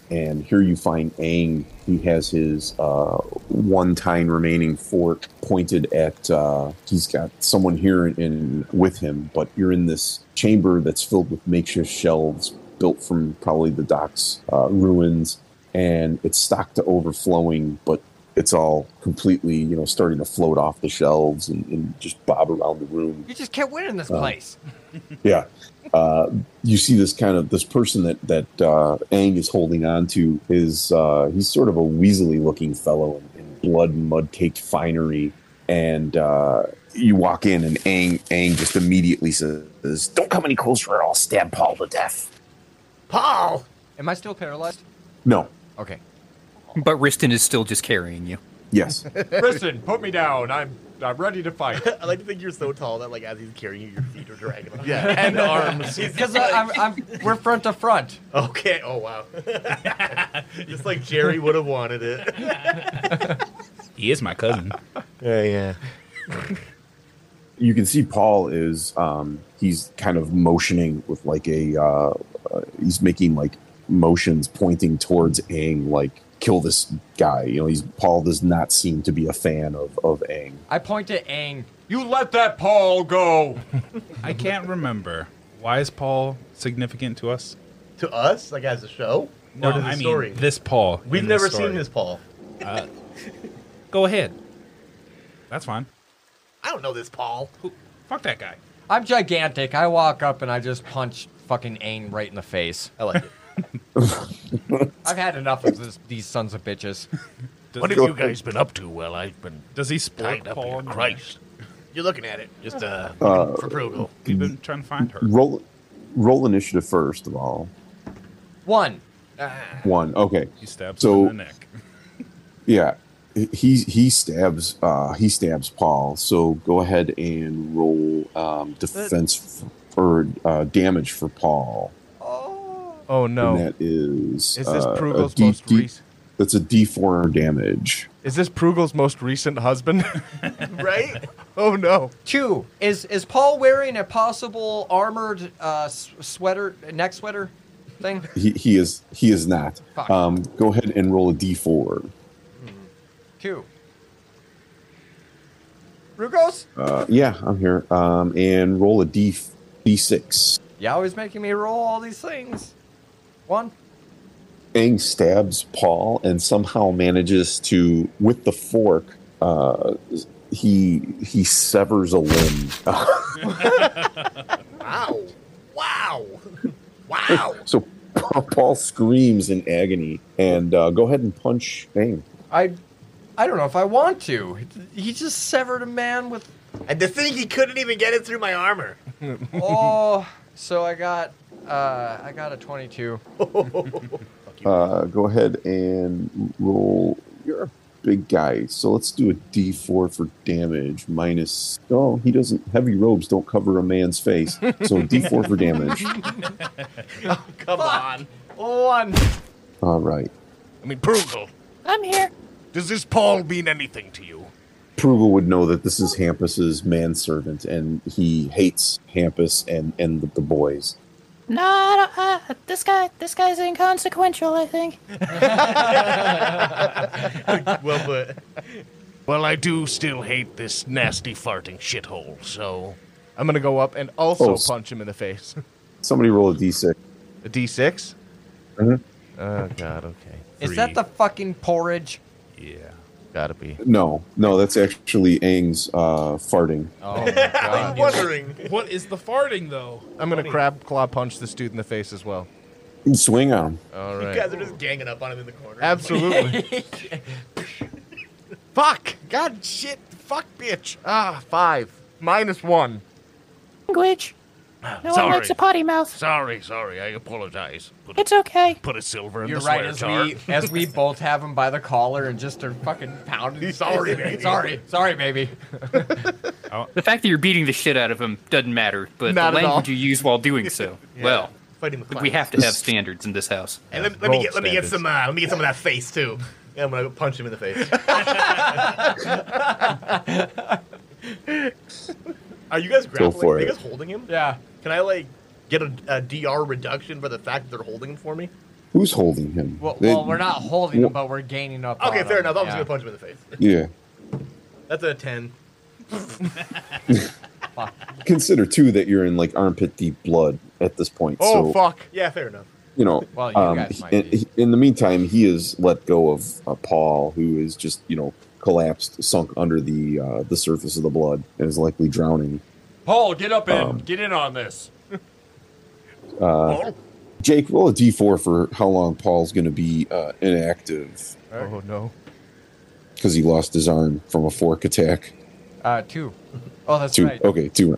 Speaker 4: and here you find Aang. He has his uh, one time remaining fork pointed at. Uh, he's got someone here in, in with him, but you're in this chamber that's filled with makeshift shelves built from probably the docks uh, ruins, and it's stocked to overflowing, but it's all completely you know starting to float off the shelves and, and just bob around the room.
Speaker 3: You just can't win in this
Speaker 4: Uh,
Speaker 3: place.
Speaker 4: Yeah. Uh, you see this kind of this person that that uh, Aang is holding on to is uh, he's sort of a weaselly looking fellow in, in blood and mud caked finery, and uh, you walk in and Aang Aang just immediately says, "Don't come any closer, or I'll stab Paul to death."
Speaker 1: Paul.
Speaker 3: Am I still paralyzed?
Speaker 4: No,
Speaker 3: Okay.
Speaker 9: But Riston is still just carrying you.
Speaker 4: Yes.
Speaker 6: Kristen, put me down. I'm I'm ready to fight.
Speaker 1: I like to think you're so tall that like as he's carrying you, your feet are dragging. Him. Yeah, and arms.
Speaker 3: Because I'm, I'm, we're front to front.
Speaker 1: Okay. Oh wow. Just like Jerry would have wanted it.
Speaker 2: He is my cousin.
Speaker 1: Yeah, yeah.
Speaker 4: you can see Paul is um, he's kind of motioning with like a uh, uh, he's making like motions pointing towards Aang like kill this guy. You know, he's Paul does not seem to be a fan of of Aang.
Speaker 3: I point to Aang.
Speaker 6: You let that Paul go.
Speaker 2: I can't remember. Why is Paul significant to us?
Speaker 1: To us, like as a show, or to the
Speaker 2: I mean
Speaker 1: story.
Speaker 2: this Paul.
Speaker 1: We've
Speaker 2: in this
Speaker 1: never
Speaker 2: story.
Speaker 1: seen this Paul.
Speaker 2: Go ahead. That's fine.
Speaker 1: I don't know this Paul.
Speaker 2: Who, fuck that guy.
Speaker 3: I'm gigantic. I walk up and I just punch fucking Aang right in the face.
Speaker 1: I like it.
Speaker 3: I've had enough of this, these sons of bitches.
Speaker 2: Does,
Speaker 10: What have you guys been up to while I've been
Speaker 2: does he sport
Speaker 10: tied up
Speaker 2: Paul?
Speaker 10: here?
Speaker 2: and-
Speaker 10: Christ.
Speaker 1: You're looking at it just uh, for Prugel.
Speaker 2: We've been trying to find her.
Speaker 4: Roll roll initiative first of all.
Speaker 3: One.
Speaker 4: One. Okay.
Speaker 2: He stabs
Speaker 4: So-
Speaker 2: him in the neck.
Speaker 4: Yeah. He he stabs uh he stabs Paul. So go ahead and roll um defense f- or uh damage for Paul.
Speaker 5: Oh
Speaker 4: And
Speaker 5: no!
Speaker 4: that is
Speaker 5: Is this
Speaker 4: uh, a
Speaker 5: Prugel's
Speaker 4: D-
Speaker 5: most
Speaker 4: D-
Speaker 5: recent?
Speaker 4: That's a D four damage.
Speaker 5: Is this Prugel's most recent husband?
Speaker 1: right?
Speaker 5: oh no!
Speaker 3: Two. Is is Paul wearing a possible armored uh, s- sweater, neck sweater thing?
Speaker 4: He he is he is not.
Speaker 3: Fuck.
Speaker 4: Um go ahead and roll a D four.
Speaker 3: Two. Rugos?
Speaker 4: Uh yeah, I'm here. Um and roll a D D six.
Speaker 3: You always making me roll all these things. One.
Speaker 4: Aang stabs Paul and somehow manages to, with the fork, uh, he he severs a limb.
Speaker 1: Wow. Wow. Wow.
Speaker 4: so Paul screams in agony and uh, go ahead and punch Aang.
Speaker 3: I, I don't know if I want to. He just severed a man with.
Speaker 1: And to think he couldn't even get it through my armor.
Speaker 3: Oh, so I got, uh, I got a twenty-two.
Speaker 4: Uh, go ahead and roll. You're a big guy, so let's do a D4 for damage minus. Oh, he doesn't. Heavy robes don't cover a man's face, so D4 for damage.
Speaker 1: Come on.
Speaker 3: One.
Speaker 4: All right.
Speaker 10: I mean, Prugel,
Speaker 8: I'm here.
Speaker 10: does this Paul mean anything to you?
Speaker 4: Prugel would know that this is Hampus's manservant, and he hates Hampus and and the, the boys.
Speaker 8: No, I don't, uh, this guy, this guy's inconsequential. I think.
Speaker 1: Well put.
Speaker 10: Well, I do still hate this nasty farting shithole, so.
Speaker 5: I'm gonna go up and also
Speaker 4: Oh, s-
Speaker 5: punch him in the face.
Speaker 4: Somebody roll a d6.
Speaker 5: A D6.
Speaker 4: Mhm.
Speaker 5: Oh god. Okay.
Speaker 3: Is that the fucking porridge?
Speaker 2: Yeah.
Speaker 5: Gotta be.
Speaker 4: No, no, that's actually Aang's uh, farting.
Speaker 3: Oh my god.
Speaker 1: I'm wondering.
Speaker 11: What is the farting though?
Speaker 5: I'm gonna crab claw punch this dude in the face as well.
Speaker 4: Swing on him.
Speaker 5: All
Speaker 1: You
Speaker 5: right.
Speaker 1: guys are just ganging up on him in the corner.
Speaker 5: Absolutely.
Speaker 6: Fuck! God shit! Fuck bitch! Ah, five. Minus one.
Speaker 8: Language. No one
Speaker 10: Ah, Sorry.
Speaker 8: likes a potty mouth.
Speaker 10: Sorry, sorry, I apologize. Put a,
Speaker 8: It's okay.
Speaker 10: put a silver in
Speaker 3: You're
Speaker 10: the
Speaker 3: right.
Speaker 10: swear
Speaker 3: As
Speaker 10: jar.
Speaker 3: we as we both have him by the collar and just are fucking pounding. his
Speaker 1: Sorry,
Speaker 3: face.
Speaker 1: baby.
Speaker 3: Sorry, sorry, baby.
Speaker 9: The fact that you're beating the shit out of him doesn't matter, but
Speaker 5: Not at
Speaker 9: the
Speaker 5: all.
Speaker 9: language you use while doing so. Well,
Speaker 1: Fighting with
Speaker 9: we
Speaker 1: clowns.
Speaker 9: have to have standards in this house.
Speaker 1: And let, let me
Speaker 5: Gold
Speaker 1: get let me get
Speaker 5: standards.
Speaker 1: some uh, let me get some of that face too. Yeah, I'm gonna punch him in the face. Are you guys grappling?
Speaker 4: for
Speaker 1: Are you
Speaker 4: it.
Speaker 1: guys holding him?
Speaker 3: Yeah.
Speaker 1: Can I like get a, a DR reduction for the fact that they're holding him for me?
Speaker 4: Who's holding him?
Speaker 3: Well,
Speaker 4: They-
Speaker 3: well we're not holding him,
Speaker 4: Well-
Speaker 3: but we're gaining up.
Speaker 2: Oh,
Speaker 1: Okay,
Speaker 3: on
Speaker 1: fair
Speaker 3: him.
Speaker 1: enough. I'm
Speaker 3: Yeah.
Speaker 1: just gonna punch him in the face.
Speaker 4: Yeah.
Speaker 1: That's a ten.
Speaker 4: Consider too that you're in like armpit deep blood at this point.
Speaker 5: Oh
Speaker 4: so,
Speaker 5: fuck.
Speaker 1: Yeah, fair enough.
Speaker 4: you know,
Speaker 3: Well, you
Speaker 4: um,
Speaker 3: guys
Speaker 4: he-
Speaker 3: might
Speaker 4: in,
Speaker 3: be.
Speaker 4: he- in the meantime, he has let go of uh, Paul, who is just you know collapsed, sunk under the uh, the surface of the blood, and is likely drowning.
Speaker 6: Paul, get up and
Speaker 4: Um, uh,
Speaker 6: get in on this.
Speaker 10: Paul?
Speaker 4: Jake, roll a d4 for how long Paul's going to be uh, inactive
Speaker 5: Oh no.
Speaker 4: because he lost his arm from a fork attack.
Speaker 3: Uh, two. Oh, that's
Speaker 4: Two,
Speaker 3: right.
Speaker 4: okay, two.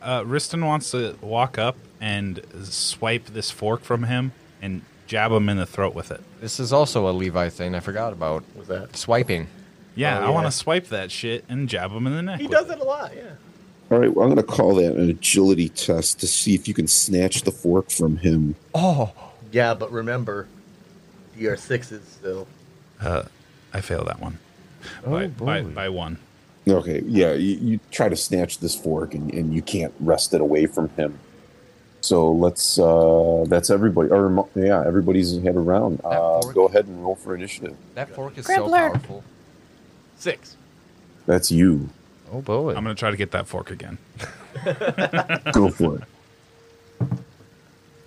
Speaker 2: Uh, Riston wants to walk up and swipe this fork from him and jab him in the throat with it.
Speaker 3: This is also a Levi thing. I forgot about
Speaker 1: What's that?
Speaker 3: swiping.
Speaker 2: Yeah,
Speaker 1: Oh,
Speaker 2: I want
Speaker 1: yeah.
Speaker 2: to swipe that shit and jab him in the neck.
Speaker 11: He
Speaker 2: with
Speaker 11: does it a lot, yeah.
Speaker 4: All right, well, I'm going to call that an agility test to see if you can snatch the fork from him.
Speaker 1: Oh. Yeah, but remember, DR6s still.
Speaker 2: Uh, I failed that one. by, by, by one.
Speaker 4: Okay, yeah, you, you try to snatch this fork and, and you can't wrest it away from him. So let's, uh, that's everybody. Or, mo- yeah, everybody's had a round. Uh, go ahead and roll for initiative.
Speaker 3: That fork is so
Speaker 8: Cribbler.
Speaker 3: powerful.
Speaker 1: Six.
Speaker 4: That's you.
Speaker 2: Oh boy! I'm gonna try to get that fork again.
Speaker 4: Go for it.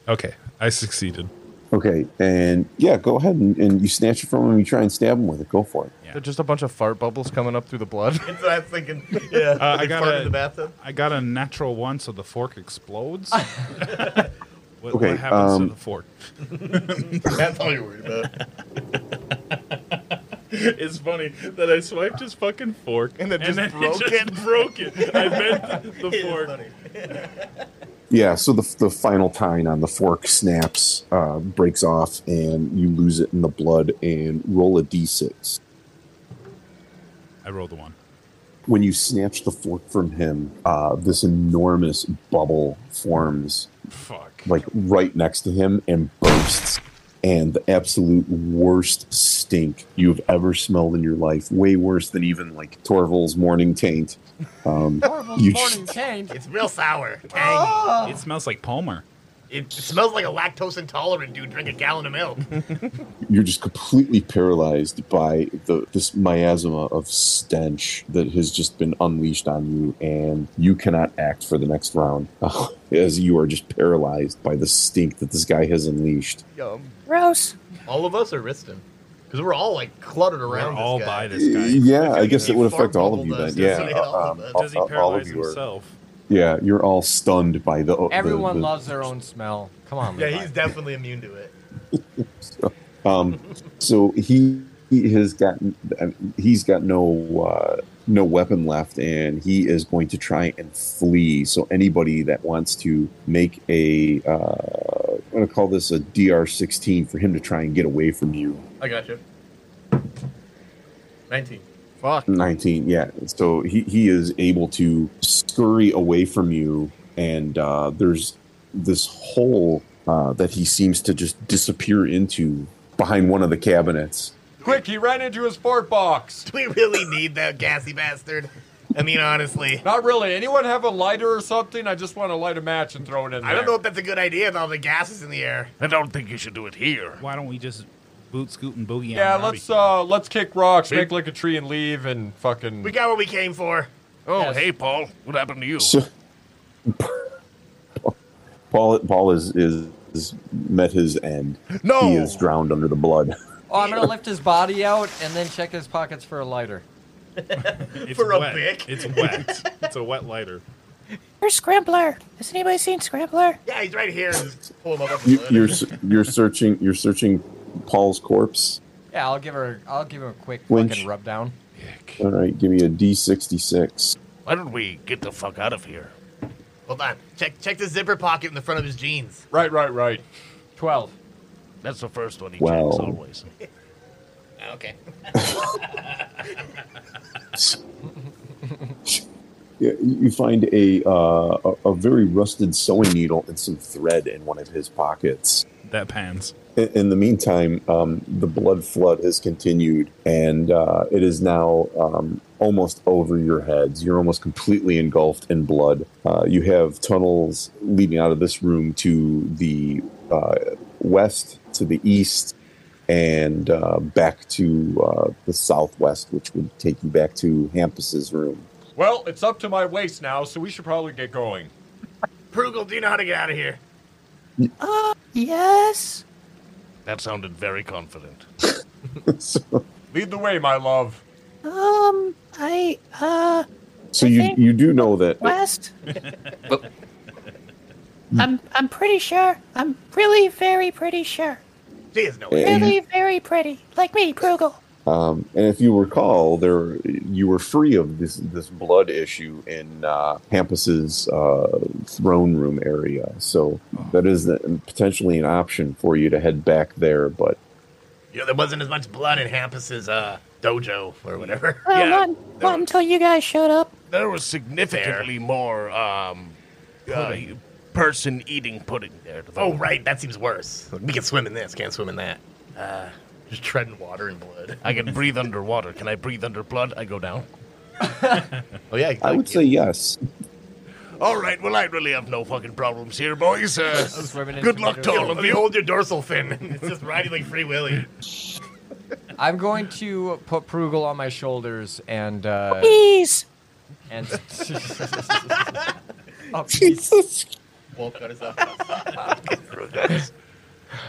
Speaker 2: Okay, I succeeded.
Speaker 4: Okay, and yeah, go ahead and, and you snatch it from him. You try and stab him with it. Go for it.
Speaker 5: They're just a bunch of fart bubbles coming up through the blood.
Speaker 1: That's what I was thinking. Yeah.
Speaker 2: Uh, I
Speaker 1: They
Speaker 2: got
Speaker 1: fart
Speaker 2: a,
Speaker 1: in the bathtub.
Speaker 2: I got a natural one, so the fork explodes. what, what
Speaker 4: Okay,
Speaker 2: happens
Speaker 4: um,
Speaker 2: to the fork?
Speaker 1: That's all you're worried about.
Speaker 2: it's funny that I swiped his fucking fork and then
Speaker 11: just broke
Speaker 2: it. broke it. I meant the fork.
Speaker 4: Yeah, so the, the final tine on the fork snaps, uh, breaks off, and you lose it in the blood and roll a d6.
Speaker 2: I rolled the one.
Speaker 4: When you snatch the fork from him, uh, this enormous bubble forms
Speaker 2: Fuck.
Speaker 4: like right next to him and bursts. And the absolute worst stink you've ever smelled in your life, way worse than even like Torval's morning taint. Um, you
Speaker 8: morning change.
Speaker 1: It's real sour. Tang.
Speaker 2: It smells like Palmer.
Speaker 1: It smells like a lactose intolerant dude drink a gallon of milk.
Speaker 4: you're just completely paralyzed by the this miasma of stench that has just been unleashed on you and you cannot act for the next round as you are just paralyzed by the stink that this guy has unleashed
Speaker 1: Yum.
Speaker 8: Gross.
Speaker 1: All of us are Riston. Because we're all like cluttered around.
Speaker 2: We're
Speaker 1: this
Speaker 2: all
Speaker 1: guy.
Speaker 2: by this guy.
Speaker 4: yeah i guess it
Speaker 1: He
Speaker 4: would affect
Speaker 1: fart
Speaker 4: all of you
Speaker 1: bubbled
Speaker 4: then
Speaker 1: us.
Speaker 4: yeah
Speaker 1: Does he-
Speaker 4: um,
Speaker 2: Does he
Speaker 4: all- all
Speaker 2: paralyze
Speaker 4: of you are
Speaker 2: himself?
Speaker 4: yeah you're all stunned by the the-
Speaker 3: Everyone
Speaker 4: the-
Speaker 3: loves their own smell. Come on,
Speaker 1: Yeah,
Speaker 3: Levi.
Speaker 1: he's definitely immune to it.
Speaker 4: Um, so he, he has gotten I mean, he's got no uh, no weapon left, and he is going to try and flee. So anybody that wants to make a uh, I'm going to call this a DR sixteen for him to try and get away from you.
Speaker 1: I got you. 19.
Speaker 5: Fuck.
Speaker 4: 19 yeah so he, he is able to scurry away from you and uh, there's this hole uh, that he seems to just disappear into behind one of the cabinets
Speaker 6: Quick, he ran into his fart box.
Speaker 1: Do we really need that gassy bastard? I mean, honestly.
Speaker 6: Not really. Anyone have a lighter or something? I just want to light a match and throw it in there.
Speaker 1: I don't know if that's a good idea with all the gases in the air.
Speaker 10: I don't think you should do it here.
Speaker 2: Why don't we just boot, scoot, and boogie?
Speaker 6: Yeah,
Speaker 2: on Robbie?
Speaker 6: let's uh let's kick rocks, make like a tree and leave and fucking
Speaker 1: We got what we came for.
Speaker 10: Oh, hey, Paul. What happened to you?
Speaker 4: So, Paul Paul is is is met his end.
Speaker 5: No!
Speaker 4: he is drowned under the blood.
Speaker 3: Oh, I'm gonna lift his body out and then check his pockets for a lighter.
Speaker 2: It's
Speaker 1: for a
Speaker 2: wet.
Speaker 1: bic.
Speaker 2: It's wet. it's a wet lighter.
Speaker 8: Or Scribbler. Has anybody seen Scribbler?
Speaker 1: Yeah, he's right here. Just pull him up. off the
Speaker 4: You,
Speaker 1: hood.
Speaker 4: you're s- you're searching you're searching Paul's corpse.
Speaker 3: Yeah, I'll give her. I'll give him a quick
Speaker 4: Winch.
Speaker 3: fucking rub down.
Speaker 4: All right, give me a D sixty six.
Speaker 10: Why don't we get the fuck out of here?
Speaker 1: Hold on. Check check the zipper pocket in the front of his jeans.
Speaker 6: Right, right, right.
Speaker 3: Twelve.
Speaker 10: That's the first one he
Speaker 4: Wow.
Speaker 10: checks always.
Speaker 1: Oh, Okay.
Speaker 4: Yeah, you find a, uh, a a very rusted sewing needle and some thread in one of his pockets.
Speaker 2: That pans.
Speaker 4: In, in the meantime, um, the blood flood has continued, and uh, it is now um, almost over your heads. You're almost completely engulfed in blood. Uh, you have tunnels leading out of this room to the uh, west, to the east, and uh, back to uh, the southwest, which would take you back to Hampus's room.
Speaker 6: Well, it's up to my waist now, so we should probably get going.
Speaker 1: Prugel, do you know how to get out of here?
Speaker 8: Yes.
Speaker 10: That sounded very confident.
Speaker 4: so,
Speaker 6: Lead the way, my love.
Speaker 8: Um, I, uh,
Speaker 4: so
Speaker 8: I
Speaker 4: you
Speaker 8: think-
Speaker 4: you do know that
Speaker 8: West?
Speaker 4: Hmm.
Speaker 8: I'm, I'm pretty sure. I'm really very pretty sure.
Speaker 1: She is no
Speaker 4: Yeah.
Speaker 8: Really very pretty. Like me, Prugel.
Speaker 4: Um, and if you recall, there you were free of this this blood issue in uh, Hampus's uh, throne room Oh. area, so that is the, potentially an option for you to head back there. But
Speaker 1: You know, there wasn't as much blood in Hampus's uh, dojo or whatever.
Speaker 8: Well, not, not until you guys showed up.
Speaker 10: There was significantly more um, uh,
Speaker 1: Pudding.
Speaker 10: person eating pudding there.
Speaker 1: Oh, right. That seems worse. We can swim in this, can't swim in that. Uh, just treading water and blood.
Speaker 10: I can breathe underwater. Can I breathe under blood? I go down.
Speaker 1: Oh, yeah.
Speaker 4: I would say yes.
Speaker 10: All right. Well, I really have no fucking problems here, boys. Uh,
Speaker 3: swimming in
Speaker 10: good
Speaker 3: some
Speaker 10: luck to
Speaker 3: water.
Speaker 10: all of
Speaker 1: You
Speaker 10: you.
Speaker 1: hold your dorsal fin. It's just riding like Free Willy.
Speaker 3: I'm going to put Prugel on my shoulders and uh,
Speaker 8: Please.
Speaker 3: and Oh,
Speaker 4: Jesus.
Speaker 1: Wolf got his up.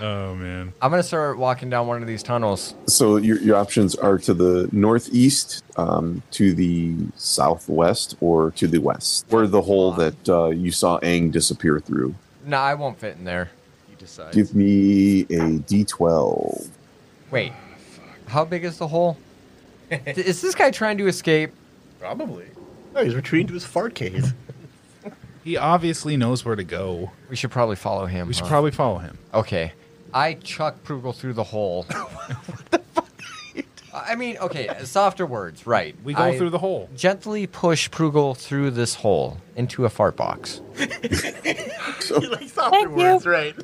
Speaker 2: Oh man.
Speaker 3: I'm gonna start walking down one of these tunnels.
Speaker 4: So your, your options are to the northeast, um, to the southwest, or to the west, where the hole that uh, you saw Aang disappear through.
Speaker 3: No, I won't fit in there.
Speaker 9: You decide.
Speaker 4: Give me a d12.
Speaker 3: Wait, how big is the hole? is this guy trying to escape?
Speaker 1: Probably. No, he's retreating to his fart cave.
Speaker 2: He obviously knows where to go.
Speaker 3: We should probably follow him.
Speaker 2: We should
Speaker 3: huh?
Speaker 2: probably follow him.
Speaker 3: Okay. I chuck Prugel through the hole. what the fuck? I mean, okay, softer words, right.
Speaker 2: We go
Speaker 3: I
Speaker 2: through the hole.
Speaker 3: Gently push Prugel through this hole into a fart box.
Speaker 1: he likes softer
Speaker 8: Thank you.
Speaker 1: words, right?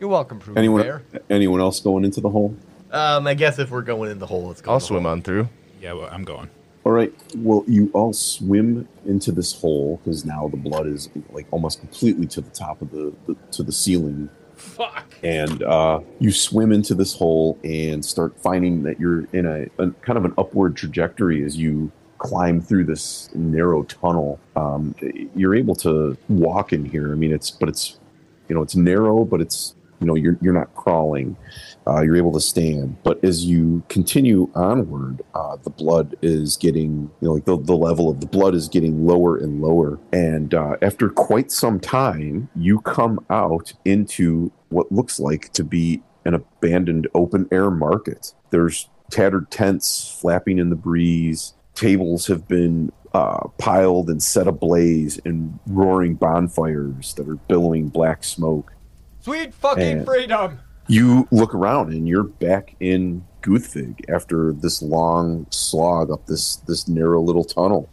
Speaker 3: You're welcome, Prugel.
Speaker 4: Anyone?
Speaker 3: Bear.
Speaker 4: Anyone else going into the hole?
Speaker 1: Um, I guess if we're going in the hole, let's go.
Speaker 5: I'll
Speaker 1: in the
Speaker 5: swim
Speaker 1: hole.
Speaker 5: on through.
Speaker 2: Yeah, well, I'm going.
Speaker 4: All right. Well, you all swim into this hole because now the blood is like almost completely to the top of the, the to the ceiling.
Speaker 11: Fuck.
Speaker 4: And uh, you swim into this hole and start finding that you're in a, a kind of an upward trajectory as you climb through this narrow tunnel. Um, you're able to walk in here. I mean, it's but it's you know it's narrow, but it's you know you're you're not crawling. Uh, you're able to stand, but as you continue onward, uh, the blood is getting you know like the, the level of the blood is getting lower and lower. And uh, after quite some time, you come out into what looks like to be an abandoned open air market. There's tattered tents flapping in the breeze. Tables have been uh, piled and set ablaze, and roaring bonfires that are billowing black smoke.
Speaker 3: Sweet fucking
Speaker 4: And-
Speaker 3: freedom!
Speaker 4: You look around, and you're back in Guthvig after this long slog up this this narrow little tunnel.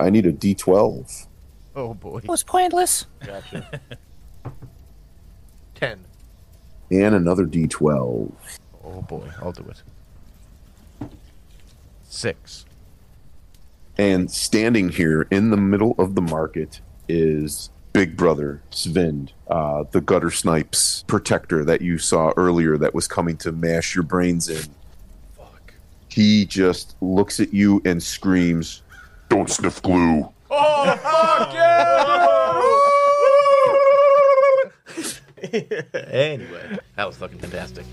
Speaker 4: I need a D12.
Speaker 5: Oh boy.
Speaker 8: It was pointless.
Speaker 1: Ten.
Speaker 4: And another D12.
Speaker 5: Oh boy. I'll do it. Six.
Speaker 4: And standing here in the middle of the market is Big Brother Svind, uh, the gutter snipe's protector that you saw earlier that was coming to mash your brains in.
Speaker 11: Fuck.
Speaker 4: He just looks at you and screams,
Speaker 7: Don't sniff glue.
Speaker 1: anyway, that was fucking fantastic.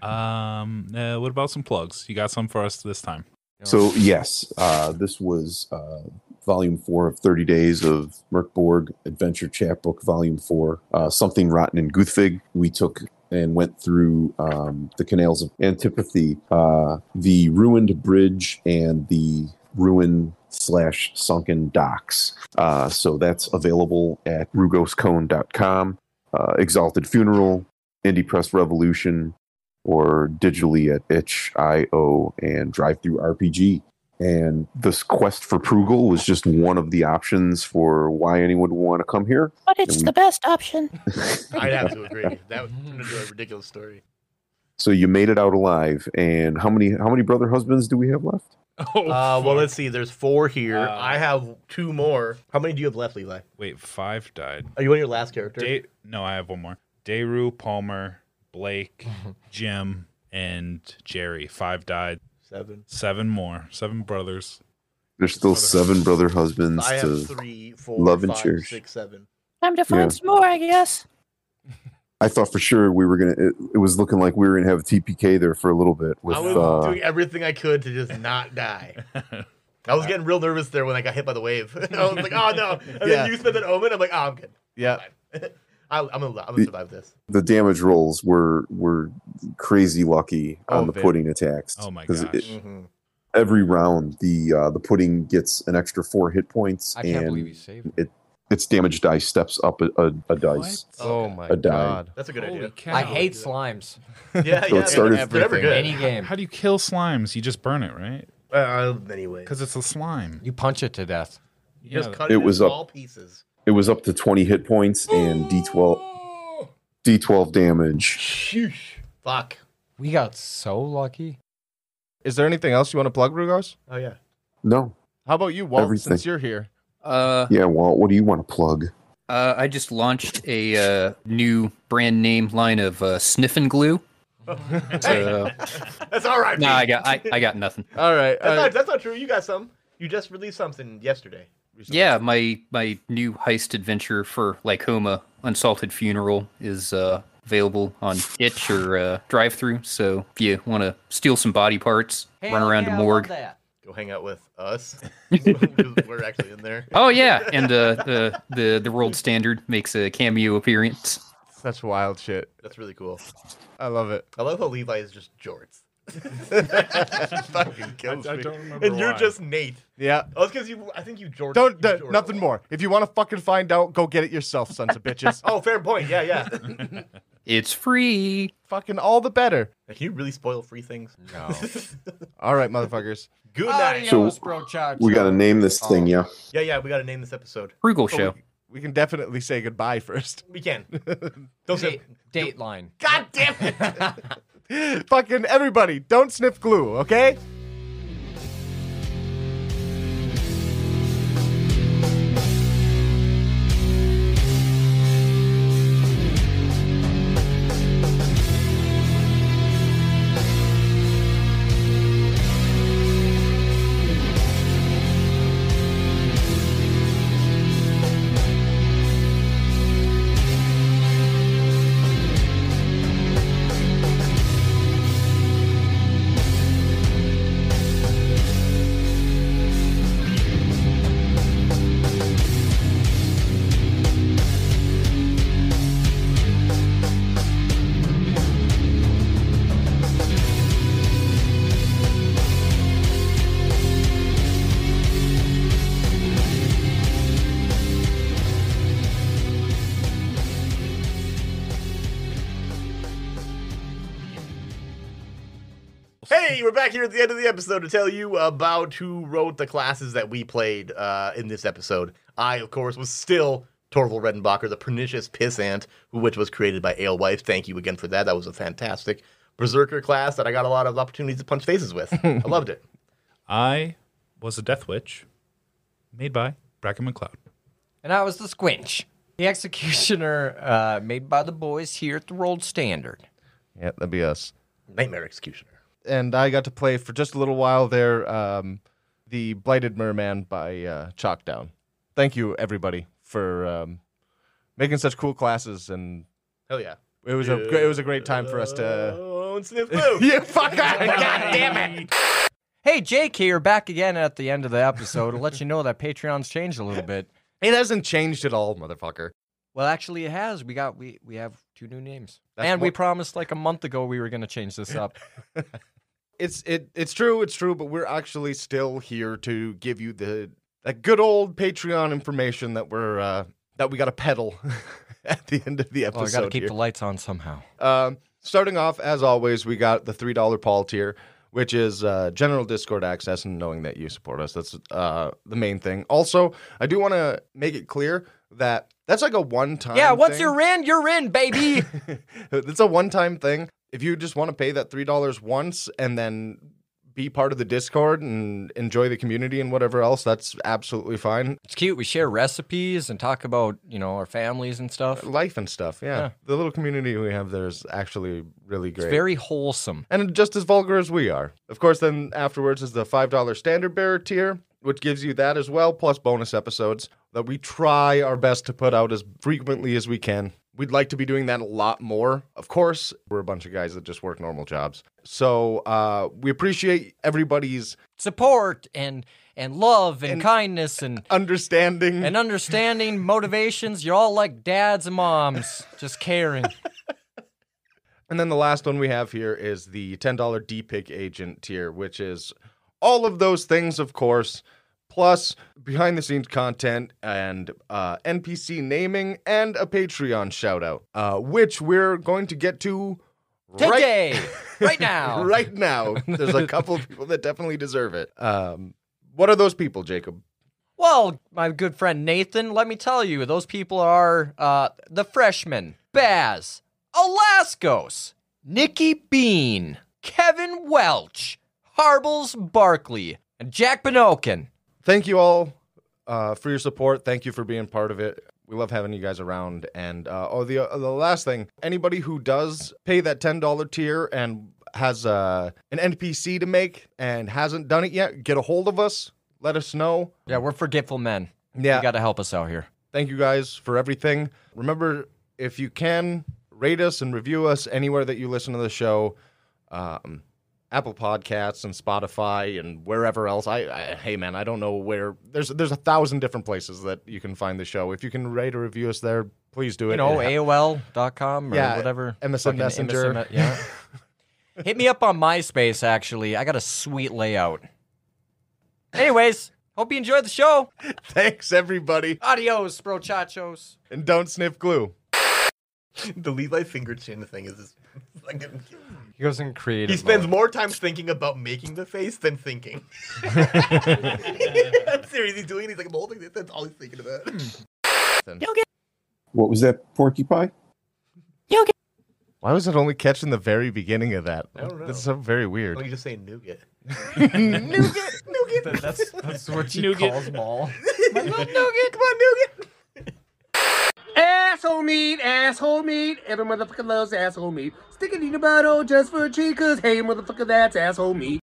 Speaker 2: Um, uh, what about some plugs? You got some for us this time?
Speaker 4: So yes, uh, this was uh, volume four of Thirty Days of Merkborg Adventure Chapbook, volume four. Uh, Something rotten in Guthvig. We took and went through um, the canals of antipathy, uh, the ruined bridge, and the ruin slash sunken docks. Uh, so that's available at rugoscone.com, uh, Exalted Funeral, Indie Press Revolution, or digitally at itch.io and drive through RPG. And this quest for Prugel was just one of the options for why anyone would want to come here.
Speaker 8: But it's
Speaker 4: we-
Speaker 8: the best option.
Speaker 1: I'd have to agree. That would turn into a ridiculous story.
Speaker 4: So you made it out alive. And how many how many brother husbands do we have left?
Speaker 11: Oh,
Speaker 1: Uh, well,
Speaker 11: fuck.
Speaker 1: let's see. There's four here.
Speaker 2: Uh,
Speaker 1: I have two more. How many do you have left, Levi?
Speaker 2: Wait, five died.
Speaker 1: Are you on your last character?
Speaker 2: Day- no, I have one more. Deru, Palmer, Blake, Jim, and Jerry. Five died.
Speaker 1: Seven.
Speaker 2: Seven more. Seven brothers.
Speaker 4: There's still
Speaker 2: Brother-
Speaker 4: seven brother husbands
Speaker 1: I
Speaker 4: to
Speaker 1: have three, four,
Speaker 4: love and
Speaker 1: five,
Speaker 4: cherish.
Speaker 1: six, seven.
Speaker 8: Time to find
Speaker 4: Yeah.
Speaker 8: some more, I guess.
Speaker 4: I thought for sure we were gonna it, it was looking like we were gonna have a TPK there for a little bit with
Speaker 1: I was
Speaker 4: uh,
Speaker 1: doing everything I could to just not die. I was getting real nervous there when I got hit by the wave. I was like, oh no. And
Speaker 5: Yeah.
Speaker 1: then you said that omen. I'm like, oh, I'm good.
Speaker 5: Yeah.
Speaker 1: I, I'm gonna, I'm gonna survive this.
Speaker 4: the damage rolls were were crazy lucky on
Speaker 5: Oh,
Speaker 4: the
Speaker 5: very-
Speaker 4: pudding attacks.
Speaker 2: Oh my
Speaker 4: 'Cause it-
Speaker 2: gosh.
Speaker 4: every round the uh, the pudding gets an extra four hit points
Speaker 3: I can't
Speaker 4: and
Speaker 3: believe you saved me.
Speaker 4: Its damage dice steps up a, a, a dice.
Speaker 3: Oh my
Speaker 4: a die.
Speaker 1: That's a good idea.
Speaker 3: I hate slimes.
Speaker 1: Yeah,
Speaker 4: So it yeah, started-
Speaker 1: they're never good.
Speaker 3: Any game.
Speaker 2: How do you kill slimes? You just burn it, right?
Speaker 1: Uh, anyway,
Speaker 2: Because it's a slime.
Speaker 3: You punch it to death.
Speaker 1: just cut
Speaker 4: It
Speaker 1: it, in
Speaker 4: was up-
Speaker 1: small pieces.
Speaker 4: It was up to 20 hit points and D12 D12 damage.
Speaker 1: Sheesh. Fuck.
Speaker 3: We got so lucky.
Speaker 5: Is there anything else you want to plug, Rugos?
Speaker 1: Oh yeah.
Speaker 4: No.
Speaker 5: How about you, Walt?
Speaker 4: Everything.
Speaker 5: Since you're here,
Speaker 9: Uh,
Speaker 4: Yeah, Walt, what do you want to plug?
Speaker 9: uh, I just launched a uh, new brand name line of uh, sniffing glue. So,
Speaker 1: That's all right.
Speaker 9: nah,
Speaker 1: Pete.
Speaker 9: I got I, I got nothing.
Speaker 5: all right.
Speaker 1: That's,
Speaker 5: uh,
Speaker 1: not, that's not true. You got some. You just released something yesterday.
Speaker 9: Yeah, my my new heist adventure for Lycoma Unsalted Funeral is uh, available on itch or uh, drive through. So if you want to steal some body parts, run around to morgue.
Speaker 1: Go hang out with us. 'Cause We're actually in there.
Speaker 9: Oh yeah, and uh, the the the world standard makes a cameo appearance.
Speaker 5: such wild shit.
Speaker 1: That's really cool.
Speaker 5: I love it.
Speaker 1: I love how Levi is just jorts. That fucking kills
Speaker 2: I
Speaker 1: me.
Speaker 2: don't remember
Speaker 1: and you're
Speaker 2: why.
Speaker 1: just Nate.
Speaker 5: Yeah.
Speaker 1: Oh, it's because you. I think you jorts.
Speaker 5: Don't
Speaker 1: you
Speaker 5: d-
Speaker 1: jort a
Speaker 5: nothing
Speaker 1: lot.
Speaker 5: more. If you want to fucking find out, go get it yourself, sons of bitches.
Speaker 1: Oh, fair point. Yeah, yeah. Can
Speaker 9: It's free.
Speaker 5: fucking all the better.
Speaker 1: you really spoil free things? No.
Speaker 5: All right, motherfuckers.
Speaker 1: Good night.
Speaker 4: So, We got to name this thing,
Speaker 3: Oh.
Speaker 4: yeah.
Speaker 1: Yeah, yeah. We got to name this episode.
Speaker 9: Frugal show.
Speaker 5: We can definitely say goodbye first.
Speaker 1: We can. Don't say.
Speaker 3: Date, Dateline.
Speaker 1: God damn it.
Speaker 5: fucking everybody, don't sniff glue, okay?
Speaker 1: Hey, we're back here at the end of the episode to tell you about who wrote the classes that we played uh, in this episode. I, of course, was still Torval Redenbacher, the pernicious pissant, who- which was created by Alewife. Thank you again for that. That was a fantastic berserker class that I got a lot of opportunities to punch faces with. I loved it.
Speaker 2: I was a death witch, made by Bracken McLeod.
Speaker 3: And I was the squinch. The executioner uh, made by the boys here at the World Standard.
Speaker 5: Yeah, that'd be us.
Speaker 1: Nightmare Executioner.
Speaker 5: And I got to play for just a little while there, um, the Blighted Merman by uh, Chalkdown. Thank you, everybody, for um, making such cool classes, and
Speaker 1: Hell yeah.
Speaker 5: it was a gr- it was a great time for us to.
Speaker 1: Oh, and Sniff Blue.
Speaker 5: Yeah, fuck
Speaker 1: God damn it.
Speaker 3: Hey, Jake here, back again at the end of the episode to let you know that Patreon's changed a little bit.
Speaker 5: It hasn't changed at all, motherfucker.
Speaker 3: Well, actually, it has. We got we we have two new names,
Speaker 5: That's
Speaker 3: and we
Speaker 5: one-
Speaker 3: promised like a month ago we were going to change this up.
Speaker 5: It's it it's true, it's true, but we're actually still here to give you the that good old Patreon information that we're uh, that we got to peddle at the end of the episode.
Speaker 3: well, Oh, I got to keep
Speaker 5: here.
Speaker 3: the lights on somehow.
Speaker 5: Um, starting off, as always, we got the three dollar Paul tier, which is uh, general Discord access and knowing that you support us. That's uh, the main thing. Also, I do want to make it clear that that's like a one time.
Speaker 3: yeah, once
Speaker 5: thing.
Speaker 3: you're in, you're in, baby.
Speaker 5: it's a one time thing. If you just want to pay that three dollars once and then be part of the Discord and enjoy the community and whatever else, that's absolutely fine.
Speaker 3: it's cute. We share recipes and talk about you know our families and stuff.
Speaker 5: Life and stuff, yeah.
Speaker 3: Yeah.
Speaker 5: The little community we have there is actually really great.
Speaker 3: It's very wholesome.
Speaker 5: and just as vulgar as we are. Of course, then afterwards is the $5 standard bearer tier, which gives you that as well, plus bonus episodes that we try our best to put out as frequently as we can. We'd like to be doing that a lot more. Of course, we're a bunch of guys that just work normal jobs. So uh, we appreciate everybody's
Speaker 3: Support and and love and, kindness and
Speaker 5: understanding.
Speaker 3: and understanding motivations. You're all like dads and moms, just caring.
Speaker 5: And then the last one we have here is the $10 D-Pick agent tier, which is all of those things, of course, plus behind the scenes content and uh, NPC naming and a Patreon shout out, uh, which we're going to get to
Speaker 3: Today, right now.
Speaker 5: right now. There's a couple of people that definitely deserve it. Um, what are those people, Jacob?
Speaker 3: Well, my good friend Nathan, let me tell you, those people are uh, the freshmen Baz, Alaskos, Nikki Bean, Kevin Welch, Harbles Barkley, and Jack Benokin.
Speaker 5: Thank you all uh, for your support. Thank you for being part of it. We love having you guys around. And uh, oh, the uh, the last thing, anybody who does pay that ten dollar tier and has uh, an NPC to make and hasn't done it yet, get a hold of us. Let us know.
Speaker 3: Yeah, we're forgetful men.
Speaker 5: Yeah.
Speaker 3: You got to help us out here.
Speaker 5: Thank you guys for everything. Remember, if you can, rate us and review us anywhere that you listen to the show. Um, Apple Podcasts and Spotify and wherever else. I, I hey man, I don't know where. There's there's a thousand different places that you can find the show. If you can rate or review us there, please do it.
Speaker 3: You know,
Speaker 5: It ha-
Speaker 3: AOL.com or
Speaker 5: Yeah,
Speaker 3: whatever.
Speaker 5: MSN
Speaker 3: Fucking
Speaker 5: Messenger.
Speaker 3: MSN yeah. Hit me up on MySpace, actually. I got a sweet layout. Anyways, hope you enjoyed the show.
Speaker 5: Thanks everybody,
Speaker 3: Adios, brochachos.
Speaker 5: and don't sniff glue.
Speaker 1: the Levi finger chin thing is just fucking.
Speaker 3: He goes in creative.
Speaker 1: He spends more time thinking about making the face than thinking. I'm serious. He's doing it. He's like, I'm holding it. That's all he's thinking about.
Speaker 8: You'll get,
Speaker 4: What was that porcupine?
Speaker 8: you'll get.
Speaker 5: Why was it only catching the very beginning of that?
Speaker 1: I don't know.
Speaker 5: That's so very
Speaker 1: Why don't
Speaker 5: weird.
Speaker 1: you just say nougat?
Speaker 5: Nougat,
Speaker 1: nougat.
Speaker 3: That's, that's what she
Speaker 11: Nougat.
Speaker 3: calls Maul.
Speaker 1: My little nougat. Come on, nougat.
Speaker 12: Asshole meat, asshole meat. Every motherfucker loves asshole meat. Stick it in your butthole just for a treat, cause hey, motherfucker, that's asshole meat.